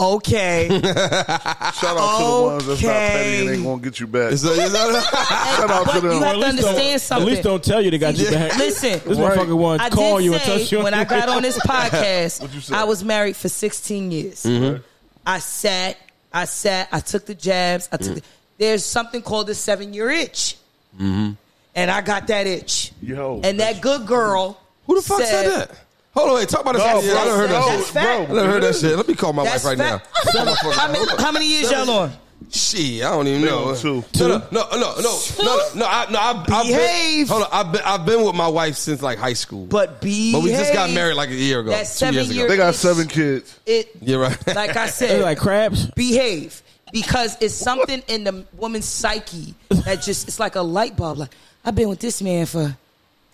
Speaker 9: okay.
Speaker 1: Shout out to the ones that's not petty and
Speaker 9: Okay.
Speaker 1: ain't gonna get you back.
Speaker 5: It's a- it's a-
Speaker 1: Shout out to
Speaker 9: But you
Speaker 1: them.
Speaker 2: Or
Speaker 9: have to
Speaker 2: at least don't-
Speaker 9: understand
Speaker 2: At
Speaker 9: something.
Speaker 2: least don't tell you they got you back.
Speaker 9: Listen,
Speaker 2: This motherfucker want
Speaker 9: I
Speaker 2: to call
Speaker 9: did
Speaker 2: you and
Speaker 9: say,
Speaker 2: touch you.
Speaker 9: when I got on this
Speaker 1: What'd you
Speaker 9: podcast,
Speaker 1: say?
Speaker 9: I was married for 16 years.
Speaker 2: Mm-hmm.
Speaker 9: I sat, I sat, I took the jabs.
Speaker 2: Mm.
Speaker 9: I took. The, there's something called the seven year itch,
Speaker 2: Mm-hmm.
Speaker 9: and I got that itch.
Speaker 1: Yo.
Speaker 9: and that good girl.
Speaker 5: Who the fuck said, that? Hold on, wait. Talk about this.
Speaker 1: No,
Speaker 5: Oh, I done heard
Speaker 9: bro,
Speaker 5: that
Speaker 9: that's
Speaker 5: shit.
Speaker 9: fact.
Speaker 5: I done heard that shit. Let me call my
Speaker 9: That's
Speaker 5: wife right
Speaker 9: fact.
Speaker 5: now.
Speaker 9: How many, how many years y'all on?
Speaker 5: Shit, I don't even
Speaker 1: They
Speaker 5: know.
Speaker 1: on two.
Speaker 5: No, no, no, no, no, no, no. I, no I, I've been,
Speaker 9: Behave.
Speaker 5: hold on, I've been, I've been with my wife since like high school,
Speaker 9: But be
Speaker 5: but we just got married like a year ago.
Speaker 9: That's
Speaker 5: two years
Speaker 9: seven
Speaker 5: ago.
Speaker 9: years.
Speaker 1: They got seven kids.
Speaker 9: It
Speaker 5: Yeah, right.
Speaker 9: like I
Speaker 2: They
Speaker 9: said,
Speaker 2: like crabs.
Speaker 9: behave because it's something in the woman's psyche that just it's like a light bulb. Like I've been with this man for damn.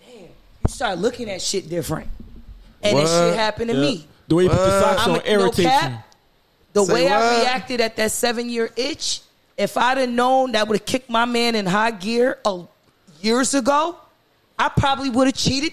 Speaker 9: You start looking at shit different, and this
Speaker 5: What?
Speaker 9: shit happened to me.
Speaker 2: The way you put the socks
Speaker 9: I'm
Speaker 2: on
Speaker 9: a, no
Speaker 2: irritates you.
Speaker 9: cap. The
Speaker 5: Say
Speaker 9: way I
Speaker 5: what?
Speaker 9: reacted at that seven year itch, if I'd have known that would have kicked my man in high gear uh, years ago, I probably would have cheated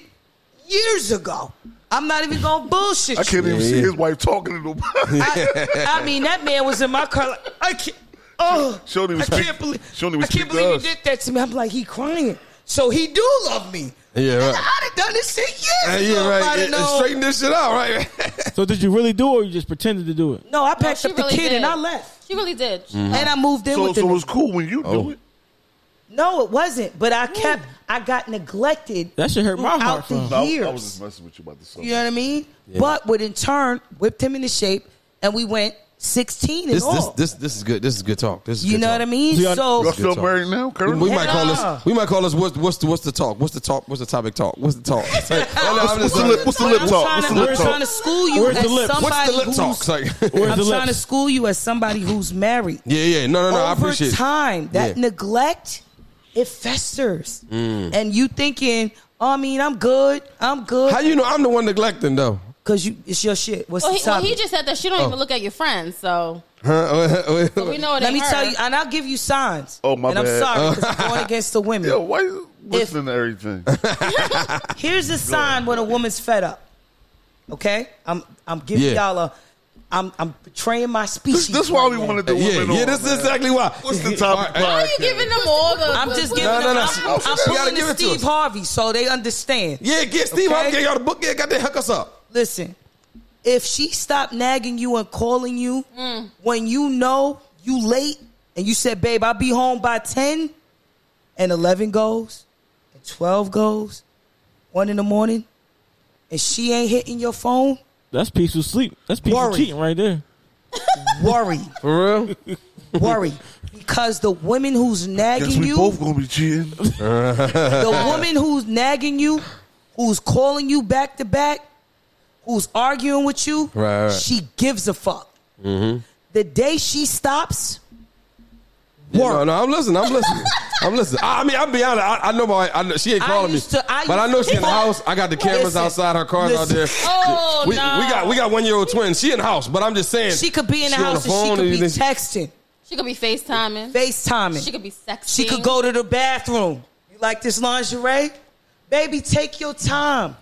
Speaker 9: years ago. I'm not even gonna bullshit
Speaker 1: I
Speaker 9: you.
Speaker 1: can't even see his wife talking to nobody.
Speaker 9: I, I mean, that man was in my car. Like, I can't. Oh,
Speaker 1: She don't even
Speaker 9: I
Speaker 1: speak-
Speaker 9: can't believe.
Speaker 1: she don't even
Speaker 9: I can't
Speaker 1: speak to
Speaker 9: believe
Speaker 1: us.
Speaker 9: you did that to me. I'm like, he crying. So he do love me.
Speaker 5: Yeah, right.
Speaker 9: And I'd have done this shit
Speaker 5: Yeah,
Speaker 9: years
Speaker 5: yeah,
Speaker 9: ago if
Speaker 5: right.
Speaker 9: I'd have
Speaker 5: And- and
Speaker 9: known.
Speaker 5: Straighten this shit out, right?
Speaker 2: So did you really do it or you just pretended to do it?
Speaker 9: No, I
Speaker 4: No,
Speaker 9: packed
Speaker 4: she
Speaker 9: up the
Speaker 4: really
Speaker 9: kid
Speaker 4: did.
Speaker 9: and I left,
Speaker 4: She really did. She
Speaker 9: and I moved in
Speaker 1: so
Speaker 9: with the.
Speaker 1: so it's cool when you
Speaker 5: Oh.
Speaker 1: do it.
Speaker 9: no, it wasn't. But I kept. I got neglected.
Speaker 2: That shit hurt my heart,
Speaker 9: throughout
Speaker 2: fam.
Speaker 9: the
Speaker 1: No, I,
Speaker 9: years.
Speaker 1: I was just messing with you about the song.
Speaker 9: you know what I mean? But would in turn whipped him into shape, and we went 16 and
Speaker 5: this, this,
Speaker 9: all.
Speaker 5: this, this is good. This is good talk. This is
Speaker 9: you
Speaker 5: good
Speaker 9: know
Speaker 5: talk.
Speaker 9: what I mean?
Speaker 2: Do y'all-
Speaker 9: so
Speaker 1: Y'all still
Speaker 5: talk.
Speaker 1: married now?
Speaker 5: We,
Speaker 1: Currently?
Speaker 5: we might call
Speaker 9: Nah.
Speaker 5: us. We might call us. What's what's the what's the talk? What's the talk? What's the topic talk? What's the talk? Hey, no, no, I'm
Speaker 1: what's
Speaker 5: just
Speaker 1: the
Speaker 5: like-
Speaker 1: lip? What's the lip
Speaker 9: I'm
Speaker 1: talk?
Speaker 9: trying
Speaker 1: What's
Speaker 9: to,
Speaker 1: the
Speaker 9: I'm
Speaker 1: lip
Speaker 9: trying to
Speaker 1: talk?
Speaker 9: school you
Speaker 2: Where's
Speaker 9: as
Speaker 2: the lips? What's
Speaker 9: somebody
Speaker 5: What's the lip
Speaker 9: who's
Speaker 5: talk? Like,
Speaker 2: Where's
Speaker 9: I'm
Speaker 2: the
Speaker 9: trying to
Speaker 2: lips?
Speaker 9: school you as somebody who's married.
Speaker 5: yeah, yeah. No, no, no. I
Speaker 9: Over
Speaker 5: appreciate. it.
Speaker 9: time, that
Speaker 5: Yeah.
Speaker 9: neglect it festers, and you thinking, "Oh, I mean, I'm good, I'm
Speaker 5: How
Speaker 9: good,
Speaker 5: you know I'm the one neglecting though?
Speaker 9: because you, it's your shit. What's
Speaker 4: Well,
Speaker 9: the
Speaker 4: he, well,
Speaker 9: topic?
Speaker 4: he just said that she don't even look at your friends, so
Speaker 5: Huh?
Speaker 4: we know it
Speaker 9: Oh. Let
Speaker 4: ain't
Speaker 9: me
Speaker 4: Oh, her.
Speaker 9: tell you, and I'll give you signs.
Speaker 1: Oh, my
Speaker 9: And
Speaker 1: bad.
Speaker 9: I'm sorry, 'cause I'm going against the women.
Speaker 1: Yo, why you listening to everything?
Speaker 9: Here's a sign when a woman's fed up. Okay, I'm I'm giving
Speaker 5: Yeah.
Speaker 9: y'all a. I'm I'm betraying my species.
Speaker 1: this, this why we
Speaker 9: right now.
Speaker 1: wanted the
Speaker 5: yeah,
Speaker 1: women
Speaker 5: yeah.
Speaker 1: on,
Speaker 5: This is
Speaker 1: man.
Speaker 5: exactly why.
Speaker 1: What's the topic?
Speaker 5: All right,
Speaker 4: Why are you giving them all the?
Speaker 9: I'm just giving
Speaker 5: No, no,
Speaker 9: them.
Speaker 5: no.
Speaker 9: I'm, I'm
Speaker 5: You gotta
Speaker 9: pulling
Speaker 5: give
Speaker 9: to
Speaker 5: it to
Speaker 9: Steve
Speaker 5: us.
Speaker 9: Harvey, so they understand.
Speaker 5: Yeah, get Steve. I'm
Speaker 9: Okay?
Speaker 5: getting y'all the book. Yeah, got that hook us up.
Speaker 9: Listen, if she stopped nagging you and calling you when you know you late and you said, "Babe, I'll be home by 10," and 11 goes, and 12 goes, one in the morning, and she ain't hitting your phone,
Speaker 2: That's peaceful sleep. That's peaceful
Speaker 9: Worry.
Speaker 2: cheating right there.
Speaker 9: worry,
Speaker 5: For real?
Speaker 9: worry, because the woman who's nagging
Speaker 1: Guess we
Speaker 9: you,
Speaker 1: both gonna be cheating.
Speaker 9: the woman who's nagging you, who's calling you back to back, who's arguing with you,
Speaker 5: Right, right.
Speaker 9: she gives a fuck. The day she stops,
Speaker 5: Yeah, no, no, I'm listening. I'm listening. I'm listening. I, I mean, I'm be honest. I, I know my. I know, she ain't
Speaker 9: I
Speaker 5: calling me,
Speaker 9: used to- I
Speaker 5: but I
Speaker 9: used
Speaker 5: know
Speaker 9: to-
Speaker 5: she in the house. I got the cameras
Speaker 9: Listen.
Speaker 5: outside. Her car's out there.
Speaker 4: Oh,
Speaker 5: we,
Speaker 4: no.
Speaker 5: we got we got one year old twins. She in the house, but I'm just saying
Speaker 9: she could be in the
Speaker 5: she on
Speaker 9: house
Speaker 5: phone
Speaker 9: and she could be
Speaker 5: everything.
Speaker 9: texting,
Speaker 4: She could be FaceTiming.
Speaker 9: FaceTiming.
Speaker 4: She could be sexy.
Speaker 9: She could go to the bathroom. You like this lingerie? Baby, take your time.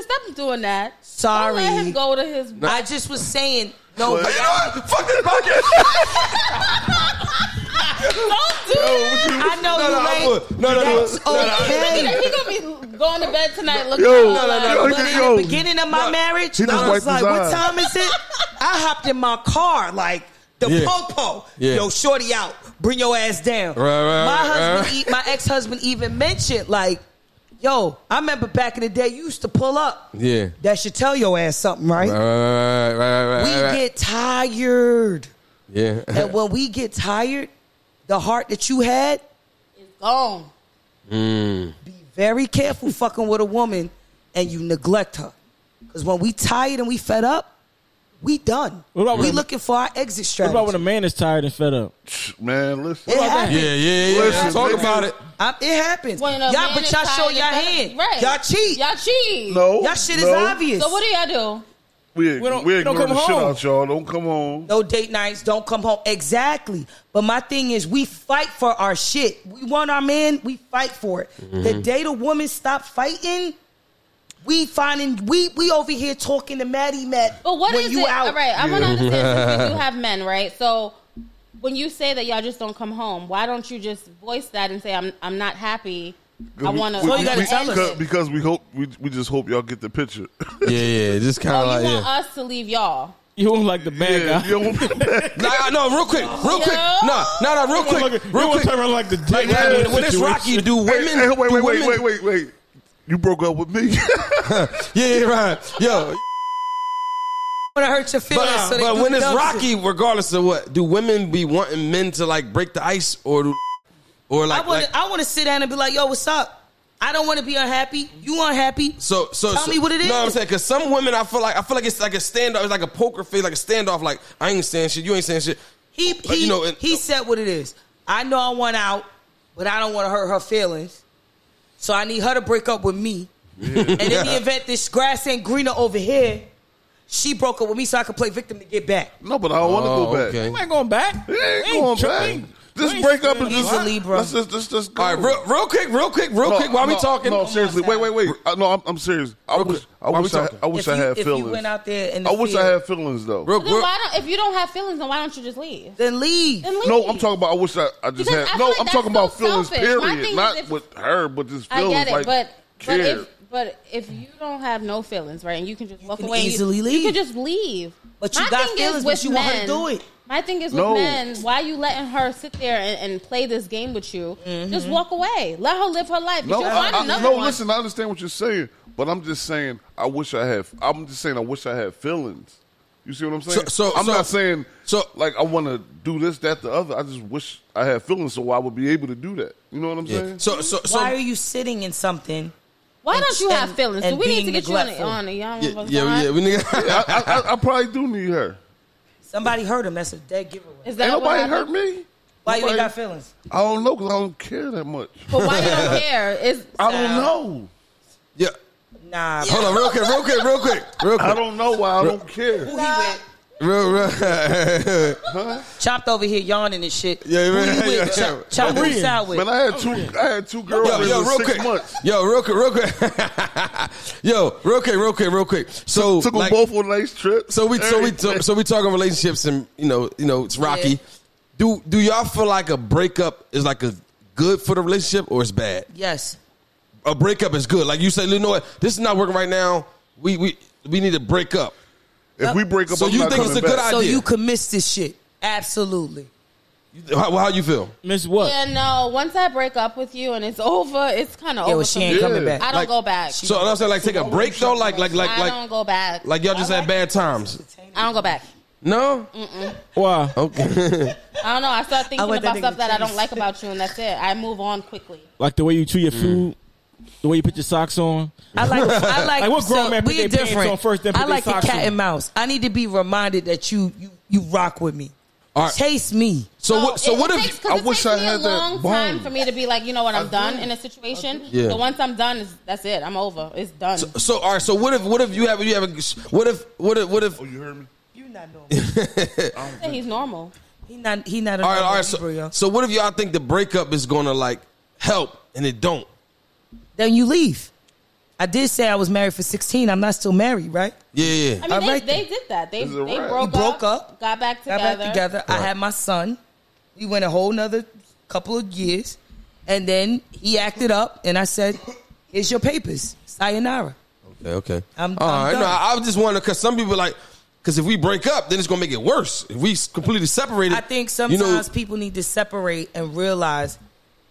Speaker 4: Stop doing that.
Speaker 9: Sorry.
Speaker 4: Don't let him go to his.
Speaker 9: I just was saying, no,
Speaker 1: But-
Speaker 5: You know what? Fuck this podcast.
Speaker 4: Don't do that.
Speaker 9: I know
Speaker 5: No,
Speaker 9: you
Speaker 5: no, I
Speaker 9: late.
Speaker 5: would. No, no, no.
Speaker 9: That's
Speaker 5: No, no, I-
Speaker 9: okay.
Speaker 4: He gonna be going to bed tonight looking.
Speaker 1: Yo,
Speaker 4: all
Speaker 1: no, no,
Speaker 4: like-
Speaker 1: no,
Speaker 9: But in
Speaker 1: Yo,
Speaker 9: the beginning of my
Speaker 5: no.
Speaker 9: marriage,
Speaker 1: He just
Speaker 9: I was
Speaker 1: wiped his
Speaker 9: like, what
Speaker 1: eyes.
Speaker 9: time is it? I hopped in my car, like the
Speaker 5: Yeah.
Speaker 9: popo.
Speaker 5: Yeah.
Speaker 9: Yo, shorty out. Bring your ass down.
Speaker 5: Right, right,
Speaker 9: my
Speaker 5: right,
Speaker 9: husband,
Speaker 5: right.
Speaker 9: e- my ex-husband even mentioned, like, yo, I remember back in the day, you used to pull up.
Speaker 5: Yeah.
Speaker 9: That should tell your ass something, right?
Speaker 5: Right, right, right, right,
Speaker 9: We
Speaker 5: right, right.
Speaker 9: get tired.
Speaker 5: yeah.
Speaker 9: And when we get tired, the heart that you had,
Speaker 4: Gone.
Speaker 9: very careful fucking with a woman and you neglect her. Because when we tired and we fed up, we done.
Speaker 2: What about
Speaker 9: we
Speaker 2: when-
Speaker 9: looking for our exit
Speaker 2: What
Speaker 9: strategy.
Speaker 2: about when a man is tired and fed up?
Speaker 1: Man, listen.
Speaker 9: It happens.
Speaker 5: Yeah, yeah, yeah.
Speaker 1: Listen,
Speaker 5: Talk
Speaker 1: nigga.
Speaker 5: about it.
Speaker 9: I'm- it happens.
Speaker 4: When a
Speaker 9: y'all,
Speaker 4: man
Speaker 9: but
Speaker 4: is
Speaker 9: y'all
Speaker 4: tired
Speaker 9: show
Speaker 4: and
Speaker 9: y'all
Speaker 4: fed up-
Speaker 9: hand.
Speaker 4: Right.
Speaker 9: Y'all cheat.
Speaker 4: Y'all cheat.
Speaker 1: No.
Speaker 9: Y'all shit is
Speaker 1: no.
Speaker 9: obvious.
Speaker 4: So what do y'all do?
Speaker 1: We,
Speaker 2: We
Speaker 1: we
Speaker 2: don't-
Speaker 1: don't,
Speaker 2: we
Speaker 1: we
Speaker 2: don't
Speaker 1: ignore the
Speaker 2: come
Speaker 1: shit
Speaker 2: home.
Speaker 1: out y'all. Don't come home.
Speaker 9: No date nights. Don't come home. Exactly. But my thing is, we fight for our shit. We want our man. We fight for it. The day the woman stop fighting, we finding we we over here talking to Maddie Matt.
Speaker 4: But what is
Speaker 9: when you
Speaker 4: it?
Speaker 9: out?
Speaker 4: All right, I want to understand. since we do have men, right? So when you say that y'all just don't come home, why don't you just voice that and say I'm I'm not happy. I want to.
Speaker 1: We-
Speaker 9: So you
Speaker 1: we-
Speaker 9: gotta
Speaker 1: we-
Speaker 9: tell us.
Speaker 1: because- Because we hope we, we just hope y'all get the picture.
Speaker 5: Yeah, yeah. Just kind
Speaker 4: Oh,
Speaker 5: of
Speaker 4: you
Speaker 5: like
Speaker 4: want
Speaker 5: yeah.
Speaker 4: us to leave y'all?
Speaker 2: You don't like the bad
Speaker 1: Yeah,
Speaker 2: guy.
Speaker 1: you don't-
Speaker 5: Nah, no, real quick, real quick.
Speaker 4: No.
Speaker 5: Nah, nah, nah, real
Speaker 2: You wanna
Speaker 5: quick,
Speaker 2: look- you
Speaker 5: real
Speaker 2: wanna
Speaker 5: quick.
Speaker 2: turn around like the dick
Speaker 5: Like,
Speaker 2: in
Speaker 5: nah,
Speaker 2: the
Speaker 5: when it's
Speaker 2: situation.
Speaker 5: Rocky, do women?
Speaker 1: Hey, hey, wait,
Speaker 5: do
Speaker 1: wait, wait,
Speaker 5: women-
Speaker 1: wait, wait, wait. You broke up with me.
Speaker 5: Yeah, yeah, right. Yo,
Speaker 9: want to hurt your
Speaker 5: but, uh,
Speaker 9: feelings. so they
Speaker 5: but
Speaker 9: do
Speaker 5: when it's
Speaker 9: dumb shit.
Speaker 5: Rocky, regardless of what, do women be wanting men to like break the ice or, do- or like,
Speaker 9: I want
Speaker 5: like-
Speaker 9: to I want to sit down and be like, yo, what's up? I don't want to be unhappy. You unhappy?
Speaker 5: So, so
Speaker 9: Tell
Speaker 5: so-
Speaker 9: me what it
Speaker 5: No, I'm
Speaker 9: is.
Speaker 5: saying because some women, I feel like I feel like it's like a standoff, it's like a poker face, like a standoff. Like I ain't saying shit, you ain't saying shit.
Speaker 9: He
Speaker 5: But,
Speaker 9: he
Speaker 5: you know, and-
Speaker 9: he said what it is. I know I want out, but I don't want to hurt her feelings. So I need her to break up with me. And in the event this grass ain't greener over here, she broke up with me so I could play victim to get back.
Speaker 1: no, but I don't want to go back.
Speaker 5: Oh, okay.
Speaker 2: You ain't going back.
Speaker 1: It ain't
Speaker 2: You
Speaker 1: going
Speaker 2: tri-
Speaker 1: back.
Speaker 2: ain't-
Speaker 1: Just
Speaker 2: ain't
Speaker 1: break up and
Speaker 2: spending
Speaker 1: just
Speaker 9: He's a Libra.
Speaker 1: Let's just, just, just go.
Speaker 5: All right, real, real quick, real quick, real
Speaker 1: No,
Speaker 5: quick. While
Speaker 1: no,
Speaker 5: we talking, Oh,
Speaker 1: No, seriously. Wait, wait, wait. I, no, I'm, I'm serious. I
Speaker 5: Real
Speaker 1: wish,
Speaker 5: quick.
Speaker 1: I
Speaker 5: Why we
Speaker 1: wish, I, had-
Speaker 5: talking?
Speaker 1: I wish
Speaker 9: If
Speaker 1: I
Speaker 9: you-
Speaker 1: had
Speaker 9: if you
Speaker 1: feelings.
Speaker 9: went out there in the
Speaker 1: I wish I
Speaker 9: field.
Speaker 1: had feelings though.
Speaker 5: real,
Speaker 4: Then
Speaker 5: real,
Speaker 4: why don't? If you don't have feelings, then why don't you just leave?
Speaker 9: Then leave.
Speaker 4: Then leave.
Speaker 1: No, I'm talking about. I wish I, I just
Speaker 4: Because I
Speaker 1: had.
Speaker 4: feel
Speaker 1: No,
Speaker 4: like
Speaker 1: I'm
Speaker 4: that's
Speaker 1: talking about
Speaker 4: so
Speaker 1: feelings.
Speaker 4: selfish. My
Speaker 1: Period.
Speaker 4: thing is
Speaker 1: Not
Speaker 4: if-
Speaker 1: with her, but just
Speaker 4: I
Speaker 1: feelings.
Speaker 4: get it,
Speaker 1: like,
Speaker 4: but but
Speaker 1: care.
Speaker 4: if but if you don't have no feelings, right, and you can just walk
Speaker 9: can
Speaker 4: away, and you-
Speaker 9: easily
Speaker 4: you,
Speaker 9: leave.
Speaker 4: can just leave.
Speaker 9: But you got
Speaker 4: thing is
Speaker 9: feelings, but
Speaker 4: with
Speaker 9: you want her to do it.
Speaker 4: My thing is with
Speaker 1: No.
Speaker 4: men, why you letting her sit there and, and play this game with you? Just walk away. Let her live her life.
Speaker 1: No,
Speaker 4: She'll
Speaker 1: I,
Speaker 4: find
Speaker 1: I-
Speaker 4: another
Speaker 1: no.
Speaker 4: one.
Speaker 1: Listen, I understand what you're saying, but I'm just saying I wish I had. I'm just saying I wish I had feelings. You see what I'm saying?
Speaker 5: So- so-
Speaker 1: I'm
Speaker 5: so-
Speaker 1: not saying
Speaker 5: so-
Speaker 1: like I want to do this, that, the other. I just wish I had feelings so I would be able to do that. You know what I'm
Speaker 5: Yeah.
Speaker 1: saying?
Speaker 5: So, so, so,
Speaker 9: Why are you sitting in something?
Speaker 4: Why
Speaker 9: and-
Speaker 4: don't you have
Speaker 9: and-
Speaker 4: feelings? Do
Speaker 9: and
Speaker 4: we need
Speaker 9: being
Speaker 4: to get you
Speaker 9: neglectful.
Speaker 4: on the on the
Speaker 5: yeah,
Speaker 4: young
Speaker 5: yeah, yeah, we nigga.
Speaker 1: I, I, I, I probably do need her.
Speaker 9: Somebody hurt him. That's a dead giveaway.
Speaker 4: Is that
Speaker 1: Ain't
Speaker 4: what
Speaker 1: nobody hurt
Speaker 4: happened?
Speaker 1: me.
Speaker 9: Why you ain't
Speaker 1: Nobody-
Speaker 9: got feelings?
Speaker 1: I don't know because I don't care that much.
Speaker 4: But why you don't care? Is
Speaker 1: I don't know.
Speaker 5: yeah.
Speaker 9: Nah.
Speaker 5: Hold on, real quick, real quick, real quick, real
Speaker 1: I
Speaker 5: quick,
Speaker 1: don't know why I don't care.
Speaker 9: Who he with?
Speaker 5: real, real.
Speaker 9: Chopped over here yawning and shit.
Speaker 5: Yeah,
Speaker 9: Who
Speaker 5: yeah,
Speaker 9: he
Speaker 5: yeah,
Speaker 9: with?
Speaker 5: yeah.
Speaker 9: Chop- Chop who's out with?
Speaker 1: Man, I had two. I had two
Speaker 5: Yo,
Speaker 1: girlfriends
Speaker 5: yo,
Speaker 1: in
Speaker 5: real
Speaker 1: six
Speaker 5: quick.
Speaker 1: months.
Speaker 5: Yo, real quick, real quick. yo, real quick, real quick, real quick. So
Speaker 1: Took them
Speaker 5: like-
Speaker 1: both on nice trips.
Speaker 5: So we so we
Speaker 1: Everything.
Speaker 5: so we talking relationships and you know you know it's rocky.
Speaker 9: Yeah.
Speaker 5: Do do y'all feel like a breakup is like a good for the relationship or it's bad?
Speaker 9: Yes.
Speaker 5: A breakup is good. Like you say, you know what? This is not working right now. We we we need to break up.
Speaker 1: if we break up,
Speaker 5: So
Speaker 1: I'm
Speaker 5: you
Speaker 1: not
Speaker 5: think it's
Speaker 1: coming
Speaker 5: a good
Speaker 1: back.
Speaker 9: So
Speaker 5: idea.
Speaker 9: you could miss this shit. Absolutely.
Speaker 5: You- How, how you feel?
Speaker 2: Miss what?
Speaker 4: Yeah, no. Once I break up with you and it's over, it's kind of
Speaker 9: Yeah,
Speaker 4: over.
Speaker 9: well,
Speaker 4: for
Speaker 9: she ain't
Speaker 4: me.
Speaker 9: coming
Speaker 1: Yeah.
Speaker 9: back.
Speaker 4: I don't
Speaker 5: Like-
Speaker 4: go back.
Speaker 5: So I'm saying like take a break though. Like like like
Speaker 4: I don't
Speaker 5: like
Speaker 4: go back.
Speaker 5: like y'all just had bad times.
Speaker 4: I don't go back.
Speaker 5: No.
Speaker 4: Mm.
Speaker 2: Why?
Speaker 5: Okay.
Speaker 4: I don't know. I start thinking
Speaker 9: want that
Speaker 4: about
Speaker 9: nigga
Speaker 4: stuff that I
Speaker 9: to
Speaker 4: don't like about you, and that's it. I move on quickly.
Speaker 2: Like the way you chew your
Speaker 1: Mm.
Speaker 2: food, the way you put your socks on.
Speaker 9: I like. I like.
Speaker 2: Like, what grown man put
Speaker 9: we
Speaker 2: their pants
Speaker 9: different.
Speaker 2: on first, then put
Speaker 9: I
Speaker 2: their
Speaker 9: like a
Speaker 2: socks
Speaker 9: cat
Speaker 2: on?
Speaker 9: and mouse. I need to be reminded that you you you rock with me.
Speaker 5: All right.
Speaker 9: Chase me.
Speaker 5: So what? So
Speaker 4: it,
Speaker 5: what
Speaker 4: it
Speaker 5: if?
Speaker 4: Takes, 'cause
Speaker 1: I
Speaker 4: it
Speaker 1: wish I
Speaker 4: takes me
Speaker 1: had
Speaker 4: a
Speaker 1: that
Speaker 4: long time
Speaker 1: bone.
Speaker 4: for me to be like, you know what? I'm done in a situation.
Speaker 5: Yeah.
Speaker 4: So once I'm done, it's, that's it. I'm over. It's done.
Speaker 5: So all right. So what if? What if you have? You have? A, what if? What if? What if?
Speaker 1: Oh, you heard me.
Speaker 9: You not normal.
Speaker 4: He's normal.
Speaker 9: he not. He not a
Speaker 5: All right,
Speaker 9: normal
Speaker 5: all right.
Speaker 9: Libra, yo.
Speaker 5: So, so what if y'all think the breakup is gonna like help and it don't?
Speaker 9: then you leave. I did say I was married for sixteen. I'm not still married, right?
Speaker 5: Yeah, yeah.
Speaker 4: I
Speaker 9: I
Speaker 4: mean, they,
Speaker 9: like
Speaker 4: they
Speaker 9: that.
Speaker 4: did that. They,
Speaker 1: This
Speaker 4: they
Speaker 1: is a wrap.
Speaker 4: broke,
Speaker 9: We broke
Speaker 4: up,
Speaker 9: up,
Speaker 4: got back
Speaker 9: Got
Speaker 4: together.
Speaker 9: back together. I had my son. We went a whole nother couple of years, and then he acted up, and I said, "Here's your papers. Sayonara."
Speaker 5: Okay, okay.
Speaker 9: I'm-
Speaker 5: All
Speaker 9: I'm
Speaker 5: right,
Speaker 9: done.
Speaker 5: No, I I was just wondering because some people like because if we break up, then it's gonna make it worse. If we s- completely separated,
Speaker 9: I think sometimes
Speaker 5: you know,
Speaker 9: people need to separate and realize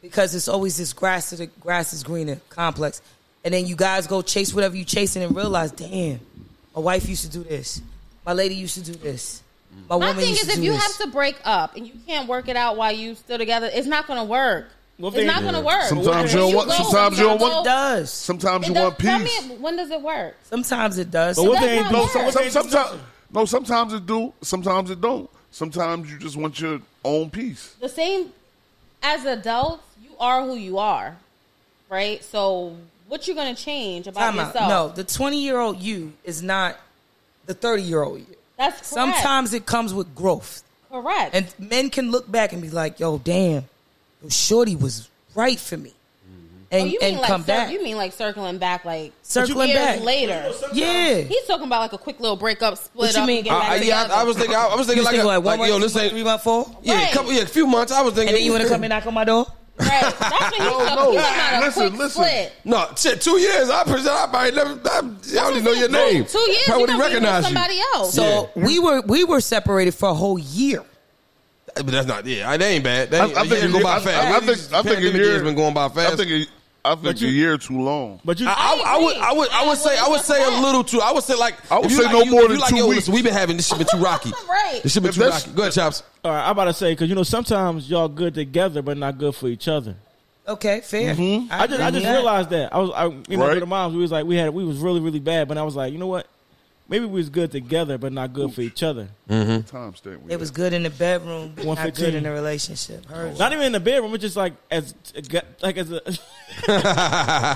Speaker 9: because it's always this grass to the grass is greener complex, and then you guys go chase whatever you chasing and realize, damn, my wife used to do this, my lady used to do this, my,
Speaker 4: My
Speaker 9: woman
Speaker 4: thing
Speaker 9: used
Speaker 4: is,
Speaker 9: to
Speaker 4: if
Speaker 9: do
Speaker 4: you
Speaker 9: this.
Speaker 4: have to break up and you can't work it out while you still together, it's not going to work.
Speaker 2: Well,
Speaker 4: it's
Speaker 2: they-
Speaker 4: not going to work.
Speaker 1: Sometimes you don't want- sometimes you don't want-
Speaker 9: it does.
Speaker 1: Sometimes you
Speaker 4: It does-
Speaker 1: want
Speaker 4: tell
Speaker 1: peace.
Speaker 4: me, when does it work?
Speaker 9: Sometimes it does.
Speaker 2: But what
Speaker 4: That's
Speaker 2: they ain't
Speaker 4: not
Speaker 2: do?
Speaker 4: fair.
Speaker 2: Sometimes,
Speaker 1: Some-
Speaker 2: sometimes,
Speaker 1: Sometimes, No, sometimes it do, sometimes it don't. Sometimes you just want your own peace.
Speaker 4: the same as adults, you are who you are, right? So what you gonna change about
Speaker 9: Time out.
Speaker 4: yourself?
Speaker 9: No, the 20 year old you is not the 30 year old you.
Speaker 4: that's correct.
Speaker 9: Sometimes it comes with growth.
Speaker 4: correct.
Speaker 9: And men can look back and be like, yo, damn, yo, Shorty was right for me.
Speaker 4: Oh,
Speaker 9: And,
Speaker 4: you
Speaker 9: and
Speaker 4: mean like
Speaker 9: come
Speaker 4: cir-
Speaker 9: back.
Speaker 4: You mean like circling back, like
Speaker 9: Circling
Speaker 4: years
Speaker 9: back.
Speaker 4: later?
Speaker 9: Yeah.
Speaker 4: He's talking about like a quick little breakup,
Speaker 9: What
Speaker 4: split
Speaker 9: you
Speaker 4: up.
Speaker 9: mean?
Speaker 4: And get back
Speaker 5: I, I- yeah,
Speaker 4: together.
Speaker 5: I, I was thinking, I, I was thinking
Speaker 9: You
Speaker 5: like,
Speaker 9: thinking
Speaker 5: a,
Speaker 9: like,
Speaker 5: like,
Speaker 9: one
Speaker 5: yo,
Speaker 9: month,
Speaker 5: this
Speaker 9: two month,
Speaker 5: ain't,
Speaker 9: three month, four?
Speaker 5: yeah,
Speaker 4: Right.
Speaker 5: a couple, yeah, a few months. I was thinking,
Speaker 9: And then you want to come and knock on my door?
Speaker 4: Right. That's what he's talking about. a
Speaker 1: listen,
Speaker 4: quick
Speaker 1: listen.
Speaker 4: split.
Speaker 5: No, shit, two years. I present. I might never. I, I don't even know your
Speaker 4: Two-
Speaker 5: name.
Speaker 4: Two years.
Speaker 5: Probably
Speaker 4: you gonna be with
Speaker 5: recognize you.
Speaker 4: somebody else.
Speaker 9: So we were we were separated for a whole year.
Speaker 5: But that's not. Yeah, that ain't bad. That
Speaker 1: I,
Speaker 5: ain't,
Speaker 1: I think
Speaker 5: years go
Speaker 1: it-
Speaker 5: by
Speaker 1: I,
Speaker 5: fast.
Speaker 1: I, I think I think
Speaker 5: Pandemic
Speaker 1: a year
Speaker 5: years been going by fast.
Speaker 1: I think it- I think
Speaker 2: you-
Speaker 1: a year too long.
Speaker 2: But you,
Speaker 5: I, I, I would, I would, I would say, I would say a little too. I would say like,
Speaker 1: I would
Speaker 5: if you
Speaker 1: say
Speaker 5: like,
Speaker 1: no
Speaker 5: you,
Speaker 1: more
Speaker 5: if you
Speaker 1: than
Speaker 5: like,
Speaker 1: two
Speaker 5: yo,
Speaker 1: weeks.
Speaker 5: Listen, we've been having this shit been too rocky.
Speaker 4: Right.
Speaker 5: This shit been
Speaker 1: If
Speaker 5: too
Speaker 1: that's-
Speaker 5: rocky. Go ahead, chops.
Speaker 2: all right, I'm about to say because you know sometimes y'all good together, but not good for each other.
Speaker 9: Okay, fair.
Speaker 2: I just I
Speaker 9: agree
Speaker 2: just
Speaker 9: with that.
Speaker 2: realized that I was I you know
Speaker 1: Right.
Speaker 2: with the moms we was like we had we was really really bad, but I was like you know what maybe we was good together, but not good for each other.
Speaker 1: Time stamp. we
Speaker 9: It was good in the bedroom, but not
Speaker 2: 115.
Speaker 9: good in the relationship. Heard you.
Speaker 2: Not even in the bedroom, it's just like as like as a
Speaker 1: at. no,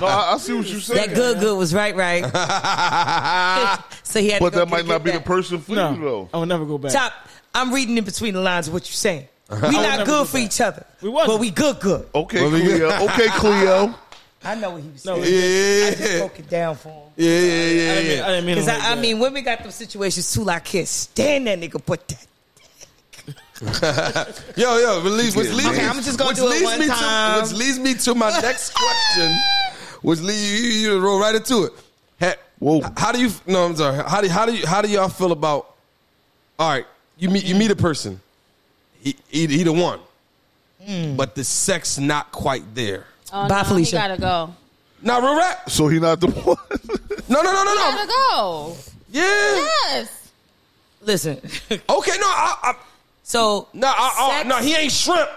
Speaker 1: I, I see what you're saying.
Speaker 9: That good good was right, right.
Speaker 5: Ah,
Speaker 9: so he had
Speaker 1: but
Speaker 9: to go
Speaker 1: that might
Speaker 9: get
Speaker 1: not be the
Speaker 9: back.
Speaker 1: person for you
Speaker 2: no
Speaker 1: though.
Speaker 2: I would never go back.
Speaker 9: Top, I'm reading in between the lines of what you're saying. We
Speaker 2: never
Speaker 9: not
Speaker 2: do
Speaker 9: good for
Speaker 2: that.
Speaker 9: each other.
Speaker 2: We wasn't.
Speaker 9: But we good good.
Speaker 1: Okay, Cleo. Okay, Cleo.
Speaker 9: I know what he was
Speaker 2: No,
Speaker 9: saying.
Speaker 2: yeah,
Speaker 5: yeah,
Speaker 9: I just broke it down for him.
Speaker 5: Yeah, yeah, yeah,
Speaker 2: I
Speaker 5: yeah.
Speaker 2: didn't mean, I didn't mean, it
Speaker 9: Because
Speaker 2: like
Speaker 9: I, I
Speaker 2: that.
Speaker 9: mean, women got those situations too. Like, I can't stand that nigga, but that.
Speaker 5: Yo, yo, release. Which
Speaker 1: Yeah,
Speaker 5: leads,
Speaker 1: man.
Speaker 9: Okay, I'm just gonna
Speaker 5: which
Speaker 9: do it
Speaker 5: leads
Speaker 9: one
Speaker 5: me
Speaker 9: time.
Speaker 5: To, which leads me to my next question. Which lead you, you, you roll right into it. Ha-
Speaker 1: Whoa.
Speaker 5: How do you? No, I'm sorry. How do how do you, how do y'all feel about? All right, you meet you meet a person. He he, he the one,
Speaker 9: Hmm.
Speaker 5: but the sex not quite there.
Speaker 4: oh,
Speaker 9: Bye,
Speaker 4: no,
Speaker 9: Felicia.
Speaker 4: He gotta go.
Speaker 5: Now real rap.
Speaker 1: So he not the one.
Speaker 5: No, no, no, no,
Speaker 4: He
Speaker 5: no.
Speaker 4: gotta go.
Speaker 5: Yeah.
Speaker 4: Yes.
Speaker 9: Listen,
Speaker 5: Okay. No. I, I,
Speaker 9: so
Speaker 5: no. I, I,
Speaker 9: sex-
Speaker 5: no. He ain't shrimp.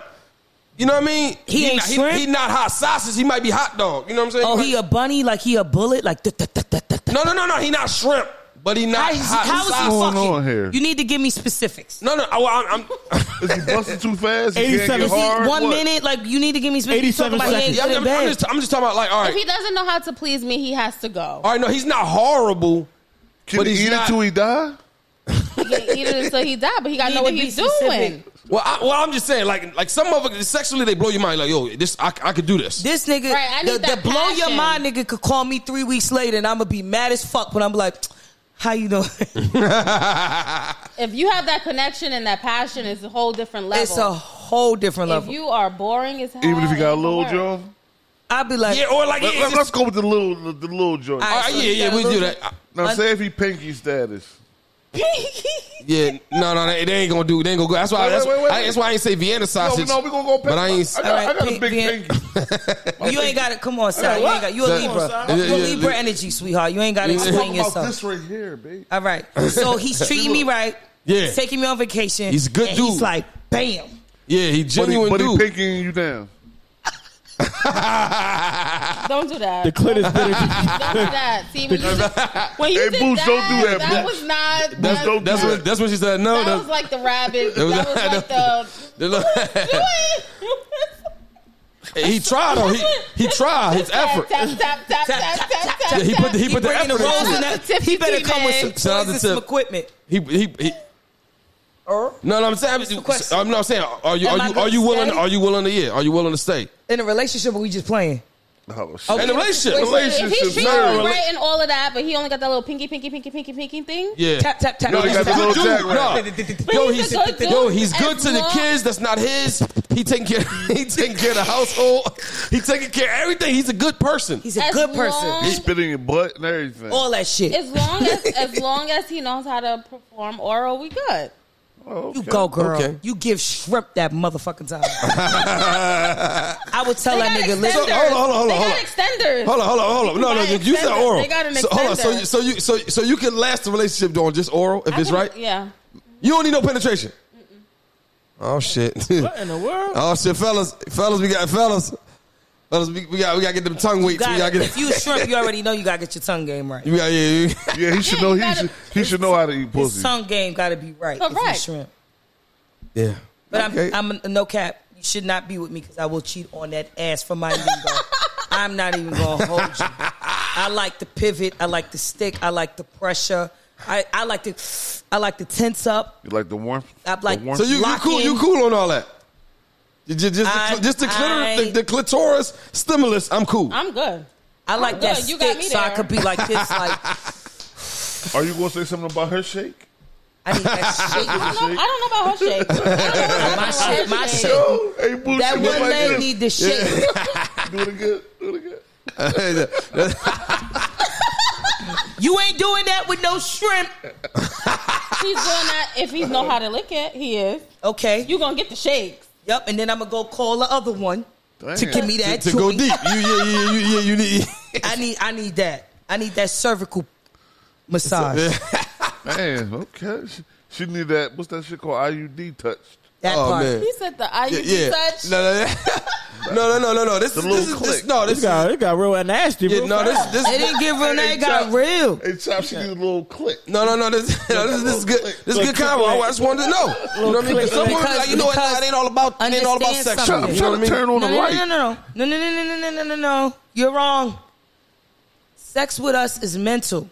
Speaker 5: You know what I mean?
Speaker 9: He ain't
Speaker 5: not,
Speaker 9: shrimp?
Speaker 5: He, he not hot sausage. He might be hot dog. You know what I'm saying?
Speaker 9: Oh,
Speaker 5: Like-
Speaker 9: he a bunny? Like he a bullet? Like da, da, da, da, da, da.
Speaker 5: No, no, no, no. He not shrimp, but he
Speaker 9: How
Speaker 5: not
Speaker 9: is he-
Speaker 5: hot
Speaker 9: how is he
Speaker 5: sausage.
Speaker 1: going
Speaker 9: fucking?
Speaker 1: on here?
Speaker 9: You need to give me specifics.
Speaker 5: No, no. I, I'm, I'm,
Speaker 1: Is he busting too fast? He can't
Speaker 2: 87.
Speaker 1: get
Speaker 2: Is he
Speaker 1: hard.
Speaker 9: One
Speaker 1: What?
Speaker 9: minute, like you need to give me specifics. Talk
Speaker 2: 87
Speaker 9: about he ain't good
Speaker 5: yeah, I'm,
Speaker 9: in
Speaker 5: I'm,
Speaker 9: bed.
Speaker 5: just, I'm just talking about like, all
Speaker 4: If he
Speaker 5: right,
Speaker 4: doesn't know how to please me, he has to go.
Speaker 1: Oh.
Speaker 5: all right. No, he's not horrible.
Speaker 1: Can
Speaker 5: But
Speaker 1: he
Speaker 5: he's
Speaker 1: eat it
Speaker 5: not-
Speaker 1: till he die?
Speaker 4: He can eat it until he die, but he gotta
Speaker 9: Need
Speaker 4: know
Speaker 9: to
Speaker 4: what
Speaker 9: be
Speaker 4: he's
Speaker 9: specific.
Speaker 4: doing.
Speaker 5: Well, I, well, I'm just saying, like, like some of it sexually they blow your mind. Like, yo, this I, I could do this.
Speaker 9: This nigga,
Speaker 4: Right, I need
Speaker 9: the,
Speaker 4: that
Speaker 9: the blow your
Speaker 4: passion.
Speaker 9: mind nigga could call me three weeks later and I'm gonna be mad as fuck when I'm like, how you doing?
Speaker 4: If you have that connection and that passion, it's a whole different level.
Speaker 9: it's a whole different
Speaker 4: if
Speaker 9: level.
Speaker 4: you are boring as hell,
Speaker 1: Even if he got a
Speaker 4: it
Speaker 1: little
Speaker 4: won't work.
Speaker 1: job.
Speaker 9: I'll be like,
Speaker 5: yeah, or like,
Speaker 1: Let,
Speaker 5: yeah,
Speaker 1: let, us
Speaker 5: it's just-
Speaker 1: go with the little the, the little joint.
Speaker 9: All
Speaker 5: all
Speaker 9: right,
Speaker 5: right,
Speaker 9: so
Speaker 5: yeah,
Speaker 9: you
Speaker 5: yeah,
Speaker 9: gotta
Speaker 5: we do
Speaker 9: lose
Speaker 5: that. I-
Speaker 1: now
Speaker 9: un-
Speaker 1: say if he pinky status.
Speaker 5: Yeah, no, no, they, they ain't gonna do. They ain't gonna go. That's why.
Speaker 1: Wait,
Speaker 5: that's,
Speaker 1: wait, wait,
Speaker 5: I,
Speaker 1: wait.
Speaker 5: that's why I ain't say Vienna
Speaker 1: No,
Speaker 5: sausage.
Speaker 1: no, we gonna go. Pink.
Speaker 5: But I ain't.
Speaker 1: I got, I
Speaker 9: Alright,
Speaker 1: got a
Speaker 9: pink,
Speaker 1: big
Speaker 9: pink.
Speaker 1: pinky.
Speaker 9: you ain't got to come on,
Speaker 1: Yeah,
Speaker 9: Sal. You
Speaker 1: what?
Speaker 9: ain't got. You a
Speaker 5: That-
Speaker 9: Libra.
Speaker 5: yeah,
Speaker 9: you a
Speaker 5: yeah,
Speaker 9: Libra
Speaker 5: li-
Speaker 9: energy, sweetheart. You ain't got to
Speaker 5: Yeah.
Speaker 9: explain
Speaker 1: Talking about
Speaker 9: yourself.
Speaker 1: this right here, babe.
Speaker 9: All right. So he's treating me right.
Speaker 5: Yeah.
Speaker 9: He's taking me on vacation.
Speaker 5: He's a good
Speaker 9: and
Speaker 5: dude.
Speaker 9: He's like, bam.
Speaker 5: Yeah,
Speaker 1: But he,
Speaker 5: he genuine
Speaker 1: but he
Speaker 5: dude.
Speaker 1: pinking you down.
Speaker 4: Don't do that.
Speaker 2: the clit is bitter.
Speaker 4: Don't do that. See, when you, just, when you
Speaker 1: Hey,
Speaker 4: did
Speaker 1: Boots,
Speaker 4: that,
Speaker 1: don't do that,
Speaker 4: That
Speaker 1: Boots.
Speaker 4: was not. That's,
Speaker 5: That's,
Speaker 1: don't do
Speaker 5: that's
Speaker 1: that.
Speaker 5: what. That's what she said. No,
Speaker 4: that
Speaker 5: no.
Speaker 4: was like the rabbit. That
Speaker 5: was-
Speaker 4: was like the.
Speaker 5: The look- he tried though. He he tried his effort.
Speaker 4: Tap tap tap tap tap tap.
Speaker 5: Yeah, he put the, he
Speaker 9: He
Speaker 5: put the
Speaker 9: bringing the
Speaker 5: effort.
Speaker 9: rolls
Speaker 5: in.
Speaker 9: in that. He better come with some toys
Speaker 5: Shout out
Speaker 9: and
Speaker 5: to
Speaker 9: some
Speaker 5: Tip. Uh-huh.
Speaker 9: equipment.
Speaker 5: He he. he
Speaker 9: Or
Speaker 5: no, no, I'm saying. I'm,
Speaker 9: the question.
Speaker 5: I'm not saying. Are you
Speaker 9: Am
Speaker 5: are
Speaker 9: I
Speaker 5: you
Speaker 9: gonna
Speaker 5: are you willing?
Speaker 9: stay?
Speaker 5: Are you willing to? Yeah. Are you willing to stay
Speaker 9: in a relationship, or we just playing?
Speaker 1: Oh, shit.
Speaker 5: in a relationship?
Speaker 9: wait,
Speaker 4: If
Speaker 1: Relationship.
Speaker 4: he's treating you
Speaker 5: No, rela-
Speaker 4: right and all of that, but he only got that little pinky, pinky, pinky, pinky, pinky thing.
Speaker 5: Yeah.
Speaker 9: Tap tap tap.
Speaker 1: Yo, they
Speaker 9: tap,
Speaker 1: got the
Speaker 9: tap.
Speaker 1: little tag
Speaker 5: No.
Speaker 1: right.
Speaker 5: Yo,
Speaker 4: he's
Speaker 5: he's
Speaker 4: a good dude.
Speaker 5: yo, he's good
Speaker 4: As
Speaker 5: to the
Speaker 4: long-
Speaker 5: kids. That's not his. He taking care. He taking care of the household. He taking care of everything. He's a good person.
Speaker 9: He's a
Speaker 4: As
Speaker 9: good person.
Speaker 4: long-
Speaker 1: He spit in your butt and everything.
Speaker 9: All that shit.
Speaker 4: As long as as long as he knows how to perform oral, we good.
Speaker 1: Oh,
Speaker 9: You
Speaker 1: okay.
Speaker 9: go, girl.
Speaker 5: Okay.
Speaker 9: You give shrimp that motherfucking time. I would tell
Speaker 4: They
Speaker 9: that
Speaker 4: got
Speaker 9: nigga, listen.
Speaker 4: extenders.
Speaker 5: So, hold on, hold
Speaker 4: They
Speaker 5: on, hold on, hold
Speaker 4: got
Speaker 5: on.
Speaker 4: extenders.
Speaker 5: Hold on, hold on, hold on. No, no,
Speaker 4: They got
Speaker 5: you said
Speaker 4: extenders.
Speaker 5: oral.
Speaker 4: They got an
Speaker 5: so, hold on. So,
Speaker 4: extender.
Speaker 5: you- so you, so, so you can last the relationship doing just oral if
Speaker 4: I
Speaker 5: it's
Speaker 4: can-
Speaker 5: right.
Speaker 4: Yeah.
Speaker 5: You don't need no penetration. Oh shit.
Speaker 2: what in the world?
Speaker 5: Oh shit, fellas, fellas, we got fellas. Let us- we, we got we gotta get them tongue weights.
Speaker 9: Got
Speaker 5: we gotta
Speaker 9: it.
Speaker 5: get
Speaker 9: If you shrimp, you already know you gotta get your tongue game right.
Speaker 5: You got yeah, you,
Speaker 1: yeah. He should know. He
Speaker 9: gotta-
Speaker 1: should, he should know how to eat
Speaker 9: His
Speaker 1: pussy.
Speaker 9: tongue game gotta be right. if you
Speaker 4: Correct.
Speaker 9: shrimp.
Speaker 5: yeah.
Speaker 9: But I'm, I'm no cap. You should not be with me because I will cheat on that ass for my ego. I'm not even gonna hold you. I like the pivot. I like the stick. I like the pressure. I, I like to I like to tense up.
Speaker 1: You like the warmth?
Speaker 9: I'm like-
Speaker 1: the warmth?
Speaker 5: So you, you
Speaker 9: Lock
Speaker 5: cool? You
Speaker 9: in.
Speaker 5: cool on all that? You ju- Just, the
Speaker 9: I-
Speaker 5: cl- just the, clitor-
Speaker 9: I-
Speaker 5: the, the clitoris stimulus. I'm cool.
Speaker 4: I'm good.
Speaker 9: I like that
Speaker 4: good. Oh, You
Speaker 9: stick,
Speaker 4: got me
Speaker 9: so I
Speaker 4: there.
Speaker 9: could be like this. Like
Speaker 1: Are you gonna say something about her shake?
Speaker 9: I need that
Speaker 4: I
Speaker 9: shit.
Speaker 4: don't know, I don't know about her shake.
Speaker 9: My shit. My shit.
Speaker 1: Yo, hey, boo,
Speaker 9: That
Speaker 1: she look
Speaker 9: one
Speaker 1: like
Speaker 9: leg
Speaker 1: this.
Speaker 9: need to shake.
Speaker 1: Do it again. Do it again.
Speaker 9: You ain't doing that with no shrimp.
Speaker 4: He's doing that if he know how to lick it. He is.
Speaker 9: Okay.
Speaker 4: You gonna get the shakes.
Speaker 9: yep. And then I'm gonna go call the other one to
Speaker 1: Damn.
Speaker 9: give me that
Speaker 5: to go
Speaker 9: joint.
Speaker 5: deep. You yeah yeah you, yeah you need.
Speaker 9: I need I need that. I need that cervical massage.
Speaker 1: Man, okay. She, she need that. What's that shit called? IUD touched.
Speaker 9: That
Speaker 5: Oh,
Speaker 9: part.
Speaker 5: man.
Speaker 4: He said the IUD
Speaker 5: yeah.
Speaker 4: touch.
Speaker 5: No, no, no, no, no, no, no. This,
Speaker 1: The
Speaker 5: is
Speaker 1: little
Speaker 5: this is this,
Speaker 1: click.
Speaker 5: no. This
Speaker 2: This guy,
Speaker 5: is
Speaker 2: it got real nasty.
Speaker 5: yeah,
Speaker 2: real
Speaker 5: no. This
Speaker 2: fast.
Speaker 5: this
Speaker 9: They didn't give real name. It got
Speaker 1: Chop.
Speaker 9: real.
Speaker 1: Hey, Chop, she need a little click.
Speaker 5: no, no, no. This, no, this, is- this is good. This is good combo. I just wanted to know. You know what I mean? 'Cause Some women be like you know what? nah, It ain't all about. It ain't all about
Speaker 9: Understand
Speaker 5: sex.
Speaker 1: Chop, I'm
Speaker 5: You know
Speaker 1: trying
Speaker 5: what I
Speaker 1: to
Speaker 5: mean?
Speaker 1: turn on
Speaker 9: No,
Speaker 1: the
Speaker 9: no,
Speaker 1: light.
Speaker 9: no, no, no, no, no, no, no, no, no, no, no. You're wrong. Sex with us is mental.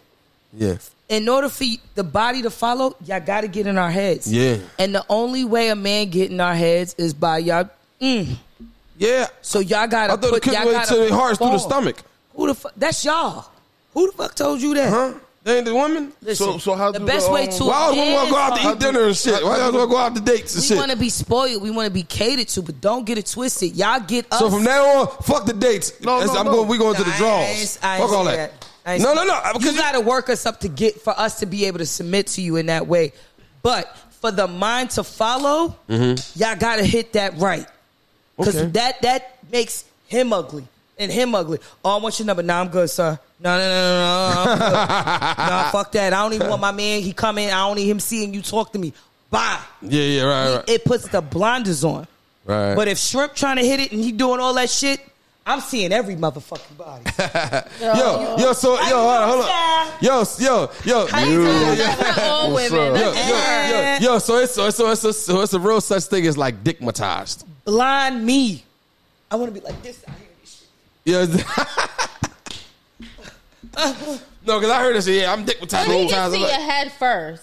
Speaker 5: Yeah.
Speaker 9: In order for y- the body to follow, y'all got to get in our heads.
Speaker 5: Yeah.
Speaker 9: And the only way a man get in our heads is by y'all. Mm.
Speaker 5: Yeah.
Speaker 9: So y'all got
Speaker 5: I
Speaker 9: to
Speaker 5: thought the
Speaker 9: put
Speaker 5: kids
Speaker 9: y'all
Speaker 5: went
Speaker 9: got
Speaker 5: to their hearts through the stomach.
Speaker 9: Who the fuck? That's y'all. Who the fuck told you that?
Speaker 5: Huh? They ain't the woman.
Speaker 9: Listen,
Speaker 1: So- so how
Speaker 9: the
Speaker 1: do
Speaker 9: best
Speaker 1: the,
Speaker 9: way
Speaker 1: um,
Speaker 9: to
Speaker 5: Why would women wanna go out to eat
Speaker 9: is-
Speaker 5: dinner and shit? Why y'all wanna go out to dates and
Speaker 9: We want
Speaker 5: shit?
Speaker 9: to be spoiled. We want to be catered to, but don't get it twisted. Y'all get us.
Speaker 5: So from now on, fuck the dates.
Speaker 1: No,
Speaker 5: That's-
Speaker 1: no,
Speaker 5: I'm
Speaker 1: no.
Speaker 5: going. We going to
Speaker 9: Nah,
Speaker 5: the
Speaker 9: I
Speaker 5: draws.
Speaker 9: ain't- I ain't
Speaker 5: Fuck all
Speaker 9: say
Speaker 5: that.
Speaker 9: I ain't
Speaker 5: No,
Speaker 9: say
Speaker 5: no, no.
Speaker 9: that.
Speaker 5: because
Speaker 9: You got to work us up to get for us to be able to submit to you in that way. But for the mind to follow, y'all got to hit that right because
Speaker 5: Mm-hmm. Okay.
Speaker 9: that that makes him ugly and him ugly. Oh, I want your number. Nah, I'm good, sir. No, no, no, no, no. I'm good. nah, fuck that. I don't even want my man. He come in. I don't need him seeing you talk to me. Bye.
Speaker 5: Yeah, yeah, right, right.
Speaker 9: It puts the blinders on.
Speaker 5: right.
Speaker 9: But if Shrimp trying to hit it and he doing all that shit, I'm seeing every motherfucking body.
Speaker 5: yo, yo, so yo,
Speaker 9: How you
Speaker 5: hold on, hold
Speaker 9: doing,
Speaker 5: on. Yo, s- yo, yo,
Speaker 9: How
Speaker 5: yo,
Speaker 9: you doing?
Speaker 5: yo,
Speaker 4: That's not all
Speaker 1: What's
Speaker 4: women.
Speaker 1: up?
Speaker 5: yo,
Speaker 4: That's
Speaker 5: yo, yo. So it's so it's so it's a, so it's a real such thing as like dickmatized.
Speaker 9: Blind me. I want to be like this out here. This shit.
Speaker 5: Yeah. no, because I heard this. Yeah, I'm dickmatized.
Speaker 4: But he
Speaker 5: all
Speaker 4: gets
Speaker 5: times.
Speaker 4: to
Speaker 5: I'm
Speaker 4: your
Speaker 5: like,
Speaker 4: head first.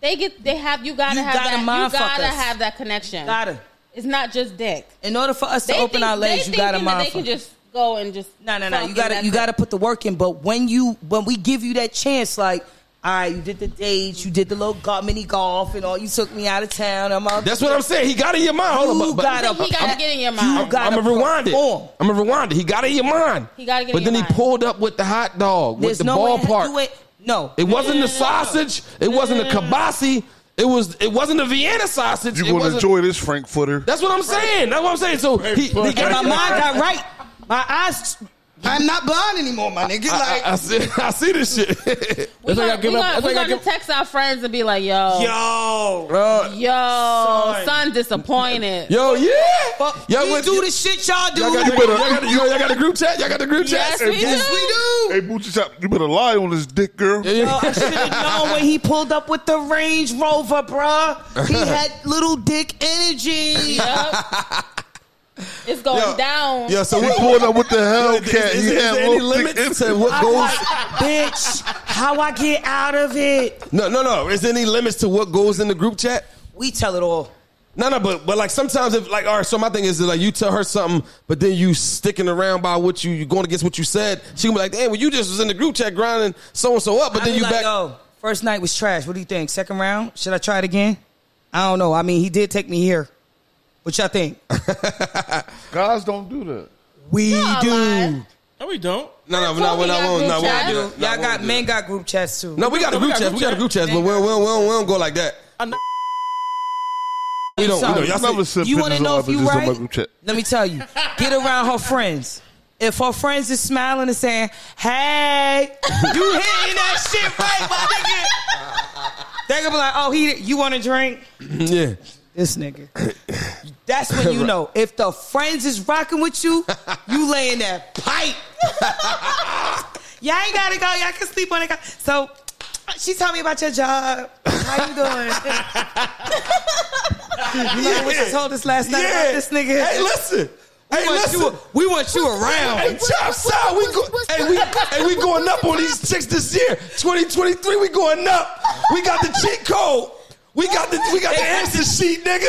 Speaker 4: They get. They have. You gotta
Speaker 9: You
Speaker 4: have
Speaker 9: gotta
Speaker 4: that. You
Speaker 9: mindfuck
Speaker 4: gotta
Speaker 9: us.
Speaker 4: have that connection.
Speaker 9: Gotta.
Speaker 4: It's not just dick.
Speaker 9: In order for us to
Speaker 4: They
Speaker 9: open
Speaker 4: think-
Speaker 9: our legs,
Speaker 4: they
Speaker 9: you gotta
Speaker 4: thinking that
Speaker 9: mind.
Speaker 4: They can
Speaker 9: fuck.
Speaker 4: just go and just.
Speaker 9: No, no, no.
Speaker 4: fuck
Speaker 9: You
Speaker 4: and
Speaker 9: gotta you
Speaker 4: that's
Speaker 9: gotta
Speaker 4: it.
Speaker 9: put the work in. But when you when we give you that chance, like. All right, you did the dates, you did the little go- mini golf, and all. You took me out of town. I'm out.
Speaker 5: That's what I'm saying. He got in your mind. Hold
Speaker 9: You
Speaker 5: on, but,
Speaker 9: gotta-
Speaker 4: I
Speaker 5: but
Speaker 4: think he gotta
Speaker 9: I'm-
Speaker 4: get in your
Speaker 9: you
Speaker 4: mind.
Speaker 9: got
Speaker 5: I'm gonna rewind it.
Speaker 9: perform.
Speaker 5: I'm gonna rewind it. He got in your mind.
Speaker 4: He gotta get
Speaker 5: But
Speaker 4: in
Speaker 5: then
Speaker 4: your
Speaker 5: he
Speaker 4: mind.
Speaker 5: pulled up with the hot dog with the
Speaker 9: Way, you
Speaker 5: ballpark.
Speaker 9: ain't- no,
Speaker 5: It wasn't the sausage. It wasn't the kibasi. It was. It wasn't the Vienna sausage.
Speaker 1: You
Speaker 5: It
Speaker 1: gonna
Speaker 5: wasn't-
Speaker 1: enjoy this Frankfurter?
Speaker 5: That's what I'm saying. That's what I'm saying. So he, he
Speaker 1: Frankfurter.
Speaker 5: got
Speaker 9: my mind got right. My eyes. I'm not blind anymore, my nigga.
Speaker 5: I, I, I see, I see this shit.
Speaker 4: We
Speaker 2: why y'all
Speaker 4: gonna,
Speaker 2: give
Speaker 4: we
Speaker 2: up-
Speaker 4: gonna-
Speaker 2: that's why
Speaker 4: we
Speaker 2: y'all
Speaker 4: gonna
Speaker 2: give-
Speaker 4: text our friends and be like, yo, yo,
Speaker 9: yo,
Speaker 5: Uh,
Speaker 4: son, disappointed.
Speaker 5: yo, yeah.
Speaker 9: fuck,
Speaker 5: Y'all
Speaker 9: we
Speaker 5: went-
Speaker 9: do the shit y'all do.
Speaker 5: Y'all got, y'all, got, y'all, got, y'all got the group chat. Y'all got the group
Speaker 4: Yes,
Speaker 5: chat.
Speaker 4: we do.
Speaker 9: do.
Speaker 1: Hey, Boochie Chop, you better lie on this dick, girl.
Speaker 5: Yeah, yeah.
Speaker 9: Yo, I should have known when he pulled up with the Range Rover, bruh. He had little dick energy.
Speaker 4: Yup. it's going
Speaker 5: Yo,
Speaker 4: down.
Speaker 5: Yo, so
Speaker 1: He
Speaker 5: we
Speaker 1: pulled up with the
Speaker 5: Is, is,
Speaker 1: Hellcat.
Speaker 5: is
Speaker 1: He
Speaker 5: there
Speaker 1: had
Speaker 5: any
Speaker 1: little dick
Speaker 5: limits
Speaker 1: in-
Speaker 5: to what
Speaker 9: I'm like,
Speaker 5: goes?
Speaker 9: bitch, how I get out of it?
Speaker 5: No, no, no. Is there any limits to what goes in the group chat?
Speaker 9: We tell it all.
Speaker 5: No, no, but but like sometimes if like all right, so my thing is that, like you tell her something, but then you sticking around by what you you going against what you said. She gonna be like, damn, well you just was in the group chat grinding so and so up, but
Speaker 9: I
Speaker 5: then
Speaker 9: be
Speaker 5: you
Speaker 9: like,
Speaker 5: back.
Speaker 9: Yo, first night was trash. What do you think? Second round? Should I try it again? I don't know. I mean, he did take me here. What y'all think?
Speaker 1: Guys don't do that.
Speaker 9: We
Speaker 4: Y'all lying.
Speaker 2: No, we don't.
Speaker 5: No, no, we're not, we're not,
Speaker 4: Told me
Speaker 5: we're
Speaker 4: y'all group
Speaker 5: not, we're
Speaker 4: chat.
Speaker 5: not.
Speaker 9: Y'all got men got group chats too.
Speaker 5: No, we got a
Speaker 2: No, we
Speaker 5: group
Speaker 2: got
Speaker 5: chat.
Speaker 2: group
Speaker 5: We got a
Speaker 2: chat.
Speaker 5: group chat, but we don't, we don't, we don't go like that.
Speaker 2: I know.
Speaker 5: We don't. We
Speaker 9: Sorry.
Speaker 5: don't. Y'all
Speaker 1: I never sent
Speaker 9: you want
Speaker 1: pictures
Speaker 9: to know
Speaker 1: of
Speaker 9: if
Speaker 1: my bitches
Speaker 9: you
Speaker 1: on my
Speaker 9: right?
Speaker 1: group chat.
Speaker 9: Let me tell you. Get around her friends. If her friends is smiling and saying, "Hey, you hitting that shit right, my nigga," they gonna be like, "Oh, he, you want a drink?
Speaker 5: see- yeah.
Speaker 9: This nigga. That's when you know if the friends is rocking with you, you laying that pipe. Y'all ain't gotta go. Y'all can sleep on it. So she told me about your job. How you doing? you remember what she told us last night about this nigga?
Speaker 5: Hey, listen.
Speaker 9: We
Speaker 5: Hey,
Speaker 9: want
Speaker 5: listen.
Speaker 9: you- we want you around.
Speaker 5: Hey, chops out. We go, hey, we, hey, we going up on these chicks this year. 2023, we going up. We got the cheat code. We got the we got the answer sheet, nigga.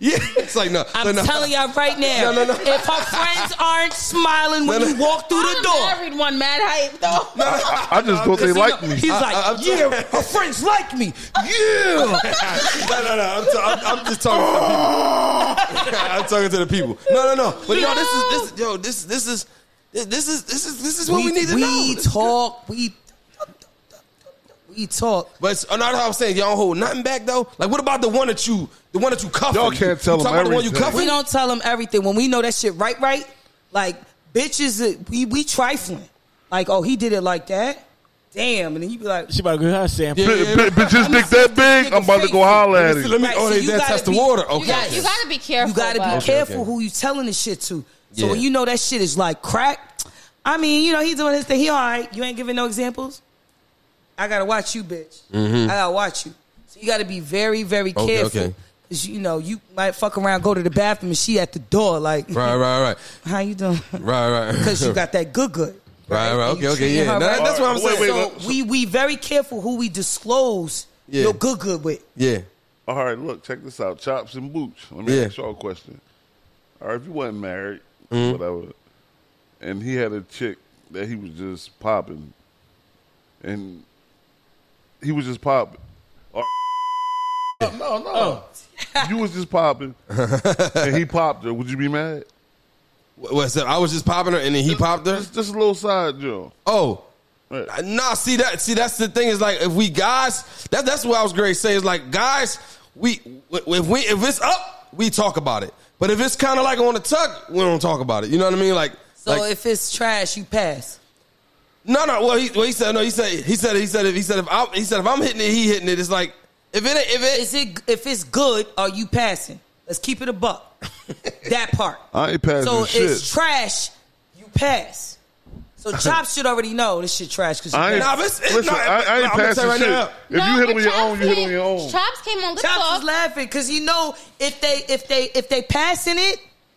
Speaker 5: Yeah, it's like no.
Speaker 9: I'm telling y'all right now.
Speaker 5: No, no, no.
Speaker 9: If her friends aren't smiling when
Speaker 5: No, no.
Speaker 9: you walk through the door,
Speaker 4: I read one mad hype though.
Speaker 1: I, I just thought they
Speaker 9: He's
Speaker 1: liked me.
Speaker 9: He's like,
Speaker 5: I- Uh, I'm
Speaker 9: yeah, her friends like me. Yeah.
Speaker 5: no, no, no. I'm, t- I'm, I'm just talking to the people. I'm talking to the people. No, no, no. But yo, this is this yo this this is this is this is this is what we, need to
Speaker 9: we
Speaker 5: know. This is
Speaker 9: talk. We we talk.
Speaker 5: But it's not what I'm saying. Y'all don't hold nothing back though. Like, what about the one that you, the one that you cuffing?
Speaker 1: Y'all can't tell
Speaker 5: you
Speaker 1: them
Speaker 5: talking about the one you
Speaker 1: everything.
Speaker 5: cuffing.
Speaker 9: We don't tell them everything when we know that shit right, right. Like bitches, uh, we we trifling. Like, oh, he did it like that. Damn, and then you be like,
Speaker 2: She about to go her sample.
Speaker 1: Bi- bi- Bitches dick that big, I'm about to go holler at
Speaker 5: Let
Speaker 1: it.
Speaker 5: me.
Speaker 9: Right,
Speaker 5: oh,
Speaker 9: so
Speaker 5: they
Speaker 9: you
Speaker 5: did
Speaker 9: gotta
Speaker 5: test the
Speaker 9: be-
Speaker 5: water. Okay.
Speaker 4: You got you got to be careful.
Speaker 9: you got to be
Speaker 4: about-
Speaker 9: careful
Speaker 5: okay.
Speaker 9: who you telling this shit to. So
Speaker 5: Yeah.
Speaker 9: when you know that shit is like crack, I mean, you know, he's doing his thing. He all right. You ain't giving no examples. I gotta watch you, bitch. I gotta watch you. So you gotta be very, very
Speaker 5: Mm-hmm. Okay,
Speaker 9: careful.
Speaker 5: okay.
Speaker 9: 'Cause, you know, you might fuck around, go to the bathroom, and she at the door. Like,
Speaker 5: Right, right, right,
Speaker 9: how you doing?
Speaker 5: right, right.
Speaker 9: Because you got that good good.
Speaker 5: Right, right.
Speaker 9: And you
Speaker 5: Okay, okay,
Speaker 9: treating
Speaker 5: yeah.
Speaker 9: her
Speaker 5: No,
Speaker 9: right.
Speaker 5: that's what I'm
Speaker 1: Wait,
Speaker 5: saying.
Speaker 1: wait, wait.
Speaker 5: So-
Speaker 9: We we very careful who we disclose
Speaker 5: Yeah.
Speaker 9: your good good with.
Speaker 5: yeah.
Speaker 1: All right, look, check this out. Chops and boots. Let me
Speaker 5: Yeah.
Speaker 1: ask y'all a question. All right, if you wasn't married, whatever, and he had a chick that he was just popping, and he was just popping. Or- No, no, no. you was just popping, and he popped her. Would you be mad?
Speaker 5: What- What's up? I was just popping her, and then he popped her.
Speaker 1: Just, just a little side joke.
Speaker 5: Oh.
Speaker 1: Right.
Speaker 5: Nah, see that. See that's the thing is like if we guys, that that's what I was great saying is like guys, we if we if it's up, we talk about it. But if it's kind of like on the tuck, we don't talk about it. You know what I mean? Like,
Speaker 9: So
Speaker 5: like
Speaker 9: if it's trash, you pass.
Speaker 5: No, no. Well, he, well, he said no. He said he said he said if he said if I, he said if I'm hitting it, he hitting it. It's like if it if it.
Speaker 9: Is it if it's good? Are you passing? Let's keep it a buck. that part.
Speaker 1: I ain't passing
Speaker 9: So
Speaker 1: shit.
Speaker 9: it's trash. You pass. So Chop should already know this shit trash because
Speaker 1: I ain't,
Speaker 5: Nah, but it's- it's
Speaker 1: listen,
Speaker 5: not-
Speaker 1: I, I ain't
Speaker 5: I'm gonna
Speaker 1: passing
Speaker 5: tell you right
Speaker 1: shit.
Speaker 5: now.
Speaker 1: If
Speaker 4: No,
Speaker 1: you hit
Speaker 4: but
Speaker 1: on your
Speaker 4: Chops
Speaker 1: own, you hit on
Speaker 4: came-
Speaker 1: your own.
Speaker 4: Chops came on. Lip
Speaker 9: Chops
Speaker 4: Talk.
Speaker 9: is laughing because you know if they if they if they passing it.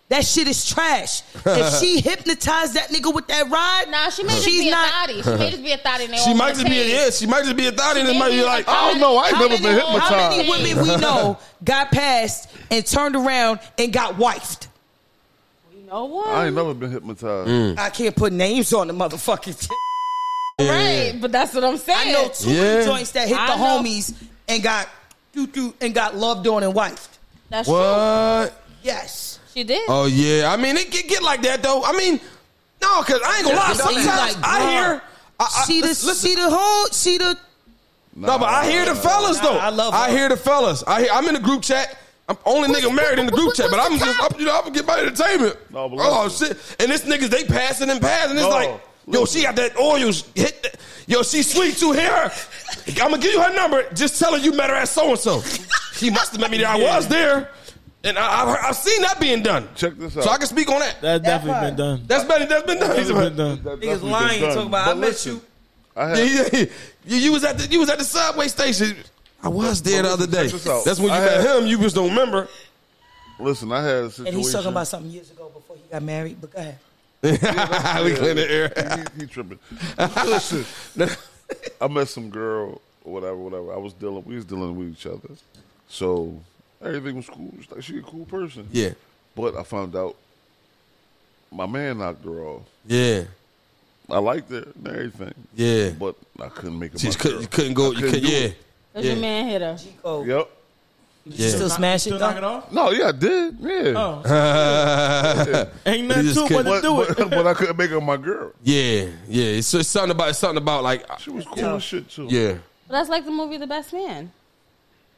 Speaker 9: That shit is trash. If she hypnotized that nigga with that rod,
Speaker 4: Nah, she may just
Speaker 9: She's
Speaker 4: be
Speaker 9: not-
Speaker 4: a thotty. She may just be a thotty. and they
Speaker 5: she
Speaker 4: all
Speaker 5: might
Speaker 4: wanna
Speaker 5: just be a,
Speaker 4: pay.
Speaker 5: yeah. She might just be a thought, and it might be like
Speaker 1: I don't know. I ain't
Speaker 4: How
Speaker 1: never
Speaker 4: many-
Speaker 1: been hypnotized.
Speaker 4: how
Speaker 9: how many women we know got passed and turned around and got wifed?
Speaker 4: You know what?
Speaker 1: I ain't never been hypnotized.
Speaker 9: I can't put names on the motherfucking. T-
Speaker 4: Right, but that's what I'm saying.
Speaker 9: I know two
Speaker 5: Yeah.
Speaker 9: joints that hit
Speaker 4: I
Speaker 9: the
Speaker 4: know.
Speaker 9: homies and got doo doo and got loved on and wifed.
Speaker 4: That's
Speaker 5: what?
Speaker 9: Yes.
Speaker 4: true. She did.
Speaker 5: Oh yeah. I mean, it get, get like that though. I mean, no, because I ain't gonna lie.
Speaker 9: And you
Speaker 5: Sometimes
Speaker 9: like,
Speaker 5: I
Speaker 9: bruh,
Speaker 5: hear. I, I,
Speaker 9: she the
Speaker 5: listen,
Speaker 9: she the whole she the
Speaker 5: No, but I hear the fellas though.
Speaker 9: Nah, I love
Speaker 5: I
Speaker 9: her.
Speaker 5: hear the fellas. I hear, I'm in the group chat. I'm only nigga married in the group chat, but I'm just I'm, you know I'm get my entertainment.
Speaker 1: No, but
Speaker 5: oh
Speaker 1: listen.
Speaker 5: shit! And this niggas they passing and passing. It's
Speaker 1: No,
Speaker 5: like yo, she got that oil. sh- Hit that. Yo, she sweet too. Hear her. I'm gonna give you her number. Just tell her you met her at so and so. She must have met me there. I was there, and I, I've, heard- I've seen that being done.
Speaker 1: Check this out.
Speaker 5: So I can speak on that.
Speaker 2: That's definitely
Speaker 9: part.
Speaker 2: been done.
Speaker 5: That's been that's been done.
Speaker 2: That's been done.
Speaker 1: That
Speaker 9: niggas
Speaker 1: definitely
Speaker 9: lying
Speaker 1: been done.
Speaker 9: talking about I
Speaker 1: But
Speaker 9: met
Speaker 1: listen,
Speaker 9: you.
Speaker 1: I had,
Speaker 5: Yeah, yeah. You, you was at the you was at the subway station. I was there the other day.
Speaker 1: Check this out.
Speaker 5: That's when you
Speaker 1: I
Speaker 5: met
Speaker 1: had-
Speaker 5: him. You just don't remember.
Speaker 1: listen, I had a situation.
Speaker 9: and he's talking about something years ago before he got married. But go ahead.
Speaker 5: we clean the air.
Speaker 1: he, he tripping. Listen, I met some girl or whatever, whatever. I was dealing. We was dealing with each other, so everything was cool. She's like she a cool person.
Speaker 5: Yeah.
Speaker 1: But I found out my man knocked her off.
Speaker 5: Yeah.
Speaker 1: I liked her and everything.
Speaker 5: Yeah.
Speaker 1: But I couldn't make it.
Speaker 5: She
Speaker 1: my
Speaker 5: just couldn't,
Speaker 1: girl.
Speaker 5: you couldn't go.
Speaker 1: I
Speaker 5: You
Speaker 1: couldn't
Speaker 5: couldn't.
Speaker 1: do
Speaker 5: Yeah.
Speaker 1: it.
Speaker 4: That's your man hit her.
Speaker 9: Oh,
Speaker 1: Yep.
Speaker 9: you
Speaker 5: Yeah.
Speaker 9: still smash it.
Speaker 2: Still
Speaker 9: though?
Speaker 2: knock it off?
Speaker 1: No, yeah, I did. Yeah.
Speaker 2: Oh, ain't nothing
Speaker 5: You
Speaker 2: to
Speaker 5: just
Speaker 2: it but to
Speaker 1: But,
Speaker 2: do
Speaker 1: but,
Speaker 2: it.
Speaker 1: but I couldn't make her my girl.
Speaker 5: yeah. Yeah. It's, it's something about. It's something about like.
Speaker 1: She was cool as shit too.
Speaker 5: Yeah.
Speaker 4: But that's like the movie The Best Man.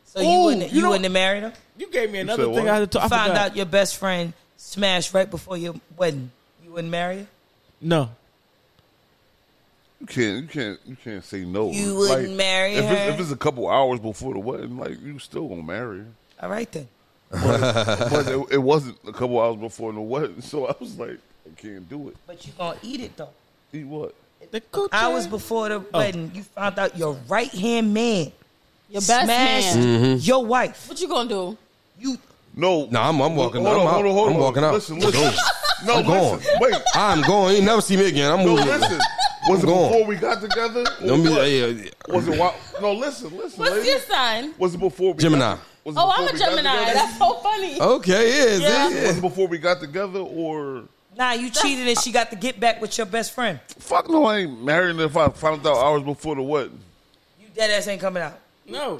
Speaker 9: So you
Speaker 2: Ooh,
Speaker 9: wouldn't
Speaker 2: you
Speaker 9: you,
Speaker 2: know-
Speaker 9: wouldn't have married him?
Speaker 2: You gave me another
Speaker 1: said
Speaker 2: thing
Speaker 1: what?
Speaker 2: I had to talk
Speaker 9: I found
Speaker 2: about.
Speaker 9: out your best friend smashed right before your wedding. You wouldn't marry her?
Speaker 2: No.
Speaker 1: You can't, you can't, you can't say no.
Speaker 9: You wouldn't marry
Speaker 1: if It's,
Speaker 9: her?
Speaker 1: if it's a couple hours before the wedding, like you still gonna marry her.
Speaker 9: All right then.
Speaker 1: But, but it, it wasn't a couple hours before the wedding, so I was like, I can't do it.
Speaker 9: But you gonna eat it though.
Speaker 1: Eat what?
Speaker 9: The coochie. Hours before
Speaker 2: Oh.
Speaker 9: the wedding, you found out your right hand man,
Speaker 4: your
Speaker 9: best
Speaker 5: man.
Speaker 2: Mm-hmm.
Speaker 5: Mhm.
Speaker 9: your wife.
Speaker 4: What you gonna do?
Speaker 1: No,
Speaker 5: no, I'm, I'm walking.
Speaker 1: Hold on,
Speaker 5: I'm out.
Speaker 1: hold on, hold
Speaker 5: I'm
Speaker 1: on.
Speaker 5: walking out.
Speaker 1: Listen,
Speaker 5: I'm
Speaker 1: listen.
Speaker 5: going.
Speaker 1: No,
Speaker 5: I'm going.
Speaker 1: listen, wait.
Speaker 5: I'm going. You ain't never see me again. I'm
Speaker 1: No,
Speaker 5: moving.
Speaker 1: listen. Was
Speaker 5: I'm
Speaker 1: it
Speaker 5: going.
Speaker 1: before we got together? or
Speaker 5: Don't be-
Speaker 1: what?
Speaker 5: yeah, yeah.
Speaker 1: Was it while? No, listen, listen.
Speaker 4: What's
Speaker 1: lady.
Speaker 4: your sign?
Speaker 1: Was it before we
Speaker 5: Gemini.
Speaker 1: Got, was it
Speaker 4: Oh,
Speaker 1: before
Speaker 4: I'm a
Speaker 1: we got
Speaker 4: Gemini.
Speaker 1: together?
Speaker 4: That's so
Speaker 5: Oh.
Speaker 4: funny.
Speaker 5: Okay, yeah,
Speaker 4: Yeah.
Speaker 5: yeah.
Speaker 1: Was it before we got together or?
Speaker 9: Nah, you cheated and she got to get back with your best friend.
Speaker 1: Fuck no, I ain't marrying her if I found out hours before the wedding.
Speaker 9: You dead ass ain't coming out.
Speaker 2: No.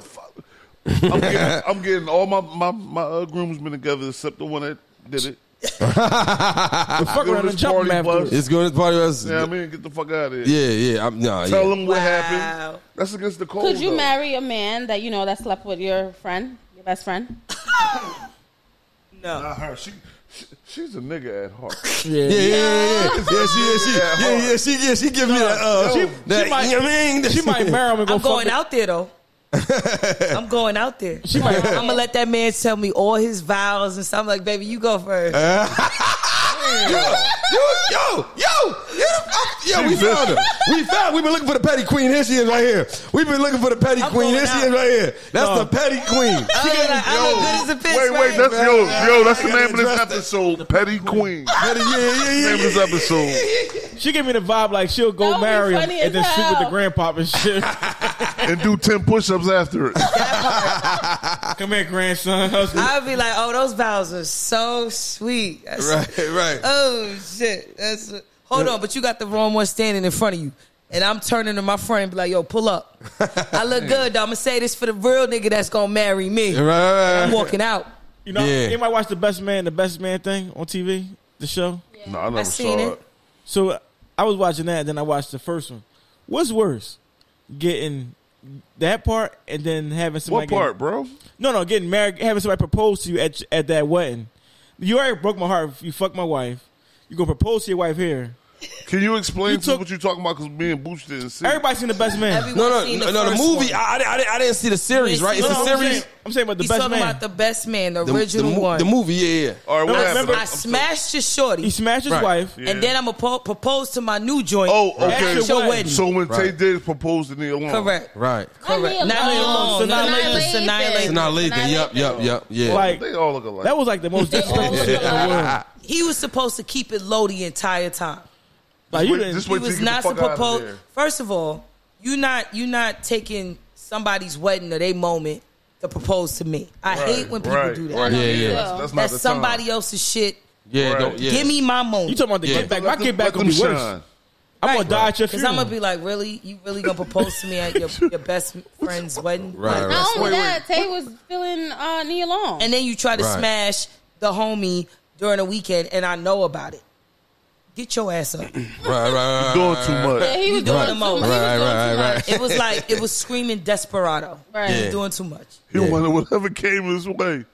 Speaker 1: I'm getting, I'm getting all my my my uh, groomsmen together except the one that did it.
Speaker 2: fuck around and jump him
Speaker 1: party
Speaker 2: afterwards.
Speaker 1: bus.
Speaker 5: It's going to party. Us.
Speaker 1: Yeah, I
Speaker 5: Yeah,
Speaker 1: mean, get the fuck out of here.
Speaker 5: yeah, I'm, nah,
Speaker 1: Tell
Speaker 5: yeah.
Speaker 1: them what
Speaker 9: Wow.
Speaker 1: happened. That's against the code.
Speaker 4: Could you
Speaker 1: though.
Speaker 4: marry a man that you know that slept with your friend, your best friend?
Speaker 9: No.
Speaker 1: Not her. She, she she's a nigga at heart.
Speaker 5: Yeah, yeah, yeah, yeah, yeah, she, yeah, she,
Speaker 1: Yeah,
Speaker 5: yeah,
Speaker 1: hold
Speaker 5: yeah, she, yeah, she give me that, uh,
Speaker 1: She-
Speaker 5: that,
Speaker 2: she might-
Speaker 5: you know what I mean?
Speaker 2: She might marry him and go
Speaker 9: I'm
Speaker 2: fuck
Speaker 9: going
Speaker 2: with-
Speaker 9: out there though. I'm going out there.
Speaker 2: She might-
Speaker 9: I'm
Speaker 5: "Oh."
Speaker 9: gonna let that man tell me all his vows and stuff. I'm like, baby, you go first.
Speaker 5: Yo, yo, yo, yeah, I'm- yeah, we found her. We found. We've been looking for the petty queen. Here she is, right here. We've been looking for the petty
Speaker 9: I'm
Speaker 5: queen.
Speaker 9: going
Speaker 5: Here she
Speaker 9: out.
Speaker 5: is, right here. That's
Speaker 2: No.
Speaker 5: the petty queen.
Speaker 9: I was like, I look good as a bitch,
Speaker 1: Wait, wait,
Speaker 9: right?
Speaker 1: that's yo, yo, that's the
Speaker 5: I gotta
Speaker 1: name of this
Speaker 5: address that.
Speaker 1: episode, Petty Queen.
Speaker 5: Yeah, yeah, yeah, yeah,
Speaker 1: Name of this
Speaker 5: yeah.
Speaker 1: episode,
Speaker 2: She gave me the vibe like she'll
Speaker 4: That
Speaker 2: go
Speaker 4: would be
Speaker 2: marry him
Speaker 4: funny
Speaker 2: and then
Speaker 4: as
Speaker 2: sleep with the
Speaker 4: hell.
Speaker 2: grandpa and shit.
Speaker 1: and do ten push-ups after it.
Speaker 2: Come here, grandson, husband.
Speaker 9: I'd be like, oh, those vows are so sweet. That's-
Speaker 5: Right, right.
Speaker 9: Oh shit. That's hold on, but you got the wrong one standing in front of you. And I'm turning to my friend, be like, yo, pull up. I look good, though. I'm gonna say this for the real nigga that's gonna marry me.
Speaker 5: Right, right,
Speaker 9: I'm
Speaker 5: right.
Speaker 9: walking out.
Speaker 2: You know,
Speaker 5: Yeah.
Speaker 2: anybody watch the Best Man, the Best Man thing on TV, the show?
Speaker 1: No, I never
Speaker 9: seen
Speaker 1: saw
Speaker 9: it.
Speaker 1: it.
Speaker 2: So I was watching that, then I watched the first one. What's worse, getting that part and then having somebody
Speaker 1: What part,
Speaker 2: Get,
Speaker 1: bro?
Speaker 2: no, no, getting married, having somebody propose to you at at that wedding. You already broke my heart. If you fuck my wife, you gonna propose to your wife here.
Speaker 1: Can you explain
Speaker 2: You
Speaker 1: to
Speaker 2: took- Er,
Speaker 1: what you're talking about? Because me and Booch didn't see. it.
Speaker 2: Everybody's seen the Best Man.
Speaker 9: Everyone
Speaker 5: No, no,
Speaker 9: seen
Speaker 5: no, no, the
Speaker 9: first
Speaker 5: movie.
Speaker 9: one.
Speaker 5: I, I, didn't- I didn't see the series, right?
Speaker 2: No,
Speaker 5: It's the
Speaker 2: no, I'm
Speaker 5: series.
Speaker 2: saying- I'm saying about the
Speaker 9: He's
Speaker 2: Best
Speaker 9: talking
Speaker 2: Man.
Speaker 9: about the best man, the,
Speaker 5: The,
Speaker 9: original
Speaker 5: the, mo-
Speaker 9: one.
Speaker 5: the movie, yeah, yeah.
Speaker 1: All right, what
Speaker 2: No,
Speaker 1: happened?
Speaker 2: remember-
Speaker 9: I smashed your shorty,
Speaker 2: he smashed his
Speaker 5: Right.
Speaker 2: wife.
Speaker 1: Yeah.
Speaker 9: and then I'm gonna po- propose to my new joint.
Speaker 1: Oh,
Speaker 2: At
Speaker 1: okay.
Speaker 2: your
Speaker 1: So,
Speaker 2: wedding.
Speaker 1: so when Tay
Speaker 5: Right.
Speaker 1: did propose to Neil Long,
Speaker 9: correct.
Speaker 5: Right.
Speaker 9: Correct. Not
Speaker 4: Not me
Speaker 9: alone.
Speaker 4: alone.
Speaker 9: Not
Speaker 4: Sinai
Speaker 9: alone. Sinai
Speaker 4: Lathan.
Speaker 9: Lathan.
Speaker 5: It's not leaking. Yup, yup, yup. Yeah.
Speaker 2: Like
Speaker 1: They all look alike.
Speaker 2: that was like the most
Speaker 4: They
Speaker 2: disrespectful
Speaker 4: all
Speaker 2: shit in the
Speaker 4: look
Speaker 2: world.
Speaker 9: He was supposed to keep it low the entire time.
Speaker 2: Like you
Speaker 1: Wait,
Speaker 2: didn't.
Speaker 1: this
Speaker 9: He
Speaker 1: Wait till
Speaker 9: was
Speaker 1: you get
Speaker 9: not
Speaker 1: the
Speaker 9: supposed.
Speaker 1: fuck out of there.
Speaker 9: First of all, you not you not taking somebody's wedding or their moment to propose to me. I
Speaker 1: Right,
Speaker 9: hate when people
Speaker 1: right,
Speaker 9: do that.
Speaker 1: right.
Speaker 5: Yeah,
Speaker 4: Yeah.
Speaker 5: yeah.
Speaker 1: That's, that's not
Speaker 9: That's
Speaker 1: the
Speaker 9: somebody
Speaker 1: Time.
Speaker 9: else's shit.
Speaker 5: Yeah,
Speaker 1: Right.
Speaker 5: don't, yeah.
Speaker 9: Give me my moment.
Speaker 2: You talking about the
Speaker 5: Yeah.
Speaker 2: get back?
Speaker 1: Let
Speaker 2: My
Speaker 1: them-
Speaker 2: get back
Speaker 1: let
Speaker 2: gonna be
Speaker 1: them
Speaker 2: worse.
Speaker 1: shine.
Speaker 2: I'm gonna die at your
Speaker 9: Cause I'm
Speaker 2: funeral.
Speaker 9: gonna be like, really, you really gonna propose to me at your, your best friend's wedding?
Speaker 5: Right,
Speaker 9: Like,
Speaker 5: right.
Speaker 4: Not only
Speaker 1: Wait,
Speaker 4: that, Tay was feeling uh, Nia Long.
Speaker 9: And then you try to
Speaker 5: Right.
Speaker 9: smash the homie during the weekend, and I know about it. Get your ass up.
Speaker 5: Right, right, right.
Speaker 1: Doing
Speaker 5: right,
Speaker 1: too
Speaker 5: right.
Speaker 1: much.
Speaker 4: yeah, he was doing
Speaker 5: Right.
Speaker 4: too much.
Speaker 9: Right,
Speaker 5: right,
Speaker 4: he was doing
Speaker 5: right,
Speaker 4: too
Speaker 5: right.
Speaker 4: much.
Speaker 9: It was like it was screaming desperado.
Speaker 4: Right.
Speaker 5: Yeah.
Speaker 9: Doing too much.
Speaker 1: He
Speaker 5: Yeah.
Speaker 1: wanted whatever came his way.
Speaker 5: Right,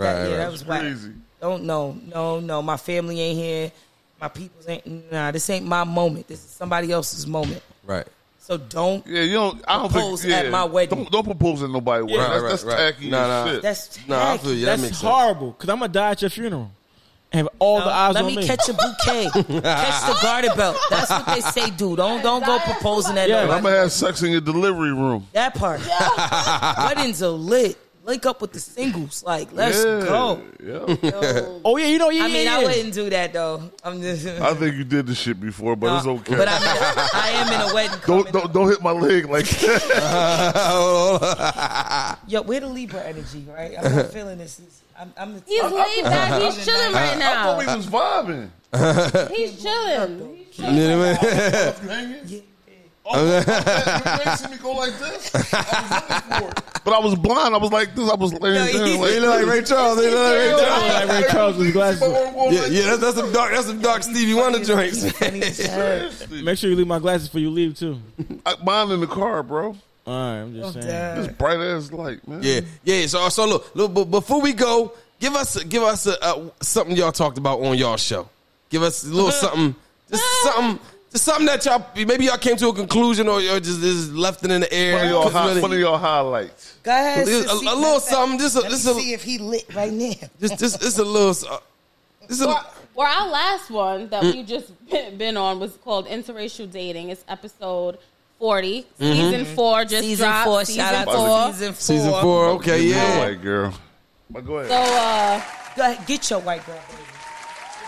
Speaker 9: yeah,
Speaker 5: right.
Speaker 9: that was whack.
Speaker 1: Crazy.
Speaker 9: Don't no, no, no. My family ain't here. My people's ain't. Nah, this ain't my moment. This is somebody else's moment.
Speaker 5: Right.
Speaker 9: So don't.
Speaker 1: Yeah, you don't. I don't
Speaker 9: Propose
Speaker 1: think, yeah,
Speaker 9: at my wedding.
Speaker 1: Don't, don't propose at nobody. wedding.
Speaker 5: Right,
Speaker 1: that's,
Speaker 5: right,
Speaker 1: that's
Speaker 5: right.
Speaker 1: tacky
Speaker 5: Nah,
Speaker 1: as
Speaker 5: nah.
Speaker 1: shit.
Speaker 9: That's
Speaker 5: Nah, I
Speaker 9: tacky.
Speaker 5: feel you. That
Speaker 2: That's
Speaker 5: makes sense.
Speaker 2: horrible. Cause I'm gonna die at your funeral and have all the eyes
Speaker 9: Let
Speaker 2: on
Speaker 9: me,
Speaker 2: me.
Speaker 9: catch a bouquet. catch the garter belt. That's what they say, dude. Don't don't go proposing at
Speaker 2: Yeah.
Speaker 9: no
Speaker 1: I'm gonna have sex in your delivery room.
Speaker 9: That part. Weddings are lit. Link up with the singles. Like, let's
Speaker 1: yeah.
Speaker 9: go.
Speaker 1: Yeah.
Speaker 2: Oh yeah, you know, yeah,
Speaker 9: I mean,
Speaker 2: yeah,
Speaker 9: I
Speaker 2: yeah.
Speaker 9: wouldn't do that though. I'm just.
Speaker 1: I think you did this shit before, but it's okay.
Speaker 9: But I'm in a, I am in a wedding.
Speaker 1: don't
Speaker 9: coming
Speaker 1: don't don't hit my leg like that.
Speaker 9: up. Yo, we're the Libra energy, right? I'm not feeling this. This- I'm, I'm the
Speaker 4: He's laid back. He's chilling right
Speaker 1: I thought we
Speaker 4: now.
Speaker 1: was vibing.
Speaker 4: He's chilling. He's
Speaker 5: You know what I mean?
Speaker 1: You hanging? Oh, you ain't seen me go like this. I was looking for it. But I was blind. I was like this. I was laying
Speaker 9: No,
Speaker 1: there.
Speaker 9: he-
Speaker 1: Like,
Speaker 5: They look like Ray Charles. They look like Ray
Speaker 2: Like
Speaker 5: Charles.
Speaker 2: Ray Charles with his glasses.
Speaker 5: Yeah, yeah, that's, that's some dark, that's some dark Stevie Wonder joints.
Speaker 2: Make sure you leave my glasses before you leave too.
Speaker 1: I, mine in the car, bro.
Speaker 2: All right, I'm
Speaker 9: Oh,
Speaker 2: just saying.
Speaker 1: This bright ass light, man.
Speaker 5: yeah, yeah. So, so look, look, but before we go, give us, give
Speaker 9: Uh-huh.
Speaker 5: us a, a, something y'all talked about on y'all show. Give us a little something, just something, Just something that y'all maybe y'all came to a conclusion or, or just, just left it in the air.
Speaker 1: One of your, hi- one of your highlights.
Speaker 11: Go ahead.
Speaker 5: A- a-
Speaker 11: Sissy.
Speaker 5: a little something, just a-
Speaker 11: Let
Speaker 5: just
Speaker 11: me
Speaker 5: a-
Speaker 11: see if he lit right now.
Speaker 5: Just, just, it's a little. Uh, it's a,
Speaker 4: Well, our last one that
Speaker 5: Mm.
Speaker 4: you just been on was called interracial dating. It's episode forty,
Speaker 5: Mhm.
Speaker 4: season four, just
Speaker 9: Mm-hmm. Season
Speaker 4: dropped.
Speaker 9: four,
Speaker 4: season
Speaker 9: shout out to
Speaker 4: four.
Speaker 9: season four.
Speaker 5: Season four,
Speaker 1: Give
Speaker 5: okay,
Speaker 1: me a
Speaker 5: yeah.
Speaker 1: white girl. But go ahead.
Speaker 4: So, uh,
Speaker 9: Go ahead, get your white girl.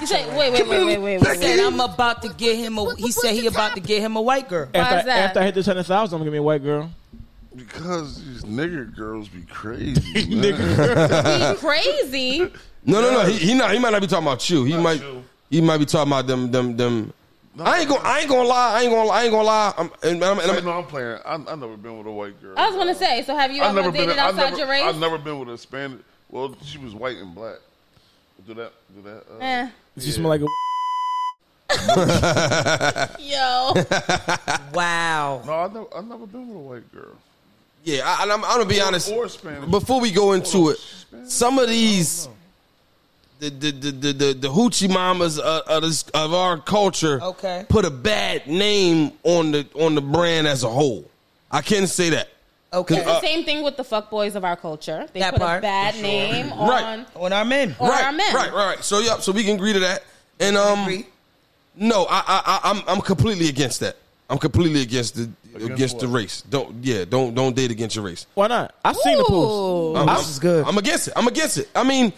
Speaker 4: You say, wait, wait, wait, wait, wait,
Speaker 9: He
Speaker 4: wait.
Speaker 9: said I'm about to get him a. He said he about to get him a white girl.
Speaker 2: After, I- after I hit this hundred thousand, I'm gonna give me a white girl.
Speaker 1: Because these nigger girls be crazy. man.
Speaker 4: Nigga. crazy.
Speaker 5: No, no, no. He, he not. He might not be talking about you. He might. He might be talking about them. Them. Them. I ain't gonna. I ain't gonna lie. I ain't gonna. I ain't gonna lie. I'm. And I'm. And
Speaker 1: i
Speaker 5: I'm
Speaker 1: no, I'm playing. I, I've never been with a white girl.
Speaker 4: I was gonna say, so have you
Speaker 1: I've
Speaker 4: ever
Speaker 1: never been.
Speaker 4: dated
Speaker 1: I've never,
Speaker 4: outside your race?
Speaker 1: I've never been with a Spanish. Well, she was white and black. Do that. Do that. Uh,
Speaker 4: Eh.
Speaker 2: Does she smell like a?
Speaker 4: Eh. Yo.
Speaker 9: wow.
Speaker 1: No, I've never, I've never been with a white girl.
Speaker 5: Yeah, I, and I'm, I'm gonna be
Speaker 1: Or-
Speaker 5: honest.
Speaker 1: or Spanish.
Speaker 5: Before we go
Speaker 1: Oh,
Speaker 5: into it, some of these, the the the the, the, the hoochie mamas of, of, this, of our culture,
Speaker 9: Okay.
Speaker 5: put a bad name on the on the brand as a whole. I can say that.
Speaker 9: Okay.
Speaker 4: It's the
Speaker 1: Uh,
Speaker 4: same thing with the fuckboys of our culture. They
Speaker 9: That
Speaker 4: put
Speaker 9: part,
Speaker 4: a bad name on.
Speaker 5: Right.
Speaker 9: On our men.
Speaker 4: Or
Speaker 5: right,
Speaker 4: our men.
Speaker 5: Right, right, right. So yeah, so we can agree to that. And um, no, I, I, I, I'm, I'm completely against that. I'm completely against the against, the race. Don't, yeah, don't, don't date against your race.
Speaker 2: Why not? I seen the
Speaker 4: Ooh.
Speaker 2: post.
Speaker 5: I'm,
Speaker 2: I-
Speaker 5: is good. I'm against it. I'm against it. I mean,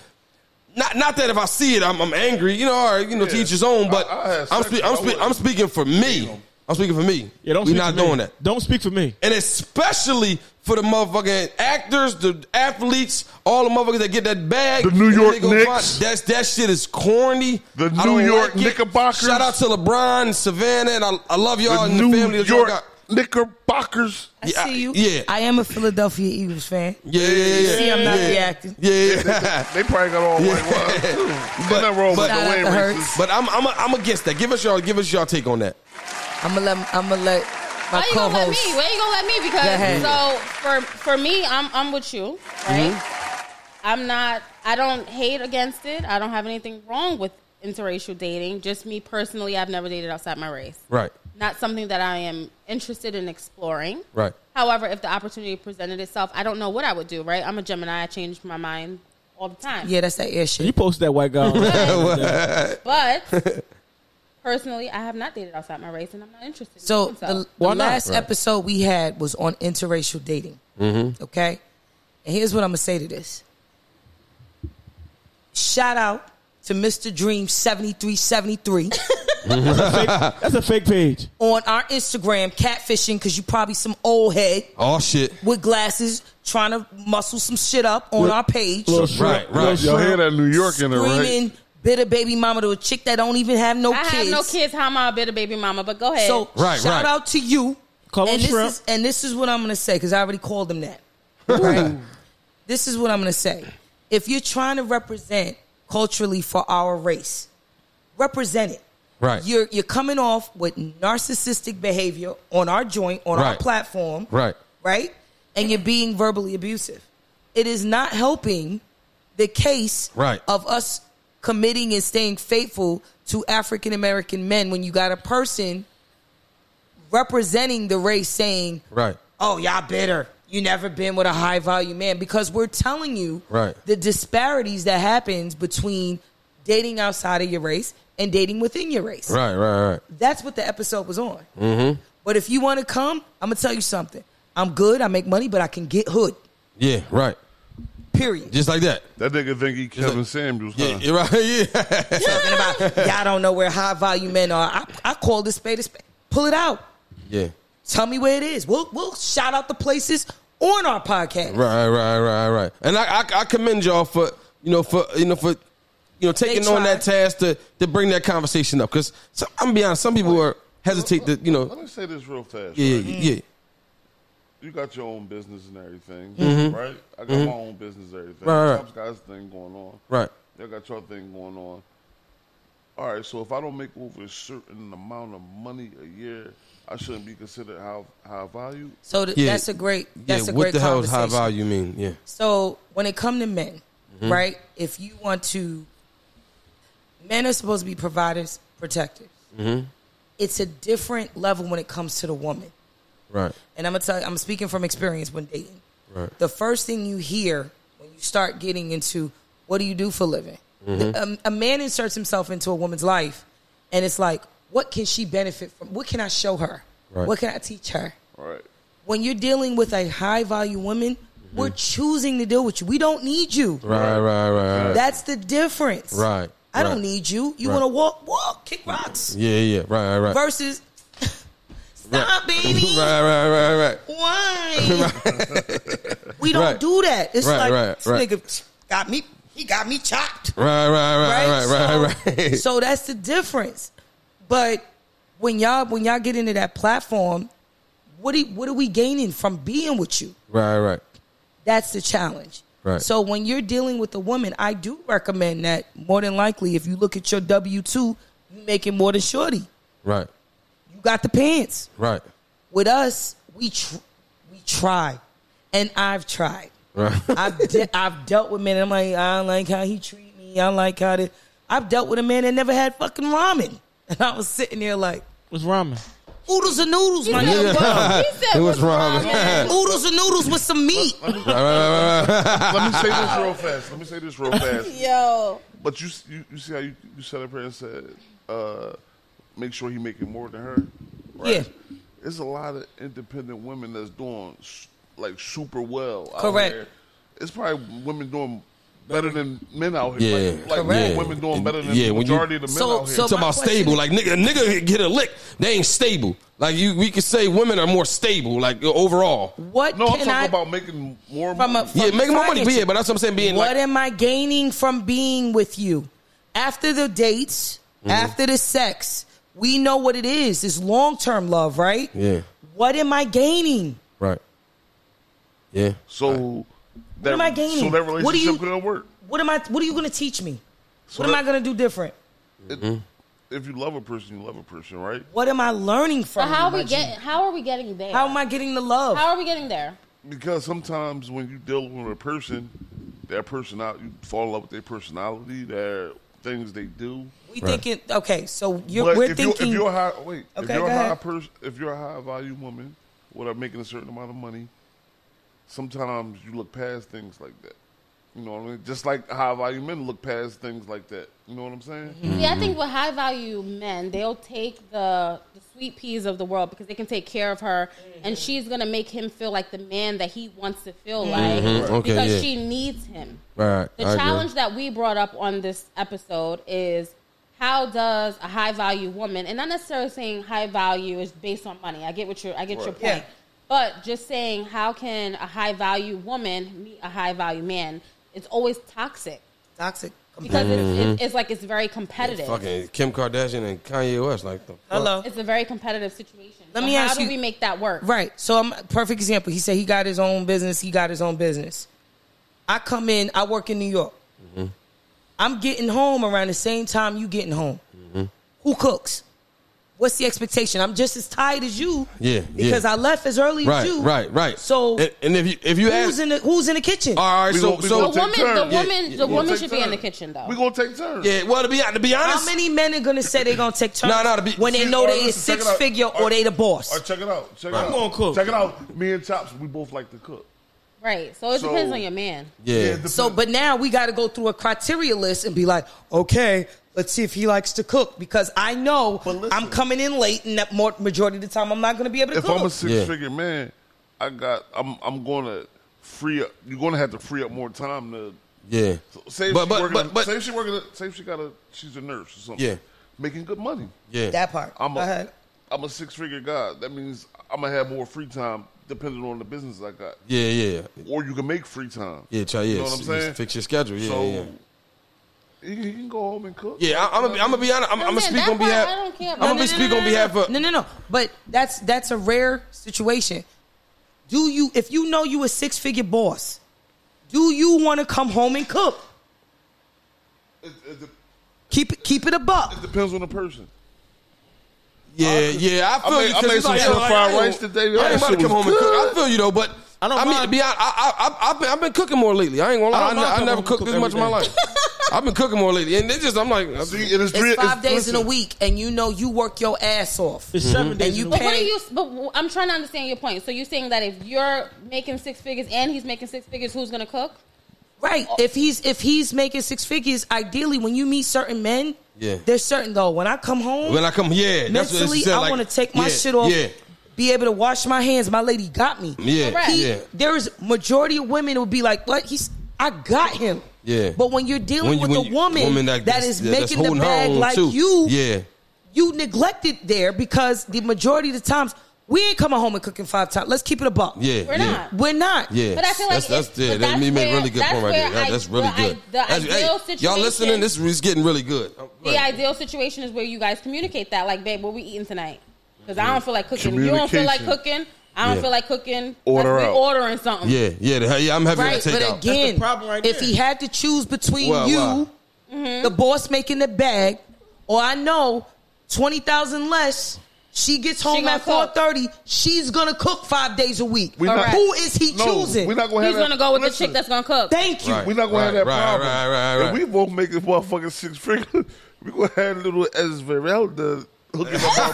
Speaker 5: not, not that if I see it, I'm, I'm angry. You know, all right, you know, to each his own. But
Speaker 1: I- I had
Speaker 5: I, am
Speaker 1: sex,
Speaker 5: spe-
Speaker 1: but I
Speaker 5: I'm, spe- I'm
Speaker 1: wouldn't.
Speaker 5: speaking for me. I'm speaking for me.
Speaker 2: yeah, don't.
Speaker 5: we
Speaker 2: speak
Speaker 5: not
Speaker 2: for me.
Speaker 5: doing that
Speaker 2: Don't speak for me.
Speaker 5: and especially for the motherfucking actors, the athletes, all the motherfuckers that get that bag.
Speaker 1: The New
Speaker 5: and
Speaker 1: York
Speaker 5: they go
Speaker 1: Knicks.
Speaker 5: find- That's that shit is corny.
Speaker 1: The
Speaker 5: I
Speaker 1: New
Speaker 5: don't
Speaker 1: York
Speaker 5: like it.
Speaker 1: Knickerbockers.
Speaker 5: Shout out to LeBron, Savannah, and I, I love y'all
Speaker 1: The
Speaker 5: and
Speaker 1: New
Speaker 5: the family that y'all
Speaker 1: York
Speaker 5: got.
Speaker 1: Knickerbockers.
Speaker 9: I
Speaker 5: Yeah,
Speaker 9: see you.
Speaker 5: yeah.
Speaker 9: I am a Philadelphia Eagles fan.
Speaker 5: Yeah, yeah, yeah, yeah.
Speaker 9: See, I'm not
Speaker 5: yeah.
Speaker 9: reacting.
Speaker 5: Yeah, yeah, yeah.
Speaker 1: They probably got all white ones too. But, nothing wrong with the
Speaker 5: but-
Speaker 9: Shout out
Speaker 1: way
Speaker 9: to Hurts.
Speaker 1: races.
Speaker 5: But I'm I'm I'm against that. Give us y'all give us y'all take on that.
Speaker 9: I'm gonna let. I'm gonna let my
Speaker 4: Why you gonna let me?
Speaker 9: co-host.
Speaker 4: Why you gonna let me?
Speaker 9: Go
Speaker 4: Because
Speaker 9: ahead.
Speaker 4: so for for me, I'm I'm with you, right?
Speaker 9: Mm-hmm.
Speaker 4: I'm not. I don't hate against it. I don't have anything wrong with interracial dating. Just me personally, I've never dated outside my race.
Speaker 5: Right,
Speaker 4: Not something that I am interested in exploring.
Speaker 5: right.
Speaker 4: However, if the opportunity presented itself, I don't know what I would do. Right? I'm a Gemini. I change my mind all the time.
Speaker 9: Yeah, that's that air
Speaker 2: You
Speaker 9: shit.
Speaker 2: posted that white guy.
Speaker 4: But personally, I have not dated outside my race, and I'm not interested. in
Speaker 9: So
Speaker 4: doing
Speaker 9: the, the
Speaker 2: Why not?
Speaker 9: last
Speaker 5: Right.
Speaker 9: episode we had was on interracial dating. Mm-hmm. Okay, and here's what I'm gonna say to this. Shout out to Mr. Dream seventy three seventy three.
Speaker 2: That's a fake page.
Speaker 9: on our Instagram catfishing because you probably some old head
Speaker 5: Oh shit.
Speaker 9: with glasses trying to muscle some shit up on
Speaker 2: Look-
Speaker 9: our page.
Speaker 2: Little
Speaker 5: Right,
Speaker 2: shrimp,
Speaker 5: right.
Speaker 2: little
Speaker 1: Y'all
Speaker 2: shrimp.
Speaker 1: hear that New York in there, right?
Speaker 9: screaming bitter baby mama to a chick that don't even have no
Speaker 4: I
Speaker 9: kids.
Speaker 4: have no kids. How am I a bitter baby mama? But go ahead.
Speaker 9: So
Speaker 5: Right,
Speaker 9: shout
Speaker 5: right.
Speaker 9: out to you.
Speaker 2: Call him
Speaker 9: and this
Speaker 2: shrimp.
Speaker 9: is and this is what I'm gonna say because I already called them that. This is what I'm gonna say. If you're trying to represent culturally for our race, represent it.
Speaker 5: Right.
Speaker 9: You're you're coming off with narcissistic behavior on our joint on our
Speaker 5: Right.
Speaker 9: platform.
Speaker 5: Right.
Speaker 9: Right. And you're being verbally abusive. It is not helping the case
Speaker 5: Right.
Speaker 9: of us committing and staying faithful to African American men when you got a person representing the race saying,
Speaker 5: Right.
Speaker 9: Oh, y'all bitter. You never been with a high value man because we're telling you
Speaker 5: Right.
Speaker 9: the disparities that happens between dating outside of your race and dating within your race.
Speaker 5: Right, right, right.
Speaker 9: That's what the episode was on. Mm-hmm. But if you want to come, I'm gonna tell you something. I'm good. I make money, but I can get hood.
Speaker 5: Yeah, right.
Speaker 9: Period.
Speaker 5: Just like that.
Speaker 1: That nigga think he Kevin
Speaker 5: like-
Speaker 1: Samuels, huh?
Speaker 5: Yeah, you're right. Yeah.
Speaker 9: talking about y'all don't know where high value men are. I, I call this spade a spade. Pull it out.
Speaker 5: yeah.
Speaker 9: Tell me where it is. We'll we'll shout out the places on our podcast.
Speaker 5: Right, right, right, right. And I, I, I commend y'all for you know for you know for you know taking on
Speaker 9: try.
Speaker 5: that task to to bring that conversation up because so, I'm gonna be honest, some people are hesitate to you
Speaker 1: Let
Speaker 5: know
Speaker 1: me say this real fast.
Speaker 5: yeah
Speaker 9: Mm-hmm.
Speaker 1: right?
Speaker 5: yeah
Speaker 1: You got your own business and everything, right? I got my own business and everything.
Speaker 5: Mm-hmm. Right, right.
Speaker 1: Trump's got his thing going on.
Speaker 5: right
Speaker 1: Y'all got your thing going on. All right, so if I don't make over a certain amount of money a year, I shouldn't be considered high, high value.
Speaker 9: So th-
Speaker 5: Yeah.
Speaker 9: that's a great that's
Speaker 5: yeah.
Speaker 9: a
Speaker 5: what
Speaker 9: great
Speaker 5: the hell is
Speaker 9: conversation.
Speaker 5: high value mean? Yeah,
Speaker 9: So when it come to men,
Speaker 5: Mm-hmm.
Speaker 9: right? If you
Speaker 5: Mm-hmm.
Speaker 9: want to, men are supposed to be providers, protectors. it's a different level when it comes to the woman.
Speaker 5: Right.
Speaker 9: And I'm gonna tell you, I'm speaking from experience when dating.
Speaker 5: Right.
Speaker 9: The first thing you hear when you start getting into what do you do for a living?
Speaker 5: Mhm.
Speaker 9: The- um, a, a man inserts himself into a woman's life, and it's like, what can she benefit from? What can I show her?
Speaker 5: Right.
Speaker 9: What can I teach her?
Speaker 1: Right.
Speaker 9: When you're dealing with a high value woman,
Speaker 5: Mm-hmm.
Speaker 9: we're choosing to deal with you. We don't need you.
Speaker 5: Right, right, right, right.
Speaker 9: That's the difference.
Speaker 5: Right.
Speaker 9: I
Speaker 5: right.
Speaker 9: don't need you. You
Speaker 5: Right.
Speaker 9: want to walk, walk, kick rocks.
Speaker 5: Yeah, yeah, right, right, right.
Speaker 9: Versus, stop,
Speaker 5: right.
Speaker 9: baby.
Speaker 5: right, right, right, right.
Speaker 9: Why? we don't
Speaker 5: Right.
Speaker 9: do that. It's
Speaker 5: Right,
Speaker 9: like
Speaker 5: right,
Speaker 9: this
Speaker 5: right.
Speaker 9: nigga got me. He got me chopped.
Speaker 5: Right, right, right, right, right, right.
Speaker 9: So that's the difference. But when y'all when y'all get into that platform, what do, what are we gaining from being with you?
Speaker 5: right, right.
Speaker 9: That's the challenge.
Speaker 5: Right.
Speaker 9: So when you're dealing with a woman, I do recommend that more than likely, if you look at your W two, you making more than shorty.
Speaker 5: Right.
Speaker 9: You got the pants.
Speaker 5: Right.
Speaker 9: With us, we tr- we try, and I've tried.
Speaker 5: Right.
Speaker 9: I've de- I've dealt with men. I'm like, I don't like how he treat me. I don't like how to. I've dealt with a man that never had fucking ramen, and I was sitting there like,
Speaker 2: What's ramen?
Speaker 9: oodles and noodles, my
Speaker 5: said
Speaker 9: nigga.
Speaker 5: what? He said It was what's
Speaker 9: ramen.
Speaker 5: ramen. ramen.
Speaker 9: Oodles and noodles with some meat.
Speaker 5: Right, right, right, right.
Speaker 1: Let me say this real fast. Let me say this real fast.
Speaker 4: Yo.
Speaker 1: But you, you, you see how you, you set up here and said, uh, make sure he making more than her. Right?
Speaker 9: Yeah.
Speaker 1: There's a lot of independent women that's doing s- like super well. out
Speaker 9: Correct.
Speaker 1: here. It's probably women doing better than men out
Speaker 5: Yeah,
Speaker 1: here. Like, like
Speaker 5: Correct.
Speaker 1: women doing better than
Speaker 5: Yeah,
Speaker 1: the
Speaker 5: when you-
Speaker 1: majority of the men
Speaker 9: So-
Speaker 1: out here.
Speaker 9: so
Speaker 5: Talking
Speaker 9: my
Speaker 5: about
Speaker 9: question-
Speaker 5: stable, like nigga, nigga get a lick. They ain't stable. Like you, we could say women are more stable, like overall.
Speaker 9: What
Speaker 1: no, I'm
Speaker 9: can
Speaker 1: talking
Speaker 9: I?
Speaker 1: about making more
Speaker 9: from a, from
Speaker 5: Yeah, making more money,
Speaker 9: financial-
Speaker 5: but yeah, but that's what I'm saying, being
Speaker 9: what
Speaker 5: like-
Speaker 9: am I gaining from being with you after the dates, after the sex? We know what it is. It's long term love, right?
Speaker 5: Yeah,
Speaker 9: What am I gaining?
Speaker 5: right. Yeah,
Speaker 1: So that,
Speaker 9: am I gaining?
Speaker 1: So that
Speaker 9: What do
Speaker 1: relationship
Speaker 9: you-
Speaker 1: couldn't work.
Speaker 9: What am I? What are you going to teach me?
Speaker 1: So
Speaker 9: What am
Speaker 1: that-
Speaker 9: I going to do different?
Speaker 1: It-
Speaker 5: Mm-hmm.
Speaker 1: If you love a person, you love a person, right?
Speaker 9: What am I learning from?
Speaker 4: But how
Speaker 9: you,
Speaker 4: are
Speaker 9: my
Speaker 4: we
Speaker 9: G?
Speaker 4: getting? How are we getting there?
Speaker 9: How am I getting the love?
Speaker 4: How are we getting there?
Speaker 1: Because sometimes when you deal with a person, that person out, you fall in love with their personality, their things they do.
Speaker 9: we
Speaker 5: Right.
Speaker 9: thinking? Okay, so you're,
Speaker 1: But
Speaker 9: we're
Speaker 1: if
Speaker 9: thinking.
Speaker 1: you're, if you're a high, wait, if
Speaker 9: Okay,
Speaker 1: you're
Speaker 9: go
Speaker 1: a high
Speaker 9: ahead.
Speaker 1: person, if you're a high value woman, without making a certain amount of money, sometimes you look past things like that. You know what I mean? Just like high value men look past things like that. You know what I'm saying?
Speaker 4: See, I
Speaker 5: Mm-hmm.
Speaker 4: think with high value men, they'll take the, the sweet peas of the world because they can take care of her, and she's gonna make him feel like the man that he wants to feel like
Speaker 5: Mhm. Okay,
Speaker 4: because
Speaker 5: yeah.
Speaker 4: she needs him.
Speaker 5: right.
Speaker 4: The
Speaker 5: I agree.
Speaker 4: challenge that we brought up on this episode is how does a high value woman, and not necessarily saying high value is based on money. I get what you're, I get your
Speaker 1: Right.
Speaker 4: point,
Speaker 9: Yeah.
Speaker 4: but just saying how can a high value woman meet a high value man? It's always toxic
Speaker 9: toxic.
Speaker 4: because
Speaker 5: Mm-hmm.
Speaker 4: it's, it's, it's like it's very competitive.
Speaker 5: Fucking Kim Kardashian and Kanye West, like the fuck?
Speaker 9: Hello.
Speaker 4: It's a very competitive situation.
Speaker 9: Let
Speaker 4: So
Speaker 9: me
Speaker 4: how
Speaker 9: ask
Speaker 4: do
Speaker 9: you-
Speaker 4: we make that work?
Speaker 9: Right. So I'm perfect example. He said he got his own business. He got his own business. I come in. I work in New York.
Speaker 5: Mm-hmm.
Speaker 9: I'm getting home around the same time you getting home.
Speaker 5: Mm-hmm.
Speaker 9: Who cooks? What's the expectation? I'm just as tired as you.
Speaker 5: Yeah,
Speaker 9: Because
Speaker 5: yeah.
Speaker 9: I left as early
Speaker 5: Right,
Speaker 9: as you.
Speaker 5: right, right.
Speaker 9: So
Speaker 5: and, and if you if you
Speaker 9: who's
Speaker 5: ask,
Speaker 9: in the Who's in the kitchen?
Speaker 5: all right,
Speaker 1: We
Speaker 5: so
Speaker 1: gonna- we
Speaker 5: so
Speaker 4: The
Speaker 1: gonna take
Speaker 4: woman, the
Speaker 1: turns. Yeah,
Speaker 4: woman,
Speaker 5: yeah,
Speaker 4: the
Speaker 5: yeah.
Speaker 4: woman
Speaker 1: Take
Speaker 4: should be in the
Speaker 1: turns.
Speaker 4: kitchen though.
Speaker 1: We gonna take turns.
Speaker 5: yeah, well to be to be honest,
Speaker 9: How many men are gonna say they're gonna take turns
Speaker 5: No, no, to be-
Speaker 9: when they
Speaker 1: See,
Speaker 9: know
Speaker 1: or
Speaker 9: they is
Speaker 1: listen, check
Speaker 9: six
Speaker 1: it out.
Speaker 9: figure or,
Speaker 1: Or-
Speaker 9: they the
Speaker 1: Or
Speaker 9: boss?
Speaker 1: check it out. Check it
Speaker 5: I'm
Speaker 1: out.
Speaker 2: gonna cook.
Speaker 1: Check it out. Me and Chops, we both like to cook.
Speaker 4: right. So it
Speaker 1: So-
Speaker 4: depends on your man.
Speaker 5: yeah,
Speaker 1: it depends.
Speaker 9: So, but now we got to go through a criteria list and be like, okay, let's see if he likes to cook because I know
Speaker 1: But listen.
Speaker 9: I'm coming in late and that more, majority of the time I'm not going to be able to
Speaker 1: if
Speaker 9: cook.
Speaker 1: I'm a six figure man, I got. I'm. I'm gonna free up. You're gonna have to free up more time to.
Speaker 5: yeah.
Speaker 1: So say if
Speaker 5: But-
Speaker 1: she
Speaker 5: but-
Speaker 1: working,
Speaker 5: but- but-
Speaker 1: say if she working, say if she got a, she's a nurse or something.
Speaker 5: Yeah.
Speaker 1: making good money.
Speaker 5: yeah,
Speaker 9: that part.
Speaker 1: I'm
Speaker 9: Go
Speaker 1: a,
Speaker 9: ahead.
Speaker 1: I'm a six figure guy. That means I'm gonna have more free time depending on the business I got,
Speaker 5: yeah, yeah,
Speaker 1: or you can make free time.
Speaker 5: yeah. Try, yeah,
Speaker 1: you know what I'm
Speaker 5: s-
Speaker 1: saying.
Speaker 5: Fix your schedule. Yeah,
Speaker 1: so
Speaker 5: yeah.
Speaker 1: He, he can go home and cook.
Speaker 5: Yeah, I, I'm gonna be, I'm gonna be honest. I'm,
Speaker 4: No,
Speaker 5: I'm gonna
Speaker 4: man,
Speaker 5: speak
Speaker 4: that
Speaker 5: on
Speaker 4: part
Speaker 5: behalf.
Speaker 4: I don't care
Speaker 5: I'm
Speaker 4: about.
Speaker 5: gonna
Speaker 4: No, no,
Speaker 5: speak
Speaker 4: no,
Speaker 5: on
Speaker 4: no,
Speaker 5: behalf of.
Speaker 9: no, no, no. But that's that's a rare situation. Do you, if you know you a six figure boss, do you want to come home and cook?
Speaker 1: It, it de-
Speaker 9: Keep it, keep it a buck.
Speaker 1: it depends on the person.
Speaker 5: Yeah, yeah, I feel
Speaker 1: I made,
Speaker 5: you.
Speaker 1: I
Speaker 5: 'cause
Speaker 1: made
Speaker 5: it's
Speaker 1: some
Speaker 5: like,
Speaker 1: shrimp
Speaker 5: like,
Speaker 1: fried
Speaker 5: I
Speaker 1: rice
Speaker 5: ain't-
Speaker 1: today.
Speaker 5: I ain't
Speaker 1: That
Speaker 5: about to
Speaker 1: shit
Speaker 5: come
Speaker 1: was
Speaker 5: home and cook.
Speaker 1: good.
Speaker 5: I feel you though, but I
Speaker 2: I don't
Speaker 5: mean,
Speaker 2: mind.
Speaker 5: to be honest, I, I, I, I've been, I've been cooking more lately. I ain't gonna
Speaker 2: I
Speaker 5: lie.
Speaker 2: don't
Speaker 5: I,
Speaker 2: mind
Speaker 5: I,
Speaker 2: coming
Speaker 5: never
Speaker 2: home and
Speaker 5: cooked
Speaker 2: cook
Speaker 5: this much in my
Speaker 2: every
Speaker 5: life. I've been cooking more lately, and they just I'm like,
Speaker 1: See, it is
Speaker 9: It's five days in a week, and you know you work your ass off.
Speaker 5: It's seven Mhm. days
Speaker 9: And you
Speaker 5: in a
Speaker 4: But
Speaker 9: pay.
Speaker 4: what are you? But w- I'm trying to understand your point. So you're saying that if you're making six figures and he's making six figures, who's gonna cook?
Speaker 9: Right.
Speaker 5: Uh,
Speaker 9: If he's if he's making six figures, ideally when you meet certain men,
Speaker 5: Yeah.
Speaker 9: they're certain though. When I come home,
Speaker 5: When I come- yeah, that's what she
Speaker 9: mentally,
Speaker 5: said,
Speaker 9: I
Speaker 5: like,
Speaker 9: want to take my
Speaker 5: yeah,
Speaker 9: shit off.
Speaker 5: yeah.
Speaker 9: Be able to wash my hands. My lady got me.
Speaker 5: Yeah, Correct.
Speaker 9: He-
Speaker 5: yeah.
Speaker 9: There is majority of women will be like, "What? He's I got him."
Speaker 5: Yeah.
Speaker 9: But when you're dealing
Speaker 5: When you-
Speaker 9: with
Speaker 5: when
Speaker 9: a
Speaker 5: you-
Speaker 9: woman, that
Speaker 5: that- that's-
Speaker 9: is
Speaker 5: that's
Speaker 9: making the
Speaker 5: holding her
Speaker 9: bag
Speaker 5: own,
Speaker 9: like
Speaker 5: too.
Speaker 9: you,
Speaker 5: Yeah.
Speaker 9: you neglected there because the majority of the times we ain't coming home and cooking five times. Let's keep it a buck.
Speaker 5: Yeah, We're yeah. not.
Speaker 9: We're not.
Speaker 5: Yeah, that's that's yeah, that me make really good point right there. That- that's really good.
Speaker 4: the
Speaker 5: That's- hey,
Speaker 4: ideal
Speaker 5: y'all
Speaker 4: situation-
Speaker 5: listening? This is getting really good. Oh, go
Speaker 4: The
Speaker 5: ahead.
Speaker 4: ideal situation is where you guys communicate that, like, babe, what we eating tonight? Because I don't feel like cooking. You don't feel like
Speaker 5: Communication.
Speaker 4: cooking. I don't
Speaker 5: Yeah.
Speaker 4: feel like cooking.
Speaker 5: Order
Speaker 4: Let's be
Speaker 5: out.
Speaker 4: ordering something.
Speaker 5: Yeah, yeah, the- yeah. I'm having
Speaker 9: Right,
Speaker 5: that
Speaker 9: but
Speaker 5: takeout.
Speaker 9: again,
Speaker 2: That's the problem right
Speaker 9: if
Speaker 2: there.
Speaker 9: he had to choose between
Speaker 5: Why,
Speaker 9: you, Mm-hmm.
Speaker 5: why?
Speaker 9: the boss making the bag, or I know twenty thousand less. She gets home
Speaker 4: gonna
Speaker 9: at four thirty. She's gonna cook five days a week.
Speaker 1: We not-
Speaker 9: Who is he
Speaker 1: No,
Speaker 9: choosing?
Speaker 1: we not gonna have
Speaker 4: He's
Speaker 1: that-
Speaker 4: gonna go with the
Speaker 1: listen.
Speaker 4: chick that's gonna cook.
Speaker 9: Thank you.
Speaker 5: Right,
Speaker 1: We're not gonna have that
Speaker 5: right,
Speaker 1: problem.
Speaker 5: right, right, right.
Speaker 1: If we both make this motherfucking six figures, we gonna have little Esmeralda hooking up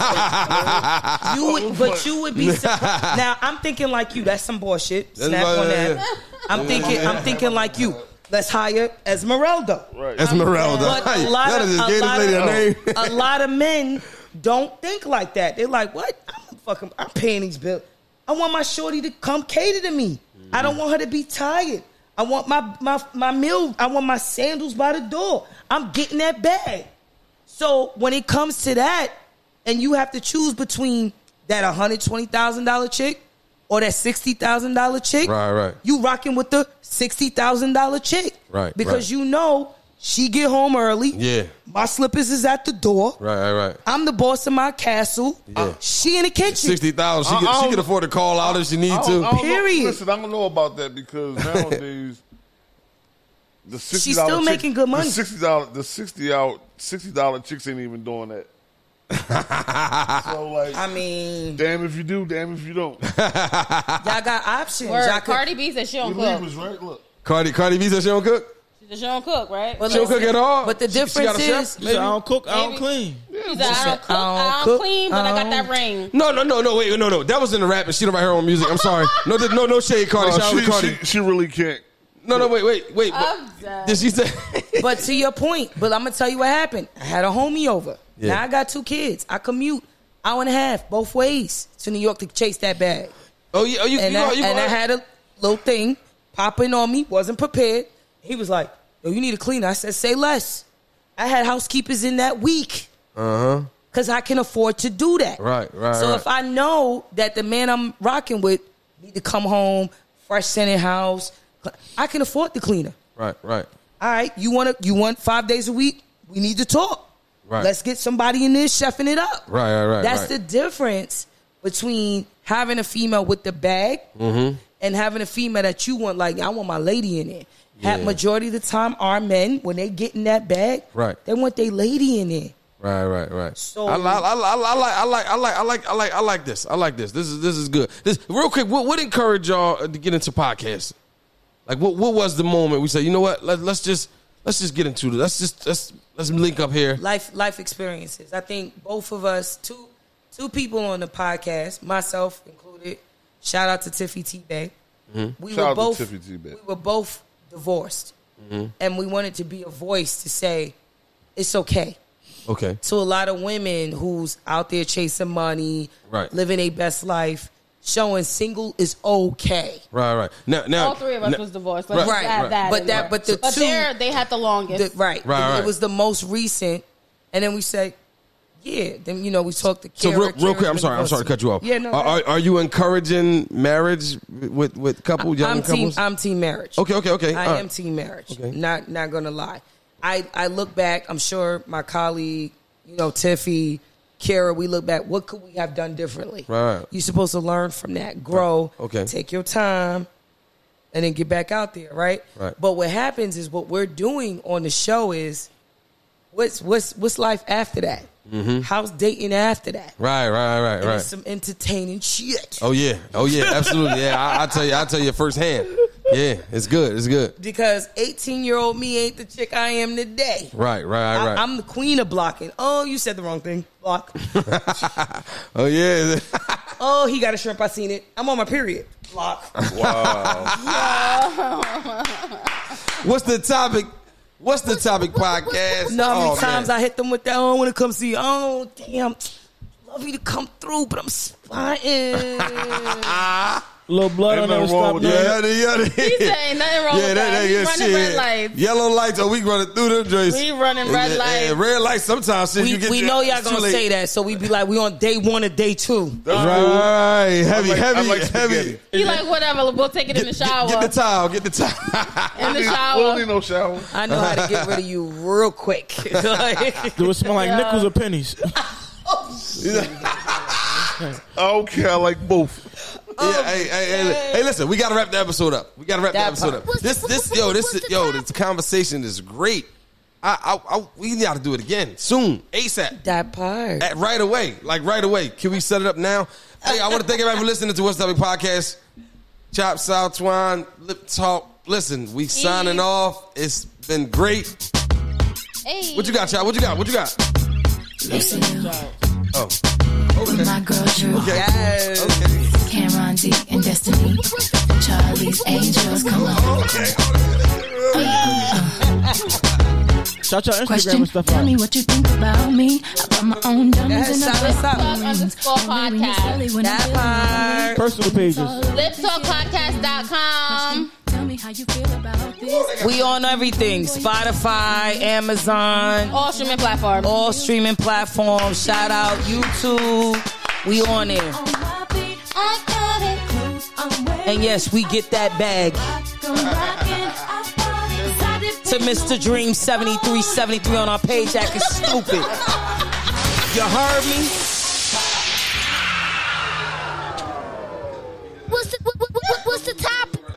Speaker 1: our
Speaker 9: You would, but you would be surprised. now. I'm thinking like you. That's some bullshit.
Speaker 5: That's
Speaker 9: Snap
Speaker 5: like-
Speaker 9: on
Speaker 5: yeah,
Speaker 9: that.
Speaker 5: yeah.
Speaker 9: I'm thinking. I'm thinking like you. Let's hire Esmeralda. Right.
Speaker 5: Esmeralda.
Speaker 9: But
Speaker 5: Hey,
Speaker 9: a lot
Speaker 5: that
Speaker 9: of,
Speaker 5: is Oh, the
Speaker 9: a
Speaker 5: gayest
Speaker 9: lot
Speaker 5: lady
Speaker 9: of-
Speaker 5: I name.
Speaker 9: a lot of men don't think like that. They're like, what? I'm fucking. I'm paying these bills. I want my shorty to come cater to me. I don't want her to be tired. I want my my my meal. I want my sandals by the door. I'm getting that bag. So when it comes to that, and you have to choose between that one hundred twenty thousand dollar chick or that sixty thousand dollar chick,
Speaker 5: Right, right.
Speaker 9: You rocking with the sixty thousand dollar chick,
Speaker 5: Right,
Speaker 9: Because
Speaker 5: right.
Speaker 9: you know she get home early.
Speaker 5: Yeah.
Speaker 9: my slippers is at the door.
Speaker 5: Right, right, right.
Speaker 9: I'm the boss of my castle.
Speaker 5: Yeah.
Speaker 9: Uh, she in the kitchen.
Speaker 5: Sixty thousand. She
Speaker 1: I- I
Speaker 5: could, she
Speaker 1: don't-
Speaker 5: could afford to call out if she need
Speaker 1: I don't- I
Speaker 5: to.
Speaker 1: don't know-
Speaker 9: Period.
Speaker 1: listen, I don't know about that because nowadays the sixty
Speaker 9: She's still making good money.
Speaker 1: The sixty dollar, the sixty out, sixty dollar chicks ain't even doing that. so like,
Speaker 9: I mean,
Speaker 1: damn if you do, damn if you don't.
Speaker 9: y'all got options.
Speaker 4: Word.
Speaker 9: Y'all could-
Speaker 4: Cardi B said she
Speaker 1: We
Speaker 4: don't cook.
Speaker 1: was right. Look,
Speaker 5: Cardi, Cardi B said she don't cook.
Speaker 4: She said she don't cook, right?
Speaker 9: But
Speaker 5: She don't cook at all.
Speaker 9: But the
Speaker 5: She- she got
Speaker 9: difference
Speaker 5: a chef,
Speaker 9: is,
Speaker 2: So I
Speaker 5: maybe?
Speaker 2: don't cook. I don't
Speaker 4: Maybe.
Speaker 2: clean.
Speaker 4: She said, I don't cook. I don't, clean, but I, got that ring.
Speaker 5: No, no, no, no. Wait, no, no. That was in the rap, and she don't write her own music. I'm sorry. No, th- no, no shade, Cardi.
Speaker 1: Uh,
Speaker 5: Shout out to
Speaker 1: she,
Speaker 5: Cardi.
Speaker 1: she, she really can't.
Speaker 5: no, no. Wait, wait, wait. wait.
Speaker 4: I'm done.
Speaker 5: Did she say?
Speaker 9: but to your point, but I'm gonna tell you what happened. I had a homie over.
Speaker 5: Yeah.
Speaker 9: Now I got two kids. I commute hour and a half both ways to New York to chase that bag.
Speaker 5: oh, you, oh, you,
Speaker 9: And,
Speaker 5: you,
Speaker 9: I,
Speaker 5: you,
Speaker 9: and I had a little thing popping on me. Wasn't prepared. He was like, "Yo, you need a cleaner." I said, "Say less." I had housekeepers in that week
Speaker 5: Uh huh.
Speaker 9: because I can afford to do that.
Speaker 5: Right, right,
Speaker 9: So
Speaker 5: right.
Speaker 9: if I know that the man I'm rocking with need to come home fresh scented house, I can afford the cleaner.
Speaker 5: Right, right,
Speaker 9: all right, you want to you want five days a week? We need to talk.
Speaker 5: Right.
Speaker 9: Let's get somebody in there chefing it up.
Speaker 5: Right, right, right,
Speaker 9: That's
Speaker 5: right.
Speaker 9: the difference between having a female with the bag
Speaker 5: Mm-hmm.
Speaker 9: and having a female that you want. Like I want my lady in it. At
Speaker 5: Yeah.
Speaker 9: majority of the time, our men when they get in that bag,
Speaker 5: Right.
Speaker 9: they want their lady in it.
Speaker 5: right, right, right.
Speaker 9: So-
Speaker 5: I, li- I, li- I, li- I like, I like, I like, I like, I like, I like this. I like this. This is this is good. This real quick. What would encourage y'all to get into podcasting? Like, what what was the moment we said, you know what? Let, let's just let's just get into this. Let's just let's let's link up here.
Speaker 9: Life life experiences. I think both of us, two two people on the podcast, myself included. Shout out to Tiffy T Bay.
Speaker 5: Mm-hmm.
Speaker 9: We
Speaker 1: Shout out
Speaker 9: were
Speaker 1: to
Speaker 9: both
Speaker 1: Tiffy T. Bay.
Speaker 9: we were both divorced,
Speaker 5: Mm-hmm.
Speaker 9: and we wanted to be a voice to say it's okay.
Speaker 5: Okay.
Speaker 9: To a lot of women who's out there chasing money,
Speaker 5: Right.
Speaker 9: living a best life, showing single is okay.
Speaker 5: Right, right. Now, now
Speaker 4: All three of us
Speaker 5: now-
Speaker 4: was divorced. Let's
Speaker 5: Right,
Speaker 4: just add
Speaker 5: right.
Speaker 4: that.
Speaker 9: But
Speaker 4: in
Speaker 9: that-
Speaker 4: there.
Speaker 9: but the
Speaker 4: but
Speaker 9: two-
Speaker 4: there, they had the longest.
Speaker 9: The- right.
Speaker 5: Right,
Speaker 9: It- It,
Speaker 5: right.
Speaker 9: was the most recent, and then we say, yeah. Then you know we talked to
Speaker 5: So
Speaker 9: Kara,
Speaker 5: real, real
Speaker 9: Kara's
Speaker 5: quick, I'm
Speaker 9: been
Speaker 5: sorry, I'm sorry to
Speaker 9: divorced.
Speaker 5: cut you off. Uh,
Speaker 9: Yeah, no.
Speaker 5: Are, are, are you encouraging marriage with with couple young
Speaker 9: I'm team.
Speaker 5: couples?
Speaker 9: I'm team marriage.
Speaker 5: Okay, okay, okay.
Speaker 9: I
Speaker 5: All
Speaker 9: am
Speaker 5: right.
Speaker 9: team marriage.
Speaker 5: Okay.
Speaker 9: Not not gonna lie. I I look back. I'm sure my colleague, you know, Tiffy, Kara, we look back. What could we have done differently?
Speaker 5: Right.
Speaker 9: You're supposed to learn from that, grow.
Speaker 5: Right. Okay.
Speaker 9: Take your time, and then get back out there. Right.
Speaker 5: Right.
Speaker 9: But what happens is what we're doing on the show is what's what's what's life after that? How's dating after that?
Speaker 5: right, right, Mm-hmm. right,
Speaker 9: And
Speaker 5: right.
Speaker 9: it's some entertaining shit.
Speaker 5: oh yeah, oh yeah, absolutely. Yeah, I, I tell you, I tell you firsthand. Yeah, it's good. It's good.
Speaker 9: because 18 year old me ain't the chick I am today.
Speaker 5: Right, right, right, right.
Speaker 9: I, am the queen of blocking. Oh, you said the wrong thing. Block.
Speaker 5: oh yeah.
Speaker 9: oh, he got a shrimp. I seen it. I'm on my period. Block.
Speaker 5: Wow. What's the topic? What's the topic podcast?
Speaker 9: No, how many
Speaker 5: Oh,
Speaker 9: times
Speaker 5: man.
Speaker 9: I hit them with that? I don't want to come see you. Oh, damn. Love you to come through, but I'm spying.
Speaker 2: Little blood
Speaker 5: Ain't
Speaker 2: on there.
Speaker 5: nothing wrong
Speaker 2: Stop
Speaker 5: with that.
Speaker 2: that.
Speaker 5: Yeah, yeah, yeah.
Speaker 4: He said ain't nothing wrong with that. We running red lights.
Speaker 5: Yellow lights. Oh, we running through them, Drace.
Speaker 4: We running red
Speaker 5: Yeah,
Speaker 4: lights.
Speaker 5: yeah, Red lights. Sometimes shit.
Speaker 9: we
Speaker 5: you get
Speaker 9: we
Speaker 5: your-
Speaker 9: know y'all
Speaker 5: it's too
Speaker 9: gonna
Speaker 5: late.
Speaker 9: say that, so we be like, we on day one or day two.
Speaker 1: That's
Speaker 5: Right. Heavy,
Speaker 1: like- I
Speaker 5: heavy,
Speaker 1: like
Speaker 5: heavy.
Speaker 1: spaghetti.
Speaker 4: He like whatever. We'll take it in the shower.
Speaker 5: Get the towel. Get the towel.
Speaker 4: in the
Speaker 1: We don't need
Speaker 4: shower.
Speaker 1: no shower.
Speaker 9: I know how to get rid of you real quick. Like-
Speaker 2: Do it smell like
Speaker 4: Yeah.
Speaker 2: nickels or pennies?
Speaker 1: I don't care. I like both.
Speaker 5: yeah, hey, hey, hey, li- hey, listen, we gotta wrap the episode up. We gotta wrap
Speaker 9: Oh, That
Speaker 5: the episode
Speaker 9: part.
Speaker 5: up. This, this, yo, this, is- yo, this conversation is great. I, I, I, we gotta do it again soon, ASAP.
Speaker 9: that part.
Speaker 5: At- right away, like right away. Can we set it up now? Hey, I want to thank everybody for listening to What's Topic podcast. Chop, Sal, Twine, Lip Talk. Listen, we signing off. It's been great.
Speaker 4: Hey.
Speaker 5: What you got, Chop? What you got? What you got?
Speaker 11: Listen you
Speaker 5: Oh,
Speaker 11: with my girl Drew,
Speaker 9: Yes.
Speaker 5: okay.
Speaker 11: Cameron D, and Destiny. Charlie's Angels, come on.
Speaker 2: Shout out Instagram
Speaker 11: Question,
Speaker 2: and stuff
Speaker 11: tell
Speaker 2: out.
Speaker 11: me what you think about me. I got my own diamonds
Speaker 9: Yes,
Speaker 11: and
Speaker 9: shout us out.
Speaker 11: I
Speaker 4: Underscore podcast.
Speaker 9: That part.
Speaker 2: Personal pages.
Speaker 4: Liptalkpodcast.com.
Speaker 11: Tell me how you feel about this.
Speaker 9: We on everything Spotify, Amazon,
Speaker 4: All streaming platforms.
Speaker 9: all streaming platforms. Shout out YouTube. We on there.
Speaker 11: On my feet, I got it. Clothes I'm wearing.
Speaker 9: And yes, we get that bag
Speaker 11: I'm rocking. I bought it. Decided
Speaker 9: to Mr. Dream 7373 on our page acting stupid. You heard me?